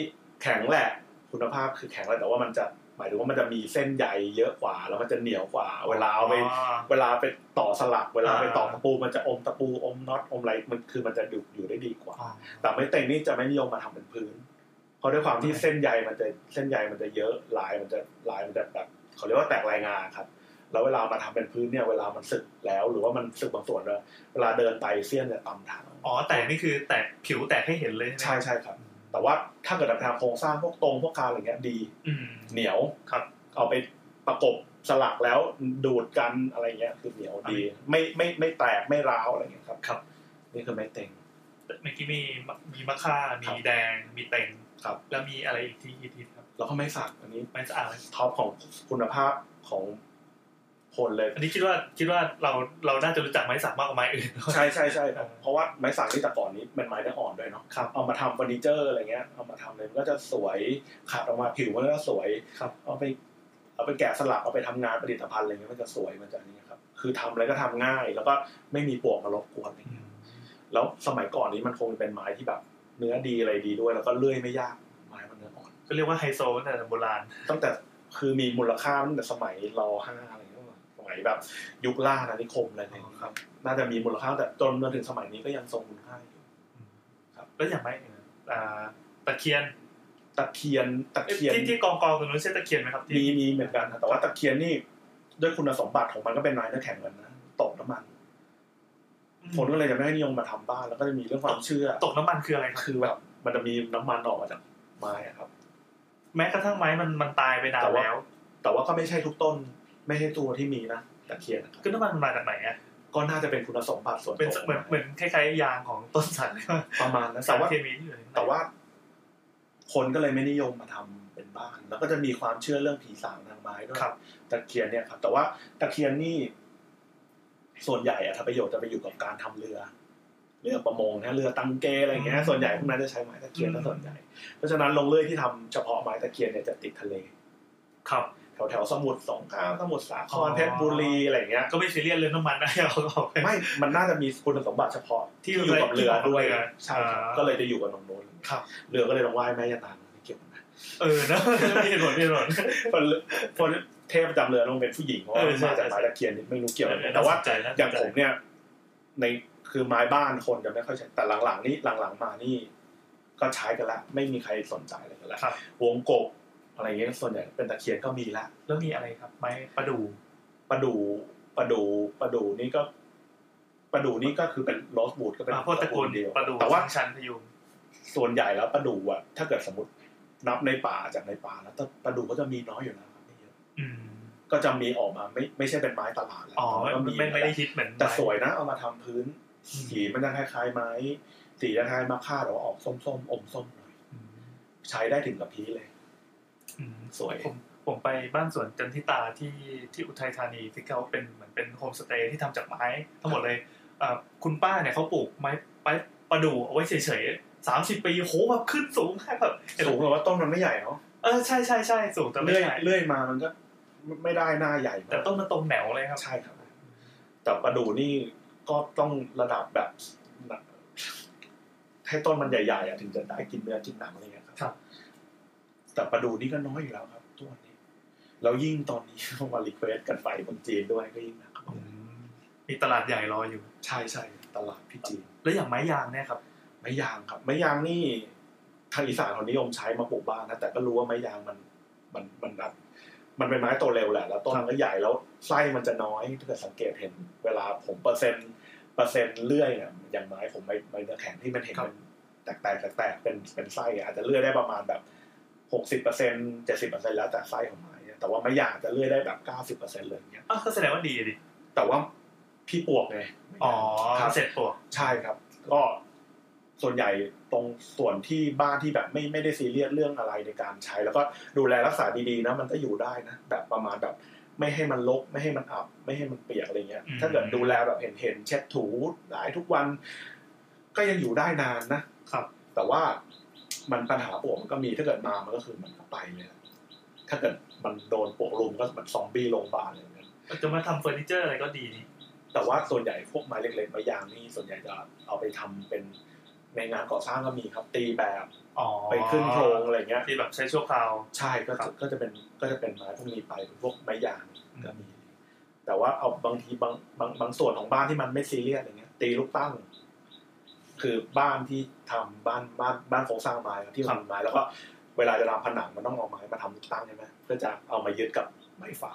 Speaker 3: แข็งแหละคุณภาพคือแข็งแหละแต่ว่ามันจะหมายถึงว่ามันจะมีเส้นใยเยอะกว่า แล้วมันจะเหนียวกว่า เวลาเอาไป
Speaker 2: อ๋อ
Speaker 3: เวลาไปต่อสลักเวลาไปต่อ
Speaker 2: อ่า
Speaker 3: ตะปูมันจะอมตะปูอมน็อตอมอะไรมันคือมันจะอยู่อยู่ได้ดีกว่า แต่ไม้เต็งนี่จะไม่นิยมมาทำเป็นพื้น เพราะด้วยความที่เส้นใยมันจะเส้นใยมันจะเยอะลายมันจะลายมันจะแบบเขาเรียกว่าแตกลายงาครับ แล้วเวลามาทำเป็นพื้นเนี่ยเวลามันสึกแล้ว หรือว่ามันสึกบางส่วนแล้วเวลาเดินไปเสี้ยนจะตำเทาง
Speaker 2: อ๋อแต่นี่คือแตกผิวแตกให้เห็นเลย
Speaker 3: ใช่
Speaker 2: ใช่ไหม
Speaker 3: ใช่ครับ แต่ว่าถ้าเกิดเอาไปทำโครงสร้างพวกตรงพวกคานอะไรเงี้ยดี
Speaker 2: อืม
Speaker 3: เหนียว
Speaker 2: ครับ
Speaker 3: เอาไปประกบสลักแล้วดูดกันอะไรเงี้ยคือเหนียวดี ไม่ไม่ไม่แตกไม่ร้าวอะไรเงี้ยครับ
Speaker 2: ครับ
Speaker 3: นี่คือไม้เต็ง
Speaker 2: เมื่อกี้มีมะมีมะค่ามีแดงมีเต็ง
Speaker 3: ครับ
Speaker 2: แล้วมีอะไรอีกที่ฮิตๆครับ
Speaker 3: แล้วก็ไม้สักอันนี้
Speaker 2: ไม้สะอาด
Speaker 3: ท็อปของคุณภาพของคนเลย
Speaker 2: อันนี้คิดว่าคิดว่าเราเราน่าจะรู้จักไม้สักมากกว่าไม้อื่น
Speaker 3: ใช่ใช่ใช่
Speaker 2: เออ
Speaker 3: เพราะว่าไม้สักที่แต่ก่อนนี้เป็นไม้เนื้ออ่อนด้วยเนาะ
Speaker 2: ครับ
Speaker 3: เอามาทำเฟอร์นิเจอร์อะไรเงี้ยเอามาทำเลยมันก็จะสวยขัดออกมาผิวมันก็สวย
Speaker 2: ครับ
Speaker 3: เอาไปเอาไปแกะสลักเอาไปทำงานผลิตภัณฑ์อะไรเงี้ยมันจะสวยมันจะนี่ครับ คือทำอะไรก็ทำง่าย แล้วก็ไม่มีปลวกมารบกวนอะไร
Speaker 2: อื
Speaker 3: เงี้ย
Speaker 2: ม
Speaker 3: แล้วสมัยก่อนนี้มันคงเป็นไม้ที่แบบ เนื้อดีอะไรดีด้วย แล้วก็เลื่อยไม่ยากไม้มันเนื้ออ่อน
Speaker 2: ก็เรียกว่าไฮโซตั้งแต่โบราณ
Speaker 3: ตั้งแต่คือมีมูลค่าตั้งแต่สมัยรอห้าอะไรเงี้ยสมัยแบบ ยุคล่านานิคมอะไรเนี่ยครับ น่าจะมีมูลค่าแต่จนมาถึงสมัยนี้ก็ยังทรงคุณค่าอยู่
Speaker 2: แล้วอย่างไม้อื่นอ่าตะเคียน
Speaker 3: ตะเคียนตะ
Speaker 2: เอ๊ะ
Speaker 3: เคียน
Speaker 2: ที่ที่กองกองๆตรงนู้นใช่ตะเคียนไหมครับที่
Speaker 3: มีมีเหมือนกันนะแต่ว่าตะเคียนนี่ด้วยคุณสมบัติของมันก็เป็นไม้เนื้อแข็งเหมือนกันนะตกน้ำมัน
Speaker 2: อื
Speaker 3: คน
Speaker 2: ม
Speaker 3: ก็เลยจะไม่นิยมมาทำบ้านแล้วก็จะมีเรื่องความเชื่อ
Speaker 2: ตกน้ำมันคืออะไรครับ
Speaker 3: คือแบบ มันจะมีน้ำมันออกมาจากไม้อะครับ
Speaker 2: แม้กระทั่งไม้มันมันตายไปนาน
Speaker 3: แต่ว่า
Speaker 2: แล้ว
Speaker 3: แต่ว่าก็ไม่ใช่ทุกต้น ไม่ใช่ตัวที่มีนะตะเคียนนะครับ
Speaker 2: คือน้ำมันมันมาจากไหนอ่ะ
Speaker 3: ก็น่าจะเป็นคุณสมบัติส่วนตัว
Speaker 2: เป็นเหมือนเหมือนคล้ายๆยางของต้นสัตว์
Speaker 3: ประมาณนั้น
Speaker 2: สา
Speaker 3: แต่
Speaker 2: ร
Speaker 3: ว่า
Speaker 2: เคมีที่อยู่ในนั้น
Speaker 3: แต่ว่าคนก็เลยไม่นิยมมาทำเป็นบ้าน แล้วก็จะมีความเชื่อเรื่องผีสางนางไม้ด้วย
Speaker 2: ครับ
Speaker 3: ตะเคียนเนี่ยครับ แต่ว่าตะเคียนนี่ ส่วนใหญ่อะถ้าประโยชน์จะไปอยู่กับการทำเรือ เรือประมงนะเรือตังเกอะไรอย่างเงี้
Speaker 2: อื
Speaker 3: ย
Speaker 2: ม
Speaker 3: ส่วนใหญ่พวกนั้นจะใช้ไม้ตะเคียน
Speaker 2: อื
Speaker 3: นะ
Speaker 2: ม
Speaker 3: ส่วนใหญ่เพราะฉะนั้นลงเลื่อยที่ทำเฉพาะไม้ตะเคียนเนี่ยจะติดทะเล
Speaker 2: ครับ
Speaker 3: แถวแถวๆสมุทรสงครามสมุทรสาค
Speaker 2: อ๋อ
Speaker 3: รเพชรบุรีอะไรอย่างเงี้ย
Speaker 2: ก็ไม่ซีเรียสเรื่องน้ำมันนะ เราก็เอาไป
Speaker 3: ไม่มันน่าจะมีคุณสมบัติเฉพาะ
Speaker 2: ที่
Speaker 3: ที่
Speaker 2: อยู่
Speaker 3: อยู่กับ
Speaker 2: กับเรือ
Speaker 3: เรือด้วยใช่ครับ
Speaker 2: อ่า
Speaker 3: ก็เลยจะอยู่กับตรงโน้น
Speaker 2: ครับ
Speaker 3: เรือก็เลยต้องว่ายแม่ยานางไม่เกี่ยวกันนะ
Speaker 2: เออนะ มีเหตุผลมีเหตุผล
Speaker 3: คนคนเทพประจำเรือต้องเป็นผู้หญิงเพราะว่า
Speaker 2: เออใช่
Speaker 3: มาจาก
Speaker 2: ใช่
Speaker 3: ไม้ตะเคียนนี่ไม่รู้เกี่ยวกันแต่ว่า
Speaker 2: น่สนใจนะ
Speaker 3: อย่างผมเนี่ย ในคือไม้บ้านคนจะไม่ค่อยใช้แต่หลังๆ นี่หลังๆมานี่ ก็ใช้กันละไม่มีใครสนใจอะไรกันละ
Speaker 2: ครับ
Speaker 3: วงกบอะไรเงี้ยส่วนใหญ่เป็นตะเคียนก็มีละ
Speaker 2: แล้วมีอะไรครับ ไม้ประดู่
Speaker 3: ประดูประดูประดูนี่ก็ประดูนี่ก็คือเป็นลอสบูดก็เป็น
Speaker 2: อ่าพวกตระกูล
Speaker 3: เดียว
Speaker 2: ประดู่
Speaker 3: แต่ว่า
Speaker 2: ชันพยุง
Speaker 3: ส่วนใหญ่แล้วประดูอะถ้าเกิดสมมตินับในป่าจากในป่าแล้วแต่ประดูก็จะมีน้อยอยู่นะครับไม่เยอะ
Speaker 2: อืม
Speaker 3: ก็จะมีออกมาไม่ไม่ใช่เป็นไม้ตลาดแล้ว
Speaker 2: อ๋อ
Speaker 3: แต่
Speaker 2: ไม่
Speaker 3: ว่า
Speaker 2: ไม่
Speaker 3: ก็
Speaker 2: ไม่ได้
Speaker 3: นะ
Speaker 2: ฮิตเหมือน
Speaker 3: แต่ส
Speaker 2: ไม้
Speaker 3: วยนะเอามาทำพื้น
Speaker 2: อืม
Speaker 3: สีมันจะคล้ายๆไม้สีจะคล้ายมะค่าแต่ว่าออกส้มๆอมส้มหน่อย
Speaker 2: อืม
Speaker 3: ใช้ได้ถึงกับพีเลย
Speaker 2: อืม
Speaker 3: สวย
Speaker 2: ผมผมไปบ้านสวนจันทิตาที่ที่อุทัยธานีที่เขาเป็นเหมือนเป็นโฮมสเตย์ที่ทำจากไม้ทั้งหมดเลยเอ่อคุณป้าเนี่ยเขาปลูกไม้ไม้ประดู่เอาไว้เฉยๆสามสิบปีโหแบบขึ้นสูงแค่แบบเห็น
Speaker 3: สูงแต่ว่าต้นมันไม่ใหญ่เนาะ
Speaker 2: เออใช่ใช่ใช่สูงแต่ไม่
Speaker 3: เลื่อย
Speaker 2: ใหญ่
Speaker 3: เลื่อยมามันก็ไม่ได้หน้าใหญ่มาก
Speaker 2: แต่ต้นมันตรงแหนวเลยครับ
Speaker 3: ใช่ครับ แต่ประดูนี่ก็ต้องระดับแบบให้ต้นมันใหญ่ๆอะถึงจะได้กินเนื้อกินหนังอะไรเงี้ย
Speaker 2: ครับ
Speaker 3: แต่ประดูนี่ก็น้อยอยู่แล้วครับตัวนนี้แล้วยิ่งตอนนี้ มารีเควสกันไปคนจีนด้วยก็ยิ่งหนัก
Speaker 2: อืมมีตลาดใหญ่รออยู่
Speaker 3: ใช่ใช่ตลาดพี่จีน
Speaker 2: แล้วอย่างไม้ยางเนี่ยครับ
Speaker 3: ไม้ยางครับ ไม้ยางนี่ทางอีสานเขานิยมใช้มาปลูกบ้านนะแต่ก็รู้ว่าไม้ยางมันมันมันอัดมันเป็นไม้โตเร็วแหละแล้วต้นมันก็ใหญ่แล้วไส้มันจะน้อยถ้าเกิดสังเกตเห็น เวลาผมเปอร์เซ็นต์เปอร์เซ็นต์เลื่อยเนี่ยอย่างไม้ผมไม้ไม้เนื้อแข็งที่มันเห็น
Speaker 2: ครับ
Speaker 3: เป็นแตกแตกแตกแตกเป็นเป็นไส้อะอาจจะเลื่อยได้ประมาณแบบหกสิบเปอร์เซ็นเจ็ดสิบเปอร์เซ็นแล้วแต่ไส้ของไม้เนี่ยแต่ว่าไม้ยางจะเลื่อยได้แบบเก้าสิบเปอร์เซ็นเลยเนี่ย
Speaker 2: อ้าวก็แสดงว่าดีดิ
Speaker 3: แต่ว่าพี่ปวกไง
Speaker 2: อ๋อ
Speaker 3: ครับ
Speaker 2: เสร็จปลวก
Speaker 3: ใช่ครับ ก็ ส่วนใหญ่ตรงส่วนที่บ้านที่แบบไม่ไม่ได้ซีเรียสเรื่องอะไรในการใช้ แล้วก็ดูแลรักษาดีๆนะมันก็อยู่ได้นะแบบประมาณแบบไม่ให้มันรกไม่ให้มันอับ ไม่ให้มันเปียกอะไรเงี้ย
Speaker 2: อืม
Speaker 3: ถ้าเกิดดูแลแบบเห็นเห็นๆเช็ดถูหลายทุกวัน ก็ยังอยู่ได้นานนะครับ แต่ว่ามันปัญหาปลวกมันก็มีถ้าเกิดมามันก็คือมันก็ไปเลยนะถ้าเกิดมันโดนปลวกรุมก็เหมันซอมบี้โรงพยาบาลอะไรเงี้ย
Speaker 2: จะมาทำเฟอร์นิเจอร์อะไรก็ดีนี่
Speaker 3: แต่ว่าส่วนใหญ่พวกไม้เล็กๆไม้ยางนี่ส่วนใหญ่จะเอาไปทำเป็นในงานก่อสร้างก็มีครับตีแบบ
Speaker 1: อ๋อ
Speaker 3: ไปขึ้นโครงอะไรเงี้ย
Speaker 2: ที่แบบใช้ชั่วคราว
Speaker 3: ใช่ก็
Speaker 2: ครั
Speaker 3: จะ
Speaker 2: บ
Speaker 3: ก็จะเป็นก็จะเป็นไม้พวกนี้ไปเป็นพวกไม้ยางก็มี แต่ว่าเอาบางทีบางบางบางส่วนของบ้านที่มันไม่ซีเรียสอะไรเงี้ย ตีลูกตั้ง คือบ้านที่ทำบ้านบ้านบ้านโครงสร้างไม้ครับที่ทำไม้แล้วก็เวลาจะทำผนังมันต้องเอาไม้มาทำลูกตั้งใช่ไหมเพื่อจะเอามายึดกับไม้ฝา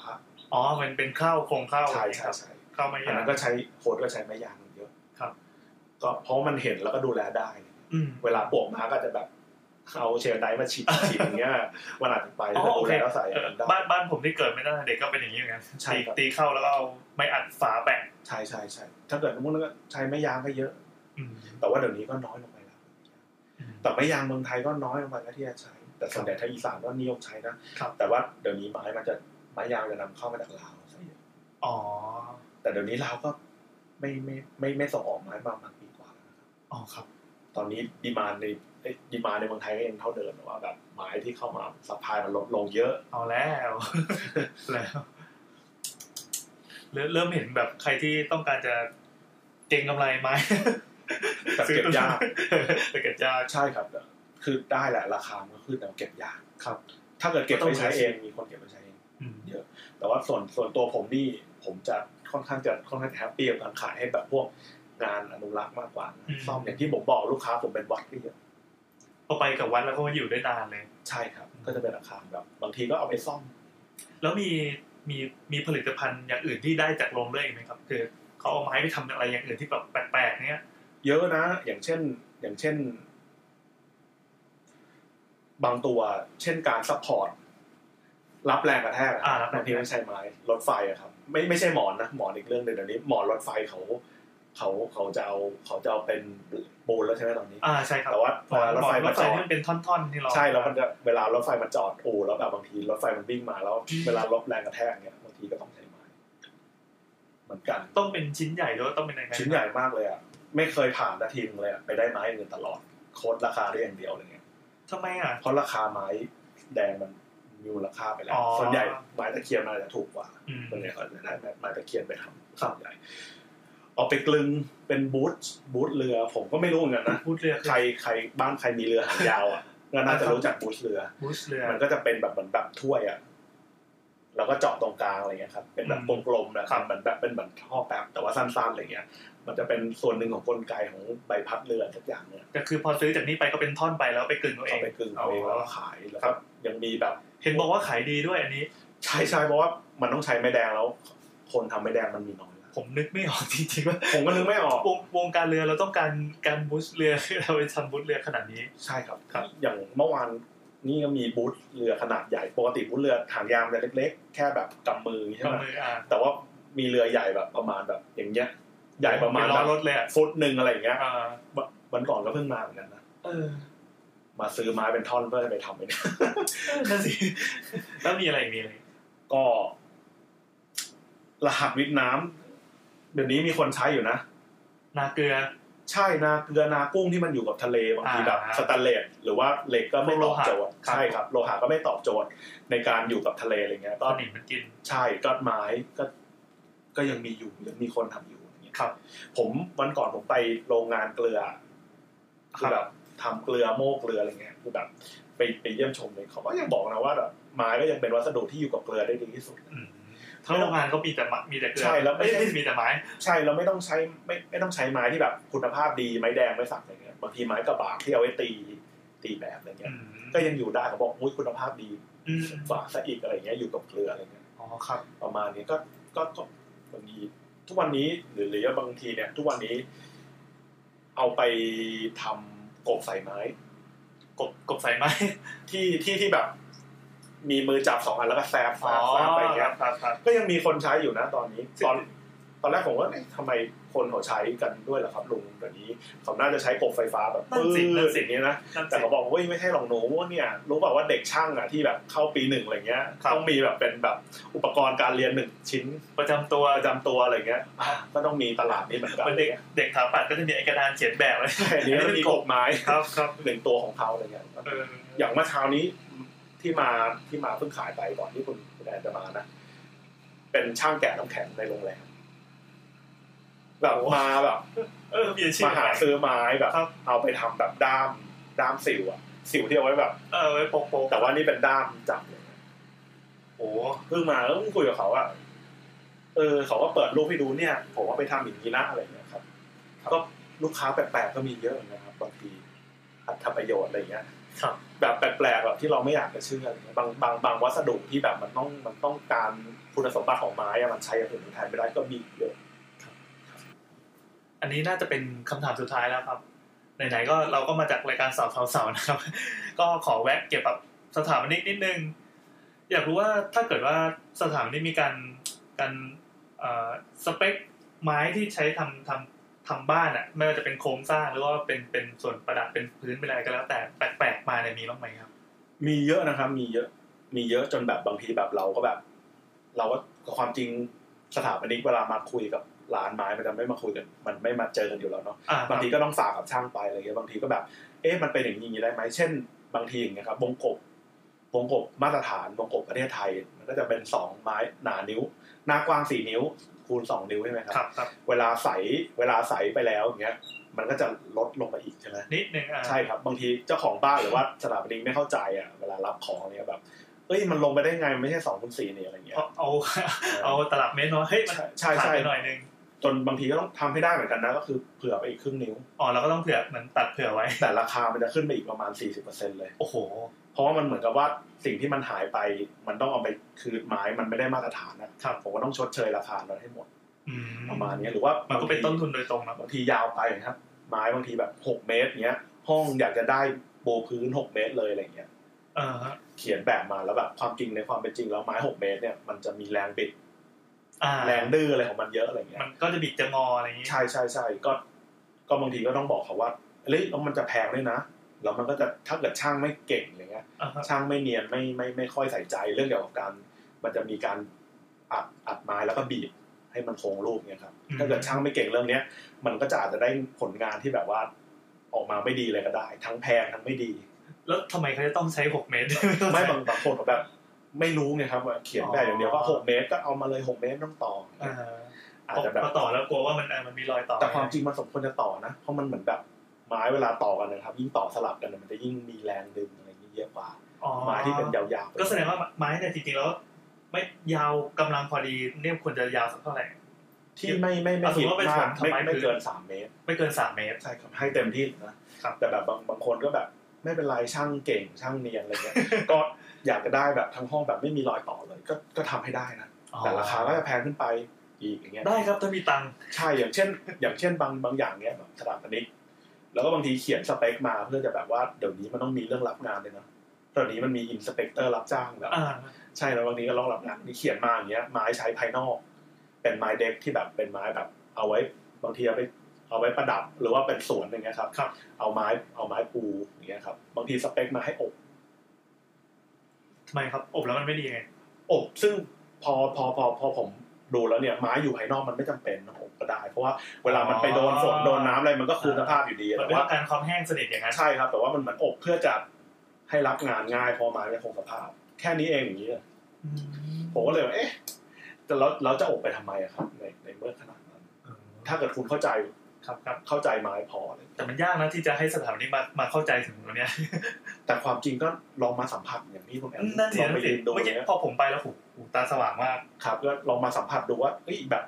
Speaker 2: อ๋อมันเป็นข้าวโครงข้าว
Speaker 3: ใช่ใช่ใช่
Speaker 2: ข้าวไม้
Speaker 3: อัน
Speaker 2: ยาง
Speaker 3: นั้นก็ใช้โค้ดก็ใช้ไม้ยางเยอะ
Speaker 2: ครับ
Speaker 3: ก็เพราะมันเห็นแล้วก็ดูแลได้
Speaker 2: อืม
Speaker 3: เวลาปวกมาก็จะแบบเอาเชลไดมาฉีด ฉีดอย่างเงี้ยวันอาทิตย์ไป
Speaker 2: อ๋
Speaker 3: แล้ว
Speaker 2: อ
Speaker 3: ก็
Speaker 2: โอ
Speaker 3: ดู
Speaker 2: เค
Speaker 3: แลแล้วใส่อย่างนั้นได้
Speaker 2: บ้านบ้านผมที่เกิดไม่ได้เด็กก็เป็นอย่างนี้เหมือนกัน
Speaker 3: ใช่
Speaker 2: ตี
Speaker 3: ครับ
Speaker 2: ตีเข้าแล้วก็เอาไม้อัดฝาแปะ
Speaker 3: ใช่ใช่ใช่ถ้าเกิดสมมติแล้วก็ใช้ไม้ยางก็เยอะ
Speaker 2: อืม
Speaker 3: แต่ว่าเดี๋ยวนี้ก็น้อยลงไปแล้ว
Speaker 2: อืม
Speaker 3: แต่ไม้ยางเมืองไทยก็น้อยลงไปแล้วที่จะใช้ แต่ส่วนใหญ่ทางอีสานก็นิยมใช้นะครับ แต่ว่าเดี๋ยวนี้ไม้มันจะไม้ยางจะนำเข้ามาจากลาวซะเยอะ
Speaker 2: อ๋อ
Speaker 3: แต่เดี๋ยวนี้ลาวก็ไม่ไม่ไม่ไม่ส่งออกไม้มาประมาณปีกว่าแล้วนะครับ
Speaker 2: อ๋อครับ
Speaker 3: ตอนนี้ดีมานในดีมานในเมืองไทยก็ยังเท่าเดิมแต่ว่าแบบไม้ที่เข้ามาสัพพายมันลดลงเยอะ
Speaker 2: เอาแล้ว แล้วเริ่มเริ่มเห็นแบบใครที่ต้องการจะเก็งกำไรไหม
Speaker 3: แต่เก็บยาก
Speaker 2: แต่เก็บยาก
Speaker 3: ใช่ครับคือได้แหละราคามันก็ขึ้นแต่เก็บยาก
Speaker 2: ครับ
Speaker 3: ถ้าเกิดเก็บไปใช้เองมีคนเก็บไปใช้เอง
Speaker 2: อืม
Speaker 3: แต่ว่าส่วนส่วนตัวผมนี่ผมจะค่อนข้างจะค่อนข้างแฮปปี้กับการขายให้แบบพวกงานอนุรักษ์มากกว่าซ่อมอย่างที่ผมบอกลูกค้าผมเป็นวัดก็เยอะ
Speaker 2: พอไปกับวัดแล้วก็อยู่ได้นานเลย
Speaker 3: ใช่ครับ ก็จะเป็นราคาแบบบางทีก็เอาไปซ่อม
Speaker 2: แล้วมีมีมีผลิตภัณฑ์อย่างอื่นที่ได้จากโรงเรื่อยอีกไหมครับ คือเขาเอาไม้ไปทำอะไรอย่างอื่นที่แบบแปลกๆเนี้ย
Speaker 3: เยอะนะ อย่างเช่น อย่างเช่น บางตัว เช่นการซัพพอร์ต รับแรงกระแทก
Speaker 2: อ่ารับแรงกระแทก
Speaker 3: บางทีมันใช้ไม้รถไฟอะครับ ไม่ไม่ใช่หมอนนะหมอนอีกเรื่องหนึ่งเดี๋ยวนี้หมอนรถไฟเขาเขาเขาจะเอาเขาจะเอาเป็นปูนแล้วใช่ไหมตอนนี้
Speaker 2: อ่าใช่ครับ
Speaker 3: แต่ว่า
Speaker 2: หมอน
Speaker 3: เวลารถ
Speaker 2: หมอ
Speaker 3: ไฟ
Speaker 2: นร
Speaker 3: มา
Speaker 2: ถไฟ
Speaker 3: จอด
Speaker 2: ที่มันเป็นท่อนๆที่เรา
Speaker 3: ใช่แล้วมันจะเวลารถไฟมันจอดอูแล้วแบบบางทีรถไฟมันวิ่งมาแล้ว เวลาลบแรงกระแทกเนี่ยบางทีก็ต้องใช้ไม้เหมือนกัน
Speaker 2: ต้องเป็นชิ้นใหญ่หรือว่าต้องเป็นยังไง
Speaker 3: ชิ้นใหญ่มากเลยอ่ะไม่เคยผ่านนาทีนึงเลยอ่ะไปได้ไม้อื่นตลอดโค้ดราคาได้อย่างเดียวเลยเนี่ย
Speaker 2: ทำไมอ่ะ
Speaker 3: เพราะราคาไม้แดงมันมีมูลค่าไปแล้
Speaker 2: อ๋
Speaker 3: ว
Speaker 2: อ
Speaker 3: ส่วนใหญ่ไม้ตะเคียนมันอาจจะถูกกว่า
Speaker 2: อืม
Speaker 3: ส่วนใหญ่ก็จะได้ไม้ตะเคียนไปทำส่วนใหญ่เอาไปกลึงเป็นบูทบูทเรือ ผมก็ไม่รู้เหมือนกันนะ
Speaker 2: พูดเรือ
Speaker 3: ใครใครบ้านใครมีเรือหางยาวอ่ะก็น่าจะรู้จักบูทเรือ
Speaker 2: บูสเรือ
Speaker 3: มันก็จะเป็นแบบเหมือนแบบถ้วยอ่ะแล้วก็เจาะตรงกลางอะไรเงี้ยครับ เป็นแบบ
Speaker 2: อื
Speaker 3: ก
Speaker 2: ม
Speaker 3: ลมๆนะค
Speaker 2: ครั
Speaker 3: รับบ เหมือนแบบเป็นเหมือนท่อแป๊บแต่ว่าสั้นๆอะไรเงี้ย มันจะเป็นส่วนหนึ่งของกลไกของใบพัดเรือสักอย่างเนี่ย
Speaker 2: แต่คือพอซื้อจากนี้ไปก็เป็นท่อนไปแล้วไปกลืนตัวเอ
Speaker 3: เอา
Speaker 2: ง
Speaker 3: ไปกึ่งเอาเอง
Speaker 2: อ๋อ
Speaker 3: แล้วก็ขายแล้วก็ยังมีแบบ
Speaker 2: เห็นบอกว่าขายดีด้วยอันนี้
Speaker 3: ใช่ใช่เพราะว่ามันต้องใช้ไม้แดงแล้ว คนทำไม้แดงมันมีน้อยนะ
Speaker 2: ผมนึกไม่ออกจริงๆว่า
Speaker 3: ผมก็นึกไม่ออก
Speaker 2: วงวงการเรือเราต้องการการบูสเรือ เราไปทำบูสเรือขนาดนี้
Speaker 3: ใช่ครับ
Speaker 2: ครับ
Speaker 3: อย่างเมื่อวานนี่ก็มีบูธเรือขนาดใหญ่ปกติบูธเรือหางยาวมันจะเล็ก ๆ แค่แบบกำมืออย่างงี้ใช่
Speaker 2: กับ
Speaker 3: ไหม
Speaker 2: มืออ่ะ
Speaker 3: แต่ว่ามีเรือใหญ่แบบประมาณแบบอย่างเงี้ย ใหญ่ประมาณ
Speaker 2: เนล้
Speaker 3: แบ
Speaker 2: อบ รถเลยอ่ะ
Speaker 3: ฟุตหนึ่งอะไรอย่างเงี้ย
Speaker 2: อ่า
Speaker 3: วันก่อนก็เพิ่งมาเหมือนกันนะ
Speaker 2: เออ
Speaker 3: มาซื้อไม้เป็นท่อนเพื่อจะไปทำไอ้เนี่ย
Speaker 2: นั่นสิ แล้วมีอะไรอีกมีอะไรอีก
Speaker 3: ก็ รหัสวิทย์น้ำเดี๋ยวนี้มีคนใช้อยู่นะ
Speaker 2: นาเกลือ
Speaker 3: ใช่นาเกลือนากุ้งที่มันอยู่กับทะเลบางที
Speaker 2: อ่า
Speaker 3: แบบสแตนเลสหรือว่าเหล็กก็ไม่ตอบโจทย์
Speaker 2: ครับ
Speaker 3: ใช่ครับ โลหะก็ไม่ตอบโจทย์ในการอยู่กับทะเลอะไรเงี้ย
Speaker 2: ต
Speaker 3: ก็
Speaker 2: อนนี้มันกิน
Speaker 3: ใช่ก็ไม้ก็ ก็ยังมีอยู่ยังมีคนทำอยู่อย่างเงี้ย
Speaker 2: ครับ
Speaker 3: ผมวันก่อนผมไปโรงงานเกลือ คือแบบทำเกลือโมกเกลืออะไรเงี้ยคือแบบไปไปเยี่ยมชมเลยเขาก็ยังบอกนะว่าแบบไม้ก็ยังเป็นวัสดุที่อยู่กับเกลือได้ดีที่สุด
Speaker 2: อืมทั้งโรงงานเขามีแต่มะมีแต่เกลือ
Speaker 3: ใช่แล้วไม่
Speaker 2: ไม่
Speaker 3: ใช่
Speaker 2: ไม่มีแต่ไม้
Speaker 3: ใช่เราไม่ต้องใช้ไม่ไม่ต้องใช้ไม้ที่แบบคุณภาพดีไม้แดงไม้สักอะไรเงี้ยบางทีไม้กระบากที่เอาไว้ตีตีแบบอะไร
Speaker 2: อื
Speaker 3: เงี้ย
Speaker 2: ม
Speaker 3: ก็ยังอยู่ได้เขาบอกอุ้ยคุณภาพดี
Speaker 2: อืม
Speaker 3: กว่าซะอีกอะไรเงี้ยอยู่กับเกลืออะไรเงี้ย
Speaker 2: อ๋อครับ
Speaker 3: ประมาณนี้ก็ก็ก็บางทีทุกวันนี้หรือหรือว่าบางทีเนี่ย ทุกวันนี้ เอาไปทำกบใส่ไม้
Speaker 2: กบกบใส่ไม้
Speaker 3: ที่ที่ที่แบบ มีมือจับสองอันแล้วก็แซบแซบแซบไปอย่างเงี้ย
Speaker 2: ครับครับ
Speaker 3: ก็ยังมีคนใช้อยู่นะตอนนี้ ตอน ตอนแรกผมว่าเอ๊ะทำไมคนเขาใช้กันด้วยล่ะครับลุงเดี๋ยวนี้เขาน่าจะใช้กบไฟฟ้าแบบ
Speaker 2: นั่นสินั่นสิ
Speaker 3: อย่างเงี้ยนะ
Speaker 2: นั่น
Speaker 3: แต่
Speaker 2: สิ
Speaker 3: เขาบอกว่าเฮ้ยไม่ใช่หรอกหนูเนี่ยรู้เปล่าว่าเด็กช่างอ่ะที่แบบเข้าปีหนึ่งอะไรเงี้ย
Speaker 2: ครับ
Speaker 3: ต้องมีแบบเป็นแบบอุปกรณ์การเรียนหนึ่งชิ้น
Speaker 2: ประจำตัว
Speaker 3: ประจำตัวอะไรเงี้ยอ่ะก็ต้องมีตลาดนี้เหมือนกัน
Speaker 2: เป็นเด็กเด็กถาปัดก็จะมีไอ้กระดานเขียนแบบเลย
Speaker 3: แต่อันนี้มันมีกบไม้
Speaker 2: ครับครับ
Speaker 3: หนึ่งตัวของเขาอะไรเงี้ย
Speaker 2: เออ
Speaker 3: อย่างเมื่อเช้านี้ที่มาที่มาเพิ่งขายไปก่อนที่คุณคุณแอนจะมานะเป็นช่างแกะน้ำแข็งในโรงแรมแบบมาแบบ
Speaker 2: เออมีอาชีพ
Speaker 3: มาหาซื้อไม้แบบ
Speaker 2: ครับ
Speaker 3: เอาไปทำแบบด้ามด้ามสิวอะสิวที่เอาไว้แบบ
Speaker 2: เออไว้โปกโปก
Speaker 3: แต่ว่านี่เป็นด้ามจับเลย
Speaker 2: โอ้
Speaker 3: เพิ่งมาแล้วเพิ่งคุยกับเขาว่าเออเขาก็เปิดรูปให้ดูเนี่ย ผมว่าไปทำอย่างนี้นะอะไรอย่างเงี้ยครับ ก็ลูกค้าแปลกๆก็มีเยอะนะครับบางทีอัตประโยชน์อะไรอย่างเงี้ย
Speaker 2: ครับ
Speaker 3: แบบแปลกๆแบบที่เราไม่อยากจะเชื่ออะไรเงี้ยบางบางบางวัสดุที่แบบมันต้องมันต้องการคุณสมบัติของไม้อะมันใช้กับอื่นแทนไม่ได้ก็มีเยอะ
Speaker 2: อันนี้น่าจะเป็นคำถามสุดท้ายแล้วครับไหนๆก็เราก็มาจากรายการสาวสาวสาวนะครับ ก็ขอแวะเกี่ยวกับสถาปนิกนิดนึง อยากรู้ว่าถ้าเกิดว่าสถาปนิกมีการการเอ่อสเปคไม้ที่ใช้ทำทำทำบ้านอ่ะไม่ว่าจะเป็นโครงสร้างหรือว่าเป็นเป็นส่วนประดับเป็นพื้นเป็นอะไรก็แล้วแต่แปลกๆมาเนี่ยมีบ้างไหมครับ
Speaker 3: มีเยอะนะครับ มีเยอะ มีเยอะจนแบบบางทีแบบเราก็แบบ เราก็ความจริงสถาปนิกเวลามาคุยกับร้านไม้มันจะไม่มาคุยกันมันไม่มาเจอกันอยู่แล้วเนาะ
Speaker 2: อ่า
Speaker 3: บางทีก็ต้องฝากกับช่างไปอะไรเงี้ยบางทีก็แบบ เอ๊ะมันเป็นอย่างนี้ได้ไหมเช่น บางทีอย่างเงี้ยครับวงกบวงกบมาตรฐานวงกบประเทศไทย มันก็จะเป็นสองไม้หนานิ้ว หน้ากว้างสี่นิ้ว คูณสองนิ้วใช่ไหมค
Speaker 2: ครั
Speaker 3: รับ
Speaker 2: บครับ
Speaker 3: เวลาใสเวลาใสไปแล้วอย่างเงี้ย มันก็จะลดลงไปอีกใช่ไหม
Speaker 2: นิดนึงอ่า
Speaker 3: ใช่ครับ บางทีเจ้าของบ้านหรือว่าสถาปนิกไม่เข้าใจอ่ะเวลารับของเนี้ยแบบเอ้ยมันลงไปได้ไงมันไม่ใช่สองคูณสี่เนี่ยอะไรเงี้ย
Speaker 2: เอาเอาเอาตลับเมตรเนาะเฮ้ยมัน
Speaker 3: ใช่
Speaker 2: ขาด
Speaker 3: ใช่ใช่
Speaker 2: ไปหน่อยนึง
Speaker 3: จนบางทีก็ต้องทำให้ได้เหมือนกันนะก็คือเผื่อไปอีกครึ่งนิ้ว
Speaker 2: อ๋อเราก็ต้องเผื่อเหมือนตัดเผื่อไว้
Speaker 3: แต่ราคามันจะขึ้นไปอีกประมาณ 40%เลย
Speaker 2: โอ้โห
Speaker 3: เพราะว่ามันเหมือนกับว่าสิ่งที่มันหายไป มันต้องเอาไปคือไม้มันไม่ได้มาตรฐานนะครับ ผมก็ต้องชดเชยราคาเราให้หมด
Speaker 2: อืม
Speaker 3: ประมาณเนี้ยหรือว่า
Speaker 2: มันก็เป็นต้นทุนโดยตรงนะ
Speaker 3: บางทียาวไปนะครับ ไม้บางทีแบบ 6 เมตรเนี้ย ห้องอยากจะได้โบพื้น 6 เมตรเลยอะไรเงี้ย
Speaker 2: เออฮะ
Speaker 3: เขียนแบบมาแล้วแบบความจริงในความเป็นจริงแล้วไม้ 6 เมตรเนี่ยมันจะมีแรงบิด
Speaker 2: อ่า
Speaker 3: แรงดื้ออะไรของมันเยอะอะไรเงี้ย
Speaker 2: มันก็จะบิดจะงออะไรอย่างงี้
Speaker 3: ใช่ใช่ใช่ก็ก็บางทีก็ต้องบอกเขาว่าเฮ้ยแล้วมันจะแพงด้วยนะแล้วมันก็จะถ้าเกิดช่างไม่เก่งอะไรเงี้ย
Speaker 2: อ่าฮะ
Speaker 3: ช่างไม่เนียนไม่ไม่ไม่ค่อยใส่ใจเรื่องเกี่ยวกับการมันจะมีการอัดอัดไม้แล้วก็บีบให้มันโครงรูปเนี่ยครับถ้าเกิดช่างไม่เก่งเรื่องเนี้ย มันก็จะอาจจะได้ผลงานที่แบบว่าออกมาไม่ดีเลยก็ได้ ทั้งแพงทั้งไม่ดี
Speaker 2: แล้วทำไมเขาจะต้องใช้หกเมตร
Speaker 3: ไม่บางบางคนเขาแบบ ไม่รู้ไงครับว่าเขียนแบบอย่างเดียว
Speaker 2: อ๋
Speaker 3: ว่า
Speaker 2: อ
Speaker 3: หกเมตรก็เอามาเลยหกเมตรต้องต่ออ
Speaker 2: อ่าฮะ
Speaker 3: อาจจะแบบ
Speaker 2: พอต่อแล้วกลัวว่ามันอ่ะมันมีรอยต่อ
Speaker 3: แต่ความจริงมันสมควรจะต่อนะ เพราะมันเหมือนแบบไม้เวลาต่อกันนะครับ ยิ่งต่อสลับกันเนี่ยมันจะยิ่งมีแรงดึงอะไรอย่างนี้เยอะกว่า
Speaker 2: อ๋อ
Speaker 3: ไม้ที่เป็นยาวๆ
Speaker 2: ก็แสดงว่าไม้เนี่ยจริงๆแล้ว ไม่ยาวกำลังพอดีเนี่ยควรจะยาวสักเท่าไหร่
Speaker 3: ที่ไม่ไม่ไม่
Speaker 2: อ่ะสมมุติว่าเป็น
Speaker 3: ผิ
Speaker 2: ถ
Speaker 3: ด
Speaker 2: นน
Speaker 3: ไม่
Speaker 2: ทำไม
Speaker 3: ไม่
Speaker 2: คือ
Speaker 3: เกินสามเมตร
Speaker 2: ไม่เกินสามเมตร
Speaker 3: ใช่ครับให้เต็มที่นะครับ แต่แบบบางบางคนก็แบบ ไม่เป็นไรช่างเก่งช่างเนียนอะไรเงี้ย ก็อยากจะได้แบบทั้งห้องแบบไม่มีรอยต่อเลย ก็ก็ทำให้ได้นะแต่ราคาก็จะแพงขึ้นไปอีกอย่างเงี้ย
Speaker 2: ได้ครับถ้ามีตังค์
Speaker 3: ใช่อย่างเช่น อย่างเช่นบางบางอย่างเนี้ยแบบสถาปนิกแล้วก็บางทีเขียนสเปคมาเพื่อจะแบบว่าเดี๋ยวนี้มันต้องมีเรื่องรับงานเลยเนอะตอนนี้มันมีอินสเปกเตอร์รับจ้างแบบ
Speaker 2: อ่า
Speaker 3: ใช่แล้วบางทีก็ลองรับงานนี่เขียนมาอย่างเงี้ยไม้ใช้ภายนอก เป็นไม้เด็กที่แบบเป็นไม้แบบ เอาไว้บางทีเอาไปเอาไว้ประดับหรือว่าเป็นสวนอย่างเงี้ยครับ
Speaker 2: ครับ
Speaker 3: เอาไม้เอาไม้ปูอย่างเงี้ยครับ บางทีสเปคมาให้อบ
Speaker 2: ทำไมครับอบแล้วมันไม่ดีไง
Speaker 3: อบ ซึ่งพอพอพอพอผมดูแล้วเนี่ยไม้อยู่ภายนอกมันไม่จำเป็นนะอบก็ได้ เพราะว่าเวลามันไปโดนฝนโดนน้ำอะไรมันก็คืนสภาพอยู่ดี
Speaker 2: มัน
Speaker 3: แต่
Speaker 2: ไม่ต้
Speaker 3: ว่า
Speaker 2: องการความแห้งสนิทอย่างนั้น
Speaker 3: ใช่ครับ แต่ว่ามันเหมือนอบเพื่อจะให้รับงานง่ายเพอไม้ไม่คงสภาพ แค่นี้เองอย่างนี้เลย
Speaker 2: อืม
Speaker 3: ผมก็เลยแบบเอ๊ะแต่เราเราจะอบไปทำไมอะครับ ในในเมื่อขนาดนั้น
Speaker 2: เออ
Speaker 3: ถ้าเกิดคุณเข้าใจ
Speaker 2: ครับครับ
Speaker 3: เข้าใจไม้พอเลย
Speaker 2: แต่มันยากนะที่จะให้สถาปนิกมามาเข้าใจถึงตรงเนี้ย
Speaker 3: แต่ความจริงก็ลองมาสัมผัสอย่างที่คุณแอน
Speaker 2: นั่นสิ
Speaker 3: ลอง
Speaker 2: นั่
Speaker 3: ไป
Speaker 2: นสิ
Speaker 3: ยืนดู
Speaker 2: เมื่อกี้
Speaker 3: เนี่ย
Speaker 2: พอผมไปแล้วหูหูตาสว่างมาก
Speaker 3: ครับก็ลองมาสัมผัสดูว่าเอ้ยแบบ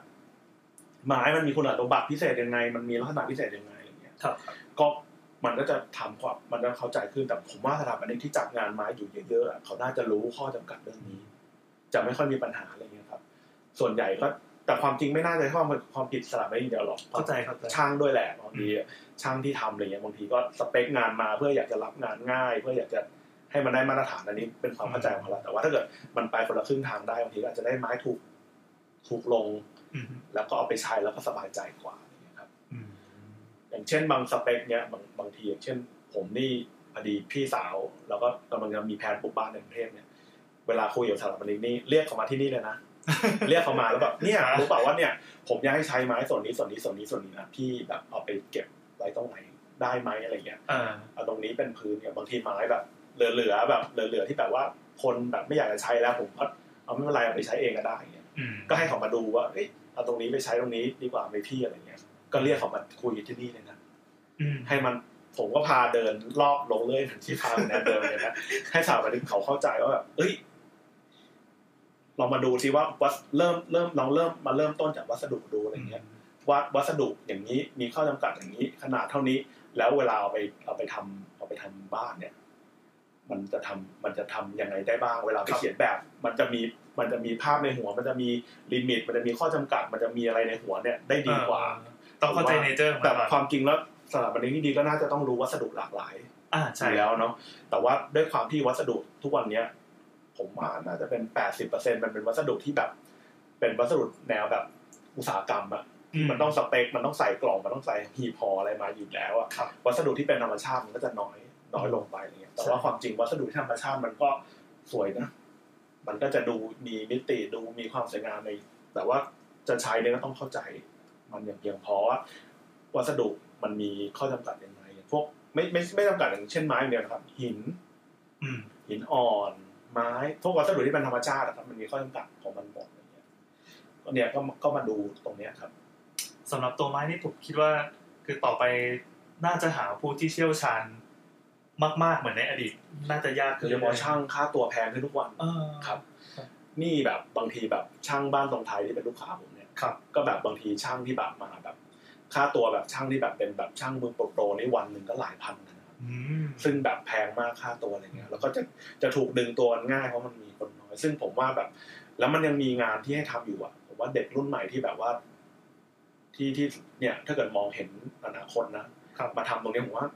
Speaker 3: ไม้มันมีคุณสมบัติพิเศษยังไง มันมีลักษณะพิเศษยังไงอะไรเงี้ย
Speaker 2: ครับ
Speaker 3: ก็มันก็จะทำความมันก็เข้าใจขึ้นแต่ผมว่าสถาปนิกที่จับงานไม้อยู่เยอะๆอะเขาน่าจะรู้ข้อจำกัดเรื่องนี้ จะไม่ค่อยมีปัญหาอะไรเงี้ยครับ ส่วนใหญ่ก็แต่ความจริงไม่น่าจะเข้ามาความผิดสถาปนิกอย่างเดียวหรอก
Speaker 2: เข้าใจเข้าใจ
Speaker 3: ช่างด้วยแหละบางทีช่างที่ทำอะไรเงี้ยบางทีก็สเปคงานมาเพื่ออยากจะรับงานง่าย เพื่ออยากจะให้มันได้มาตรฐานอันนี้เป็นความเข้าใจของเราแต่ว่าถ้าเกิดมันไปคนละครึ่งทางได้บางทีก็อาจจะได้ไม้ถูกถูกลง
Speaker 2: อืม
Speaker 3: แล้วก็เอาไปใช้แล้วก็สบายใจกว่านะครับ
Speaker 2: อืม
Speaker 3: อย่างเช่นบางสเปคเนี้ยบางบางทีอย่างเช่น ผมนี่พอดีพี่สาว แล้วก็กำลังจะมีแผนปลูกบ้านในกรุงเทพเนี่ย เวลาคุยกับสถาปนิกนี่เรียกเขามาที่นี่เลยนะ เรียกเขามาแล้วแบบเนี่ยรู้เปล่าว่าเนี่ย ผมอยากให้ใช้ไม้ส่วนนี้ส่วนนี้ส่วนนี้ส่วนนี้นะพี่แบบเอาไปเก็บไว้ตรงไหนได้ไหมอะไรเงี้ย
Speaker 2: อ่า
Speaker 3: เอาตรงนี้เป็นพื้นเนี่ยบางทีไม้แบบ เหลือๆแบบเหลือๆที่แบบว่าคนแบบไม่อยากจะใช้แล้วผมก็เอาไม่เป็นไรเอาไปใช้เองก็ได้เงี้ย
Speaker 2: อืม
Speaker 3: ก็ให้เขามาดูว่าเอ้ยเอาตรงนี้ไปใช้ตรงนี้ดีกว่าไหมพี่อะไรเงี้ย ก็เรียกเขามาคุยที่นี่เลยนะ
Speaker 2: อืม
Speaker 3: ให้มันผมก็พาเดินรอบลงเรื่อยเหมือนที่พาคุณแอนเดินเลยนะ ให้สาวมาดึงเขาเข้าใจว่าแบบเอ้ยลองมาดูซิว่าวัสเริ่มเริ่มลองเริ่มมาเริ่มต้นจากวัสดุดูอะไรเงี้ยว่าวัสดุอย่างนี้มีข้อจำกัดอย่างนี้ขนาดเท่านี้ แล้วเวลาเอาไปเอาไปทำเอาไปทำบ้านเนี่ย มันจะทำมันจะทำยังไงได้บ้าง เวลาไปเขียนแบบ มันจะมีมันจะมีภาพในหัว มันจะมีลิมิต มันจะมีข้อจำกัด มันจะมีอะไรในหัวเนี่ย ได้ดีกว่า
Speaker 2: ต้องเข้าใจเนเจอร์ของ
Speaker 3: แต่
Speaker 2: มัน
Speaker 3: ความจริงแล้วสถาปนิกที่ดีก็น่าจะต้องรู้วัสดุหลากหลาย
Speaker 2: อ่าใช่
Speaker 3: อยู่แล้วเนาะแต่ว่าด้วยความที่วัสดุทุกวันเนี้ย ผมว่าน่าจะเป็นแปดสิบเปอร์เซ็นมันเป็นวัสดุที่แบบ เป็นวัสดุแนวแบบอุตสาหกรรมอะมันต้องสเปค มันต้องใส่กล่องมันต้องใส่หีบห่ออะไรมาอยู่แล้วอะ
Speaker 2: ครับ
Speaker 3: วัสดุที่เป็นธรรมชาติมันก็จะน้อยน้อยลงไปอะไรเงี้ยแต่ว่า
Speaker 2: ใช่
Speaker 3: ความจริงวัสดุที่ธรรมชาติมันก็สวยนะมันก็จะดูมีมิติดูมีความสวยงามใน แต่ว่าจะใช้เนี่ยก็ต้องเข้าใจ มันอย่างเพียงพอว่าวัสดุมันมีข้อจำกัดยังไงอย่างพวกไม่ไม่ไม่จำกัดอย่างเช่นไม้อย่างเดียวนะครับ หิน
Speaker 2: อืม
Speaker 3: หินอ่อน ไม้พวกวัสดุที่เป็นธรรมชาตินะครับ มันมีข้อจำกัดของมันหมดอย่างเงี้ยก็เนี่ยก็ก็มาดูตรงเนี้ยครับ
Speaker 2: สำหรับตัวไม้นี่ผมคิดว่า คือต่อไปน่าจะหาผู้ที่เชี่ยวชาญมาก ๆ เหมือนในอดีต น่าจะยาก
Speaker 3: คือเฉพาะช่างค่าตัวแพงขึ้นทุกวัน
Speaker 2: เออ
Speaker 3: ครับ นี่แบบบางทีแบบช่างบ้านตรงไทยที่เป็นลูกค้าผมเนี่ย
Speaker 2: ครับ
Speaker 3: ก็แบบบางทีช่างที่แบบมาแบบ ค่าตัวแบบช่างที่แบบเป็นแบบช่างมือโปรๆนี่วันหนึ่งก็หลายพันนะครับ
Speaker 2: อืม
Speaker 3: ซึ่งแบบแพงมากค่าตัวอะไรเงี้ย แล้วก็จะจะถูกดึงตัวง่ายเพราะมันมีคนน้อย ซึ่งผมว่าแบบ แล้วมันยังมีงานที่ให้ทำอยู่อ่ะ ผมว่าเด็กรุ่นใหม่ที่แบบว่า ที่ที่เนี่ย ถ้าเกิดมองเห็นอนาคตนะครับ มาทำตรงนี้ผมว่า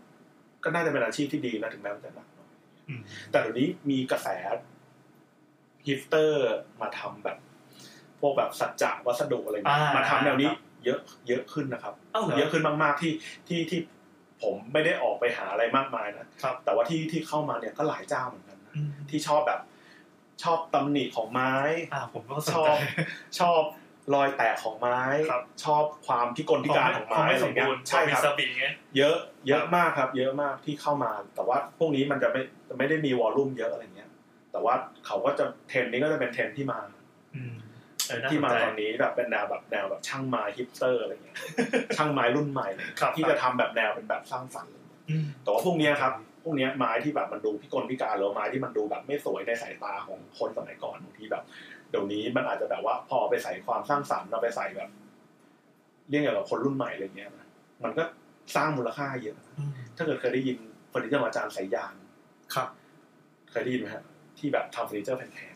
Speaker 3: ก็น่าจะเป็นอาชีพที่ดีนะถึงแม้มันจะหนักหน่อย
Speaker 2: อืม
Speaker 3: แต่เดี๋ยวนี้มีกระแสฮิปสเตอร์มาทำแบบ พวกแบบสัจจะวัสดุอะไรเงี้ยมาทำแนวนี้ เยอะเยอะขึ้นนะครับ
Speaker 2: เอ้าเหรอ
Speaker 3: เยอะขึ้นมาก ๆ ที่ที่ที่ผมไม่ได้ออกไปหาอะไรมากมายนะครับ แต่ว่าที่ที่เข้ามาเนี่ยก็หลายเจ้าเหมือนกันนะ
Speaker 2: อืม
Speaker 3: ที่ชอบแบบ ชอบตำหนิของไม้
Speaker 2: อ่าผมก็สน
Speaker 3: ชอ
Speaker 2: ใจ
Speaker 3: บ ชอบรอยแตกของไม้
Speaker 2: ครับ
Speaker 3: ชอบความพิกลพิการของ
Speaker 2: คว
Speaker 3: ไม้
Speaker 2: ไม่
Speaker 3: อะไร
Speaker 2: สม
Speaker 3: เงี้ย
Speaker 2: บูรณ์
Speaker 3: ใช่
Speaker 2: มี
Speaker 3: ครับ
Speaker 2: สบิงไง
Speaker 3: เยอะเย
Speaker 2: ค
Speaker 3: อะ
Speaker 2: รับ
Speaker 3: มากครับ เยอะมากที่เข้ามา แต่ว่าพวกนี้มันจะไม่จะไม่ได้มีวอลลุ่มเยอะอะไรเงี้ย แต่ว่าเขาก็จะเทรนด์นี้ก็จะเป็นเทรนด์ที่มา
Speaker 2: อืมเออน่าส
Speaker 3: ที่
Speaker 2: น
Speaker 3: มา
Speaker 2: ใจ
Speaker 3: ตอนนี้แบบเป็นแนวแบบแนวแบบช่างไม้ฮิปสเตอร์อะไรเงี้ย ช่างไม้รุ่นใหม่เลย
Speaker 2: ครับ
Speaker 3: ที่จะทำแบบแนวเป็นแบบสร้างสรรค์
Speaker 2: อืม
Speaker 3: แต่ว่าพวกเนี้ยครับ พวกเนี้ยไม้ที่แบบมันดูพิกลพิการหรือไม้ที่มันดูแบบไม่สวยในสายตาของคนสมัยก่อนบางทีแบบเดี๋ยวนี้มันอาจจะแบบว่าพอไปใส่ความสร้างสรรค์เราไปใส่แบบ เรียกอย่างกับคนรุ่นใหม่อะไรเงี้ยนะมันก็สร้างมูลค่าเยอะนะ
Speaker 2: อืม
Speaker 3: ถ้าเกิดเคยได้ยินเฟอร์นิเจอร์ของอาจารย์สายยาน
Speaker 2: ครับ
Speaker 3: เคยได้ยินไหมฮะที่แบบทำเฟอร์นิเจอร์แพง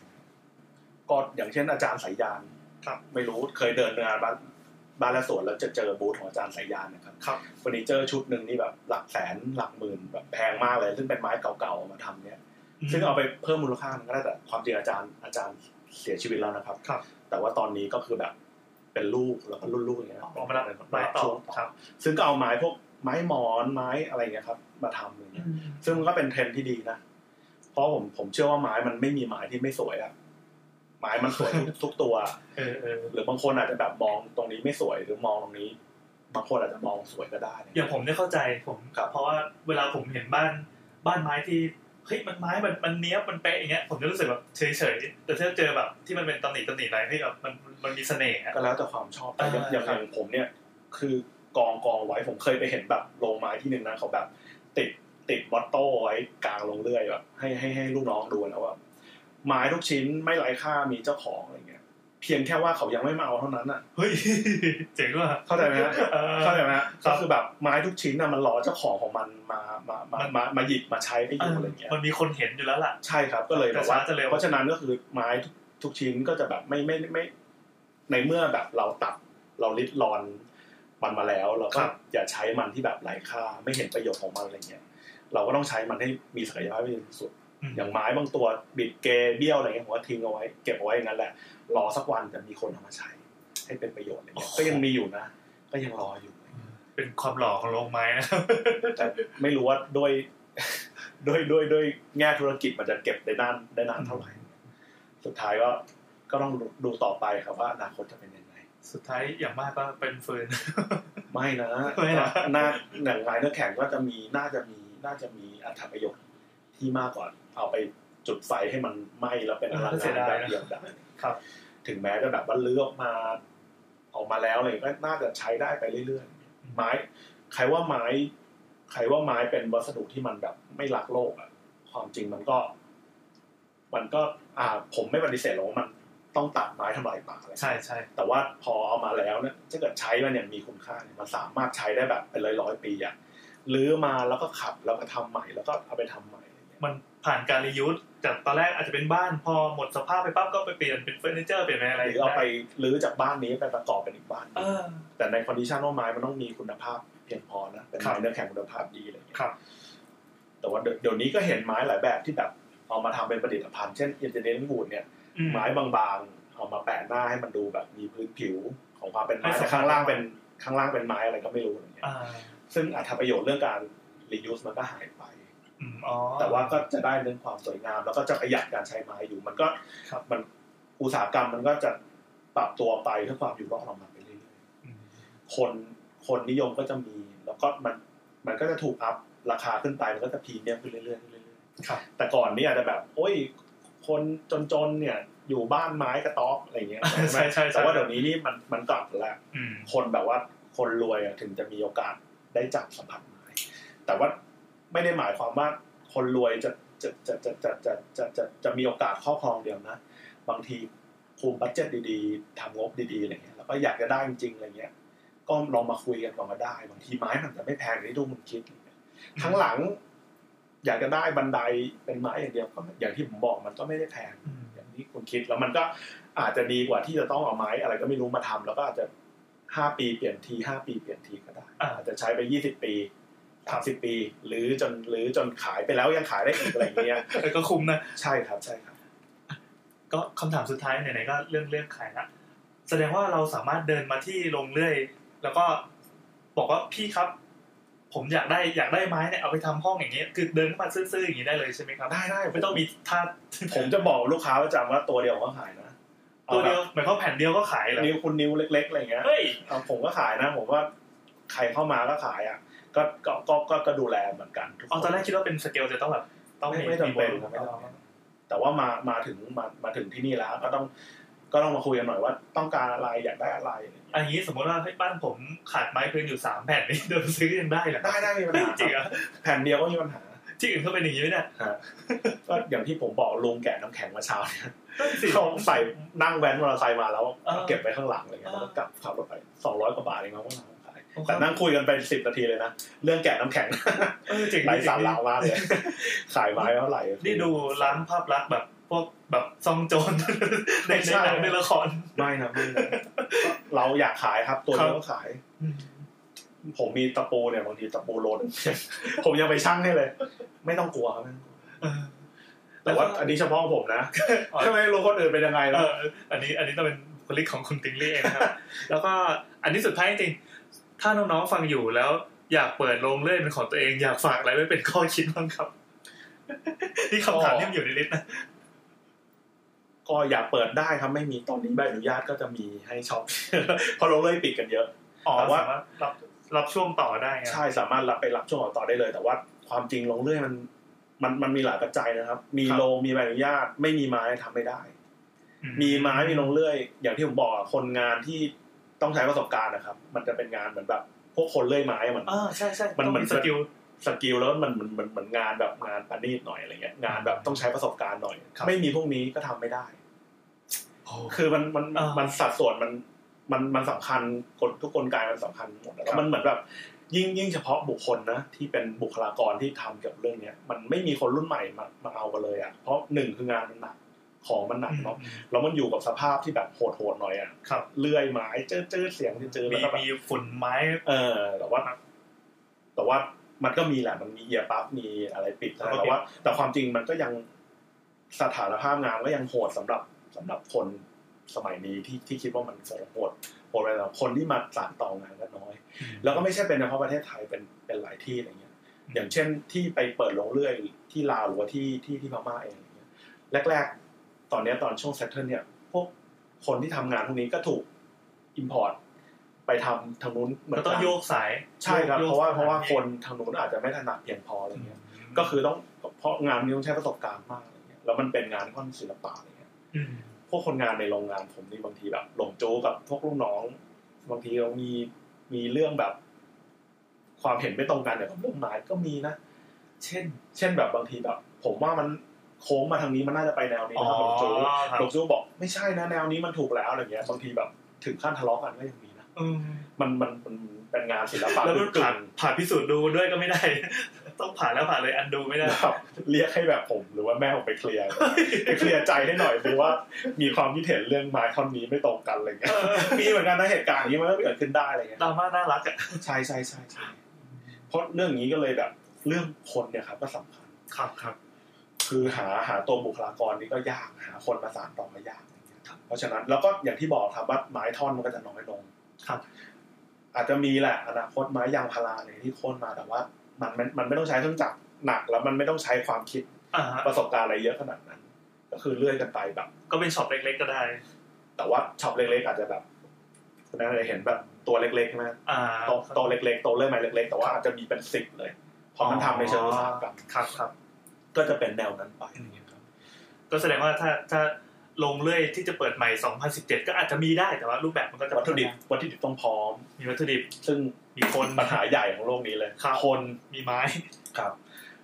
Speaker 3: ๆก็อย่างเช่นอาจารย์สายยาน
Speaker 2: ครับ
Speaker 3: ไม่รู้เคยเดินงานบ้านบ้านละสวนแล้วจะเจอบูธของอาจารย์สายยานนะครับ
Speaker 2: ครับ
Speaker 3: เฟอร์นิเจอร์ชุดหนึ่งนี่แบบหลักแสนหลักหมื่นแบบแพงมากเลย ซึ่งเป็นไม้เก่าๆเอามาทำเนี่ย ซึ่งเอาไปเพิ่มมูลค่ามันก็ได้แต่ความจริงอาจารย์อาจารย์เสียชีวิตแล้วนะครับ
Speaker 2: ครับ
Speaker 3: แต่ว่าตอนนี้ก็คือแบบเป็นลูกแล้วก็รุ่นลูกอย่างเงี้ย
Speaker 2: ออกมาแล้วไม้ต่อครับ
Speaker 3: ซึ่งก็เอาไม้พวกไม้หมอนไม้อะไรเงี้ยครับ มาทำอย่างเงี้ย ซึ่งมันก็เป็นเทรนด์ที่ดีนะ เพราะผมผมเชื่อว่าไม้มันไม่มีไม้ที่ไม่สวยอะไม้มันสวยทุกทุกตัว
Speaker 2: เออเออ
Speaker 3: หรือบางคนอาจจะแบบมองตรงนี้ไม่สวยหรือมองตรงนี้ บางคนอาจจะมองสวยก็ได้นะ
Speaker 2: อย่างผมเนี่ยเข้าใจผม
Speaker 3: ครับ
Speaker 2: เพราะว่าเวลาผมเห็นบ้านบ้านไม้ที่เฮ้ยมันไม้มันมันเนี้ยบมันเป๊ะอย่างเงี้ยผมจะรู้สึกแบบเฉยเฉยๆแต่ถ้าเจอแบบที่มันเป็นตำหนิตำหนิอะไรที่แบบมันมันมีเสน่ห์อะ
Speaker 3: ก็แล้วแต่ความชอบแต่อย่าง
Speaker 2: อ่า
Speaker 3: อย่าง
Speaker 2: ครั
Speaker 3: อบ ย่างผมเนี่ย คือกองกองไว้ผมเคยไปเห็นแบบโรงไม้ที่หนึ่งนะเขาแบบ ติดติดมอตโต้ไว้กลางลงเรื่อยแบบให้ให้ให้ลูกน้องดูแล้วว่าไม้ทุกชิ้นไม่ไร้ค่ามีเจ้าของอะไรเงี้ยเพียงแค่ว่าเขายังไม่มาเอาเท่านั้นอ่ะ
Speaker 2: เฮ้ย เจ๋งว่ะ
Speaker 3: เข้าใจไหมฮะ
Speaker 2: ออ
Speaker 3: เข้าใจไหมฮะ
Speaker 2: ครั
Speaker 3: ก็
Speaker 2: บ
Speaker 3: คือแบบไม้ทุกชิ้นน่ะมันรอเจ้าของของมันมามามา
Speaker 2: มัน
Speaker 3: มามาหยิบมาใช้ไปอ
Speaker 2: เออยู่
Speaker 3: อะไรเงี้ย
Speaker 2: มันมีคนเห็นอยู่แล้วล่ะ
Speaker 3: ใช่ครับก็เลยแบบว่า
Speaker 2: แต่ช้าจะเร็ว
Speaker 3: เพราะฉะนั้นก็คือไม้ทุกทุกชิ้นก็จะแบบไม่ไม่ไม่ ในเมื่อแบบเราตัดเราลิดรอนมันมาแล้วเราก็อย่าใช้มันที่แบบไร้ค่า ไม่เห็นประโยชน์ของมันอะไรเงี้ยเราก็ต้องใช้มันให้มีศักยภาพให้ดีที่สุด
Speaker 2: อืม
Speaker 3: อย่างไม้บางตัวบิดเกยเบี้ยวอะไรเงี้ยผมก็ทิ้งเอาไว้เก็บเอาไว้อย่างนั้นแหละรอสักวันจะมีคนเอามาใช้ ให้เป็นประโยชน์อะไรเงี้ยก็ยังมีอยู่นะ ก็ยังรออยู่
Speaker 1: เป็นความหล่อของโรงไม้นะครับ
Speaker 3: แต่ไม่รู้ว่าด้วย ด้วยด้วยด้วยแง่ธุรกิจมันจะเก็บได้นานได้นานเท่าไหร่ สุดท้ายก็ก็ต้องดูต่อไปครับว่าอนาคตจะเป็นยังไง
Speaker 1: สุดท้ายอย่างมากก็เป็นเฟิร์น
Speaker 3: ไม่นะ
Speaker 1: ไม่นะ
Speaker 3: ห น้าหนังลายเนื้อแข็งก็จะมีน่าจะมีน่าจะมีอัตประโยชน์ที่มากกว่าเอาไปจุดไฟให้มันไหม้แล้วเป็นพลัง
Speaker 2: เออเสี
Speaker 3: งาน
Speaker 2: ยดาย
Speaker 3: แบบ
Speaker 2: นะ
Speaker 3: เดียวได้
Speaker 2: ครับ
Speaker 3: ถึงแม้จะแบบว่าเลือกมา ออกมาแล้วอะไรก็น่าจะใช้ได้ไปเรื่อยๆไม้ ใครว่าไม้ ใครว่าไม้เป็นวัสดุที่มันแบบไม่รักโลกอะความจริงมันก็ มันก็ อ่า ผมไม่ปฏิเสธหรอกว่ามันต้องตัดไม้ทำลายป่าอะไร
Speaker 1: ใช่ใช่
Speaker 3: แต่ว่าพอเอามาแล้วเนี่ยถ้าเกิดใช้มันอย่างมีคุณค่าเนี่ยมันสามารถใช้ได้แบบเป็นร้อยร้อยๆปีอะลื้อมาแล้วก็ขับแล้วก็ทำใหม่แล้วก็เอาไปทำใหม่อะไรเงี้ย
Speaker 2: มันผ่านการรียูสจากตอนแรกอาจจะเป็นบ้านพอหมดสภาพไปปั๊บก็ไปเปลี่ยนเป็นเฟอร์นิเจอร์เปลี่ยนเป็นอะไร
Speaker 3: หรือเอาไปลื้อจากบ้านนี้ไปประกอบเป็นอีกบ้านหนึ่ง
Speaker 2: เออ
Speaker 3: แต่ในคอนดิชันว่าไม้มันต้องมีคุณภาพเพียงพอนะเป็น
Speaker 2: ครั
Speaker 3: ไม้
Speaker 2: บ
Speaker 3: เนื้อแข็งคุณภาพดีอะไรเงี้ย
Speaker 2: ครับ
Speaker 3: แต่ว่าเดี๋ยวเดี๋ยวนี้ก็เห็นไม้หลายแบบที่แบบเอามาทำเป็นผลิตภัณฑ์เช่นอินเทอร์เน็ตบูดเนี่ย
Speaker 2: อื
Speaker 3: ไม้บางๆ เอามาแปะหน้าให้มันดูแบบมีพื้นผิวของความเป็นไม้แต่ข้างล่างเป็นข้างล่างเป็นไม้อะไรก็ไม่รู้อะไรเงี้ย
Speaker 2: อ่า
Speaker 3: ซึ่งอาจทำประโยชน์เรื่องการ reuse มันก็หายไป
Speaker 2: อืมอ๋อ
Speaker 3: แต่ว่าก็จะได้เรื่องความสวยงาม แล้วก็จะประหยัดการใช้ไม้อยู่ มันก็
Speaker 2: ครับ
Speaker 3: มันอุตสาหกรรมมันก็จะปรับตัวไปเพื่อความอยู่รอดของมันไปเรื่อย
Speaker 2: อืม
Speaker 3: ๆคนคนนิยมก็จะมี แล้วก็มันมันก็จะถูกอัพราคาขึ้นไปมันก็จะพรีเมียมขึ้นเรื่อยๆเรื่อยๆ
Speaker 1: ครับ
Speaker 3: แต่ก่อนนี่อาจจะแบบ โอ้ย คนจนๆเนี่ย อยู่บ้านไม้กระต๊อบอะไรอย่างเงี้ย
Speaker 2: ใช่ใช่ใช่
Speaker 3: แต่ว่าเดี๋ยวนี้นี่มันมันกลับแล้ว
Speaker 2: อืม
Speaker 3: คนแบบว่าคนรวยอะถึงจะมีโอกาสได้จับสัมผัสไม้แต่ว่าไม่ได้หมายความว่าคนรวยจะจะจะจะจะจะจะจะจะมีโอกาสครอบครองเดียวนะ บางทีคุมบัตเจ็ตดีๆทำงบดีๆอะไรเงี้ยแล้วก็อยากจะได้จริงๆอะไรเงี้ย ก็ลองมาคุยกันก่อนก็ได้บางทีไม้มันจะไม่แพงอย่างที่ทุกคนคิดทั้างหลัง อยากจะได้บันไดเป็นไม้อย่างเดียวก็ไม่อย่างที่ผมบอกมันก็ไม่ได้แพง อย่างที่คุณคิดแล้วมันก็อาจจะดีกว่าที่จะต้องเอาไม้อะไรก็ไม่รู้มาทำแล้วก็อาจจะห้าปีเปลี่ยนทีห้าปีเปลี่ยนทีก็ได้
Speaker 2: อ่า
Speaker 3: อาจจะใช้ไปยี่สิบปีสามสิบปี หรือจนหรือจนขายไปแล้วยังขายได้อีกอะไรอย่างเงี้ย
Speaker 2: เออก็คุ้มนะ
Speaker 3: ใช่ครับใช่ครับ
Speaker 2: ก็คำถามสุดท้ายไหนๆก็เรื่องเรื่องขายละแสดงว่าเราสามารถเดินมาที่โรงเรื่อย แล้วก็บอกว่าพี่ครับ ผมอยากได้อยากได้ไม้เนี่ยเอาไปทำห้องอย่างเงี้ยคือเดินเข้ามาซื้อๆอย่างงี้ได้เลยใช่ไหมครับ
Speaker 3: ได้ได้
Speaker 2: ไม่ต้องมีท่า
Speaker 3: ผมจะบอกลูกค้าประจำว่าตัวเดียวก็ขายนะ
Speaker 2: ตัวเดียวหมายความแผ่นเดียวก็ขายเห
Speaker 3: อา
Speaker 2: รอ
Speaker 3: แบบนิ้วคุณนิ้วเล็ก ๆอะไรอย่างเงี้ย
Speaker 2: เฮ้ย
Speaker 3: เอาผมก็ขายนะ ผมว่าใครเข้ามาก็ขายอ่ะก็ก็ก็ก็ก็ดูแลเหมือนกันทุกค
Speaker 2: เอาตอนแรกคิดว่าเป็นสเกลจะต้องแบบต้อง
Speaker 3: ไม่ไม่จำเป็นครับไม่
Speaker 2: อ๋อ
Speaker 3: จำเป็น แต่ว่ามามาถึงมามาถึงที่นี่แล้วก็ต้องก็ต้องมาคุยกันหน่อยว่าต้องการอะไรอยากได้อะไรอะไรอย่างเงี้ย
Speaker 2: อันนี้สมมติว่าให้ยบ้านผมขาดไม้พื้นอยู่สามแผ่นนี่เดินซื้อยังได้เหรอ
Speaker 3: ได้ได้มีปัญ
Speaker 2: เฮ้ย
Speaker 3: หา
Speaker 2: จริงเหรอ
Speaker 3: แผ่นเดียวก็มีปัญหา
Speaker 2: ที่อื่นเขาเป็นอย่างนี้ไหมเนี่ย
Speaker 3: ก็อย่างที่ผมบอกลุงแกะน้ำแข็งมาเช้าเนี่ย
Speaker 2: นั่นสิ
Speaker 3: เขาใส่นั่งแว้นมอเตอร์ไซค์มาแล้ว
Speaker 2: เออ
Speaker 3: เก็บไว้ข้างหลังอะไรเงี้ย
Speaker 2: เออ
Speaker 3: แล้วก็กลับขับรถไปสองร้อยกว่าบาทเองมั้งว่าเราขาย
Speaker 2: โอ้โห
Speaker 3: แต่นั่งคุยกันไปสิบนาทีเลยนะเรื่องแกะน้ำแข็ง
Speaker 2: เออเจ๋ง
Speaker 3: ไร้
Speaker 2: ดีเจ๋งดี
Speaker 3: สาระมากเลยขายไม้เท่าไหร่
Speaker 2: นี่ดูล้างภาพลักษณ์แบบพวกแบบซองโจร ใน
Speaker 3: ไม่ใช่
Speaker 2: ในหนังในละคร
Speaker 3: ไม่นะไม่นะก็เราอยากขายครับตัวเดียวก็ขาย ผมมีตะปูเนี่ยบางที ตะปูหล่น ผมยังไปชั่งให้เลย ไม่ต้องกลัวครับ
Speaker 2: เออ
Speaker 3: แต่ว่า
Speaker 2: แล้วก็
Speaker 3: อันนี้เฉพาะผมนะ
Speaker 2: อ๋อ
Speaker 3: ทำไมรู้คนอื่นเป็นยังไง
Speaker 2: เอ
Speaker 3: ล่ะ
Speaker 2: ออันนี้อันนี้ต้องเป็นบุคลิกของคุณติงลี่เอง นะครับ แล้วก็อันนี้สุดท้ายจริงๆถ้าน้องๆฟังอยู่แล้วอยากเปิดโรงเล่นเป็นของตัวเองอยากฝากอะไรไว้เป็นข้อคิดบ้างครับ นี่คำถามที่มันอยู่ในลิสต์นะ
Speaker 3: ก็อยากเปิดได้ครับไม่มีตอนนี้ใบอนุญาตก็จะมีให้ช็อป เพราะเราเลยปิดกันเยอะ
Speaker 2: อ๋อ
Speaker 3: แต่ว่า
Speaker 2: สามารถรับรับช่วงต่อได้ไง
Speaker 3: ใช่สามารถรับไปรับช่วงต่อได้เลย แต่ว่าความจริงลงเรื่อยมันมันมันมีหลายปัจจัยนะครับ มีโลมีใบอนุญาตไม่มีไม้ทำไม่ได้
Speaker 2: อื
Speaker 3: มีไม้มีลงเรื่อย อย่างที่ผมบอกอะคนงานที่ต้องใช้ประสบการณ์นะครับ มันจะเป็นงานเหมือนแบบ พวกคนเลื่อยไม้อะมัน
Speaker 2: อ่าใช่ใช่
Speaker 3: มัน
Speaker 2: ต้อง
Speaker 3: เหมือน
Speaker 2: สกิล
Speaker 3: สกิลแล้วมันเหมือนเหมือนเหมือนงานแบบงานประณีตหน่อยอะไรเงี้ยงานแบบต้องใช้ประสบการณ์หน่อย
Speaker 2: ครับ
Speaker 3: ไม่มีพวกนี้ก็ทำไม่ได้ คือมันมัน
Speaker 2: อ่ามั
Speaker 3: มันสัดส่วนมันมันมันสำคัญกลทุกกลไกมันสำคัญหมดอะแล้วมันเหมือนแบบยิ่งยิ่งเฉพาะบุคคลนะที่เป็นบุคลากรที่ทำเกี่ยวกับเรื่องเนี้ยมันไม่มีคนรุ่นใหม่มามาเอากันเลยอ่ะเพราะหนึ่งคืองานมันหนักของมันหนักเนาะแล้วมันอยู่กับสภาพที่แบบโหดๆหน่อยอ่ะ
Speaker 2: ครับ
Speaker 3: เลื่อยไม้เจอเจอเสียงเจอแล้
Speaker 2: มี
Speaker 3: วก็แบบ
Speaker 2: มีฝุ่นไม้
Speaker 3: เออแต่ว่าแต่ว่ามันก็มีแหละมันมีเอียปั๊บมีอะไรปิดนะ
Speaker 2: แล้วก็ปิด
Speaker 3: แต่ว่า แต่ความจริงมันก็ยังสถานภาพงานก็ยังโหดสำหรับสำหรับคน สมัยนี้ที่ที่คิดว่ามันโหดโหดอะไรแล้วคนที่มาสานต่องานก็น้อย
Speaker 2: อืม
Speaker 3: แล้วก็ไม่ใช่เป็นเฉพาะประเทศไทยเป็นเป็นหลายที่อะไรเงี้ย อย่างเช่นที่ไปเปิดโรงเรื่อยที่ลาวหรือว่าที่ที่ที่พม่าเองอะไรเงี้ยแรก ๆ ตอนเนี้ยตอนช่วงเซตเทิลเนี่ยพวกคนที่ทำงานพวกนี้ก็ถูกอิมพอร์ตไปทำทางนู้นเหมือน
Speaker 2: ก็
Speaker 3: น
Speaker 2: ต้องโยกสาย
Speaker 3: ใช่ครับ
Speaker 2: โยก
Speaker 3: เพราะว่า
Speaker 2: สย
Speaker 3: เพราะว่าคนทางนู้นอาจจะไม่ถนัดเพียงพออะไร
Speaker 2: อืม
Speaker 3: เงี้ย ก็คือต้องเพราะงานนี้ต้องใช้ประสบการณ์มากอะไรเงี้ยแล้วมันเป็นงานค่อนศิลปะอะไรเงี้ย
Speaker 2: ม
Speaker 3: พวกคนงานในโรงงานผมนี่บางทีแบบหลงโจ้กับพวกลูกน้อง บางทีเรามีมีเรื่องแบบ ความเห็นไม่ตรงกันเนี่ยกับเรื่องไม้ก็มีนะ
Speaker 2: เช่น
Speaker 3: เช่นแบบบางทีแบบ ผมว่ามันโค้งมาทางนี้มันน่าจะไปแนวนี้
Speaker 2: อ๋อ
Speaker 3: นะหลงโจ้
Speaker 2: ครับ
Speaker 3: หลงโจ้บอกไม่ใช่นะแนวนี้มันถูกแล้วอะไรเงี้ยบางทีแบบถึงขั้นทะเลาะกันก็ยังมีนะ
Speaker 2: อืม
Speaker 3: มันมันมันเป็นงานศิลปะ
Speaker 2: แล้วมัน
Speaker 3: กึ่
Speaker 2: ผ่าน
Speaker 3: ง
Speaker 2: ผ่านพิสูจน์ดูด้วยก็ไม่ได้ ต้องผ่านแล้วผ่านเลยอันดูไม่
Speaker 3: ๆ
Speaker 2: ได้
Speaker 3: แบบเรียกให้แบบผมหรือว่าแม่ผมไปเคลียร์ไปเคลียร์ใจให้หน่อยเพราะว่า มีความคิดเห็นเรื่องไม้ท่อนนี้ไม่ตรงกันอะไรเงี้ย
Speaker 2: เออ
Speaker 3: มีเหมือนกันนะเหตุการณ์อย่างนี้มันก็เกิดขึ้นได้อะไรเงี้ย
Speaker 2: ดราม่าน่ารักอ่ะ
Speaker 3: ใช่ใช่ใช่ใช่เพราะเรื่องนี้ก็เลยแบบ เรื่องคนเนี่ยครับก็สำคัญ
Speaker 2: ครับครับ
Speaker 3: คือหาหาตัวบุคลากรนี่ก็ยากหาคนมาสานต่อก็ยากอย่างเงี้ยครับเพราะฉะนั้นแล้วก็อย่างที่บอกครับว่าไม้ท่อนมันก็จะน้อยลง
Speaker 2: ครับ
Speaker 3: อาจจะมีแหละอนาคตไม้ยางพาราเนี่ยที่โค่นมาแต่ว่า มันมันมันไม่ต้องใช้เครื่องจักรหนักแล้วมันไม่ต้องใช้ความคิด
Speaker 2: อ่าฮะ
Speaker 3: ประสบการณ์อะไรเยอะขนาดนั้น ก็คือเลื่อยกันไปแบบ
Speaker 2: ก็เป็นช็อปเล็ก ๆ ก็ได้
Speaker 3: แต่ว่าช็อปเล็กๆอาจจะแบบคุณนั่นเลยเห็นแบบตัวเล็กๆใช่ไหม
Speaker 2: อ่า
Speaker 3: โต๊ะโต๊ะเล็กๆโต๊ะเลื่อยไม้เล็กๆ แต่ว่าอาจจะมีเป็นสิบเลยเพราะมันทำในเชิงอุตสาหกรรม
Speaker 2: ครับครับ
Speaker 3: ก็จะเป็นแนวนั้นไปอะไรอย่างเงี้ยครับ
Speaker 2: ก็แสดงว่าถ้าถ้าลงเรื่อยที่จะเปิดใหม่ 2017 ก็อาจจะมีได้แต่ว่ารูปแบบมันก็จะ
Speaker 3: วัตถุดิบวัตถุดิบต้องพร้อม
Speaker 2: มีวัตถุดิบ
Speaker 3: ซึ่ง
Speaker 2: มีคน
Speaker 3: ปัญหาใหญ่ของโลกนี้เลย
Speaker 2: ครับ
Speaker 3: คน
Speaker 2: มีไม้
Speaker 3: ครับ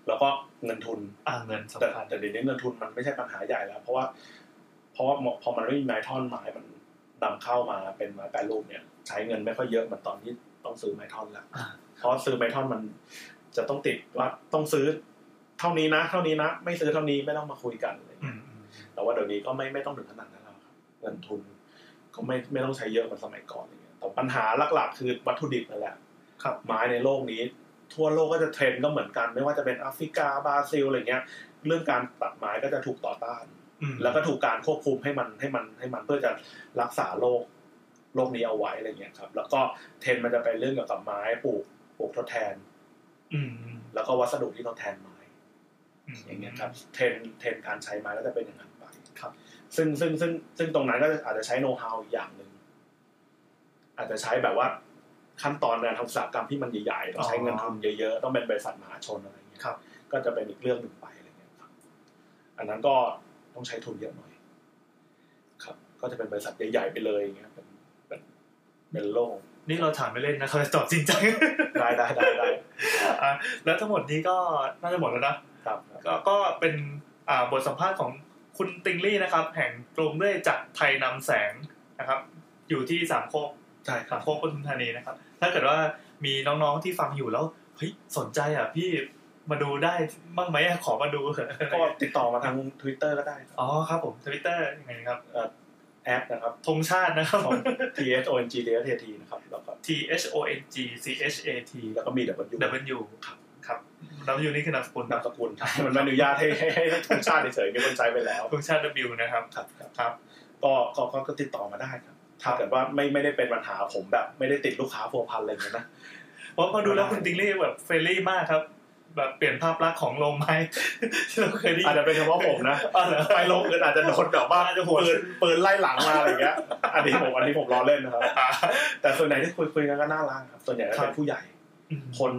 Speaker 3: แล้วก็เงินทุน
Speaker 2: อ่าเงิน
Speaker 3: แต่
Speaker 2: สำคัญ
Speaker 3: แต่เดี๋ยวนี้เงินทุนมันไม่ใช่ปัญหาใหญ่แล้ว เพราะว่าเพราะว่าพอมันไม่มีไม้ท่อนไม้มันนำเข้ามาเป็นไม้แปรรูปเนี่ย ใช้เงินไม่ค่อยเยอะเหมือนตอนที่ต้องซื้อไม้ท่อนละ
Speaker 2: อ่า
Speaker 3: เพราะซื้อไมทอนมันจะต้องติดว่าต้องซื้อเท่านี้นะ เท่านี้นะ ไม่ซื้อเท่านี้ไม่ต้องมาคุยกันเลย
Speaker 2: อืมอืม
Speaker 3: แต่ว่าเดี๋ยวนี้ก็ไม่ไม่ต้องถึงขนาดนั้นแล้วครับเงินทุนก็ไม่ไม่ต้องใช้เยอะเหมือนสมัยก่อนอะไรเงี้ยแต่ปัญหาหลักๆ คือวัตถุดิบนั่นแหละ
Speaker 2: ครับ
Speaker 3: ไม้ในโลกนี้ ทั่วโลกก็จะเทรนด์ก็เหมือนกัน ไม่ว่าจะเป็นแอฟริกาบราซิลอะไรเงี้ย เรื่องการตัดไม้ก็จะถูกต่อต้าน
Speaker 2: อืม
Speaker 3: แล้วก็ถูกการควบคุมให้มันให้มันให้มันเพื่อจะรักษาโรคโรคนี้เอาไว้อะไรเงี้ยครับแล้วก็เทรนด์มันจะไปเรื่องเกี่ยวกับไม้ปลูกปลูกทดแทน
Speaker 2: อืมอืม
Speaker 3: แล้วก็วัสดุที่ทดแทนไม้
Speaker 2: อืม
Speaker 3: อย่างเงี้ยครับเทรนเทรนการใช้ไม้ก็จะเป็นอย่างนั้นไป
Speaker 2: ครับ
Speaker 3: ซึ่งซึ่งซึ่งซึ่งตรงนั้นก็อาจจะใช้โน้ตฮาวอีกอย่างหนึ่งอาจจะใช้แบบว่าขั้นตอนการทำอุตสาหกรรมที่มันใหญ่ๆต้องใช้เงินทุนเยอะๆต้องเป็นบริษัทมหาชนอะไรเงี้ย
Speaker 2: ครับ
Speaker 3: ก็จะเป็นอีกเรื่องหนึ่งไปอะไรเงี้ยครับ อันนั้นก็ต้องใช้ทุนเยอะหน่อย ครับ ก็จะเป็นบริษัทใหญ่ๆไปเลยอย่างเงี้ยเป็นเป็นเป็นโลก
Speaker 2: นี่เราถามไม่เล่นนะเขาจะตอบจริงจั ง
Speaker 3: ได้ได้ได้ได้
Speaker 2: อ่ะแล้วทั้งหมดนี้ก็น่าจะหมดแล้วนะครับก็ก็เป็นอ่าบทสัมภาษณ์ของคุณติงลี่นะครับ แห่งกลุ่มเรื่อยจากไทยนำแสงนะครับ อยู่ที่สามโคก
Speaker 3: ใช่ค
Speaker 2: สา
Speaker 3: รั
Speaker 2: ม
Speaker 3: บ
Speaker 2: โคกปทุมธานีนะครับ ถ้าเกิดว่ามีน้องๆที่ฟังอยู่แล้วเฮ้ยสนใจอ่ะพี่มาดูได้บ้างไหมอ่ะขอมาดู เถอะ
Speaker 3: ก็ติดต่อมาทาง Twitter ก็ได้ครับ
Speaker 2: อ๋อครับผมทวิตเตอร์ยังไงครับ
Speaker 3: แอดนะครับ
Speaker 2: ธงชาตินะครับ
Speaker 3: T S O N G D S T T นะครับแล้วก็
Speaker 2: T H O N G C H A T
Speaker 3: แล้วก็มี W
Speaker 2: W ครับครับ W นี่คือนามสกุล
Speaker 3: นามส กุลครับมันไม่อนุญาตให้ให้ให้ทุกชาติเฉยๆมีคนใช้ไปแล้ว
Speaker 2: ธงชาติ W นะครับ
Speaker 3: ครับครับ
Speaker 2: ครับ
Speaker 3: ก็ก็ก็ก็ติดต่อมาได้ครับถ้าเกิดว่าไม่ไม่ได้เป็นปัญหาผมแบบ ไม่ได้ติดลูกค้าพัวพันอะไรอย่างเงี้ยนะ
Speaker 2: เพราะมาดูแล้วคุณติงลี่แบบเฟรนลี่มากครับ แบบเปลี่ยนภาพลักษณ์ของโรงไม้ ที่เราเคยได้
Speaker 3: อาจ
Speaker 2: ยิน
Speaker 3: จะเป็นเฉพาะผมนะ
Speaker 2: อ๋อเหรอ
Speaker 3: ไปลง อื่นอาจจะโดนแบบว่าปืนปืนไล่หลังมาอะไรอย่างเงี้ย อันนี้ผมอันนี้ผมล้อเล่นนะครับ
Speaker 2: อ่า
Speaker 3: แต่ส่วนไหนที่คุยคุยกันก็น่ารักครับ ส่วนใหญ่ก็
Speaker 2: ครั
Speaker 3: เป็
Speaker 2: บ
Speaker 3: นผู้ใหญ่ คน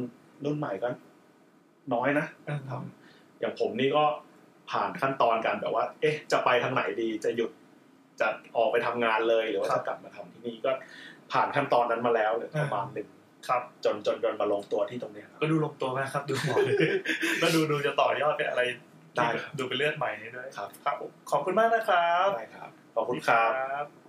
Speaker 3: รุ่นใหม่ก็น้อยนะ ครับ อย่างผมนี่ก็ผ่านขั้นตอนการแบบว่า เอ๊ะ จะไปทางไหนดี จะหยุด จะออกไปทำงานเลย หรือว่า
Speaker 2: ครับ
Speaker 3: จะกลับมาทำที่นี่ก็ผ่านขั้นตอนนั้นมาแล้วเนี่ย
Speaker 2: อ่า
Speaker 3: ประมาณหนึ่ง
Speaker 2: ครับ
Speaker 3: จนจนจนมาลงตัวที่ตรงเนี้ยครับ
Speaker 2: ก็ดูลงตัวมากครับ ดูหมอ เลยแล้วดูดูจะต่อยอดเป็นอะไร
Speaker 3: ได้ครับ
Speaker 2: ดูเป็นเลือดใหม่นี่ด้วย
Speaker 3: ครับ
Speaker 2: ครับผมขอบคุณมากนะครับ
Speaker 3: ได้ครับ ขอบคุณครับ
Speaker 2: บ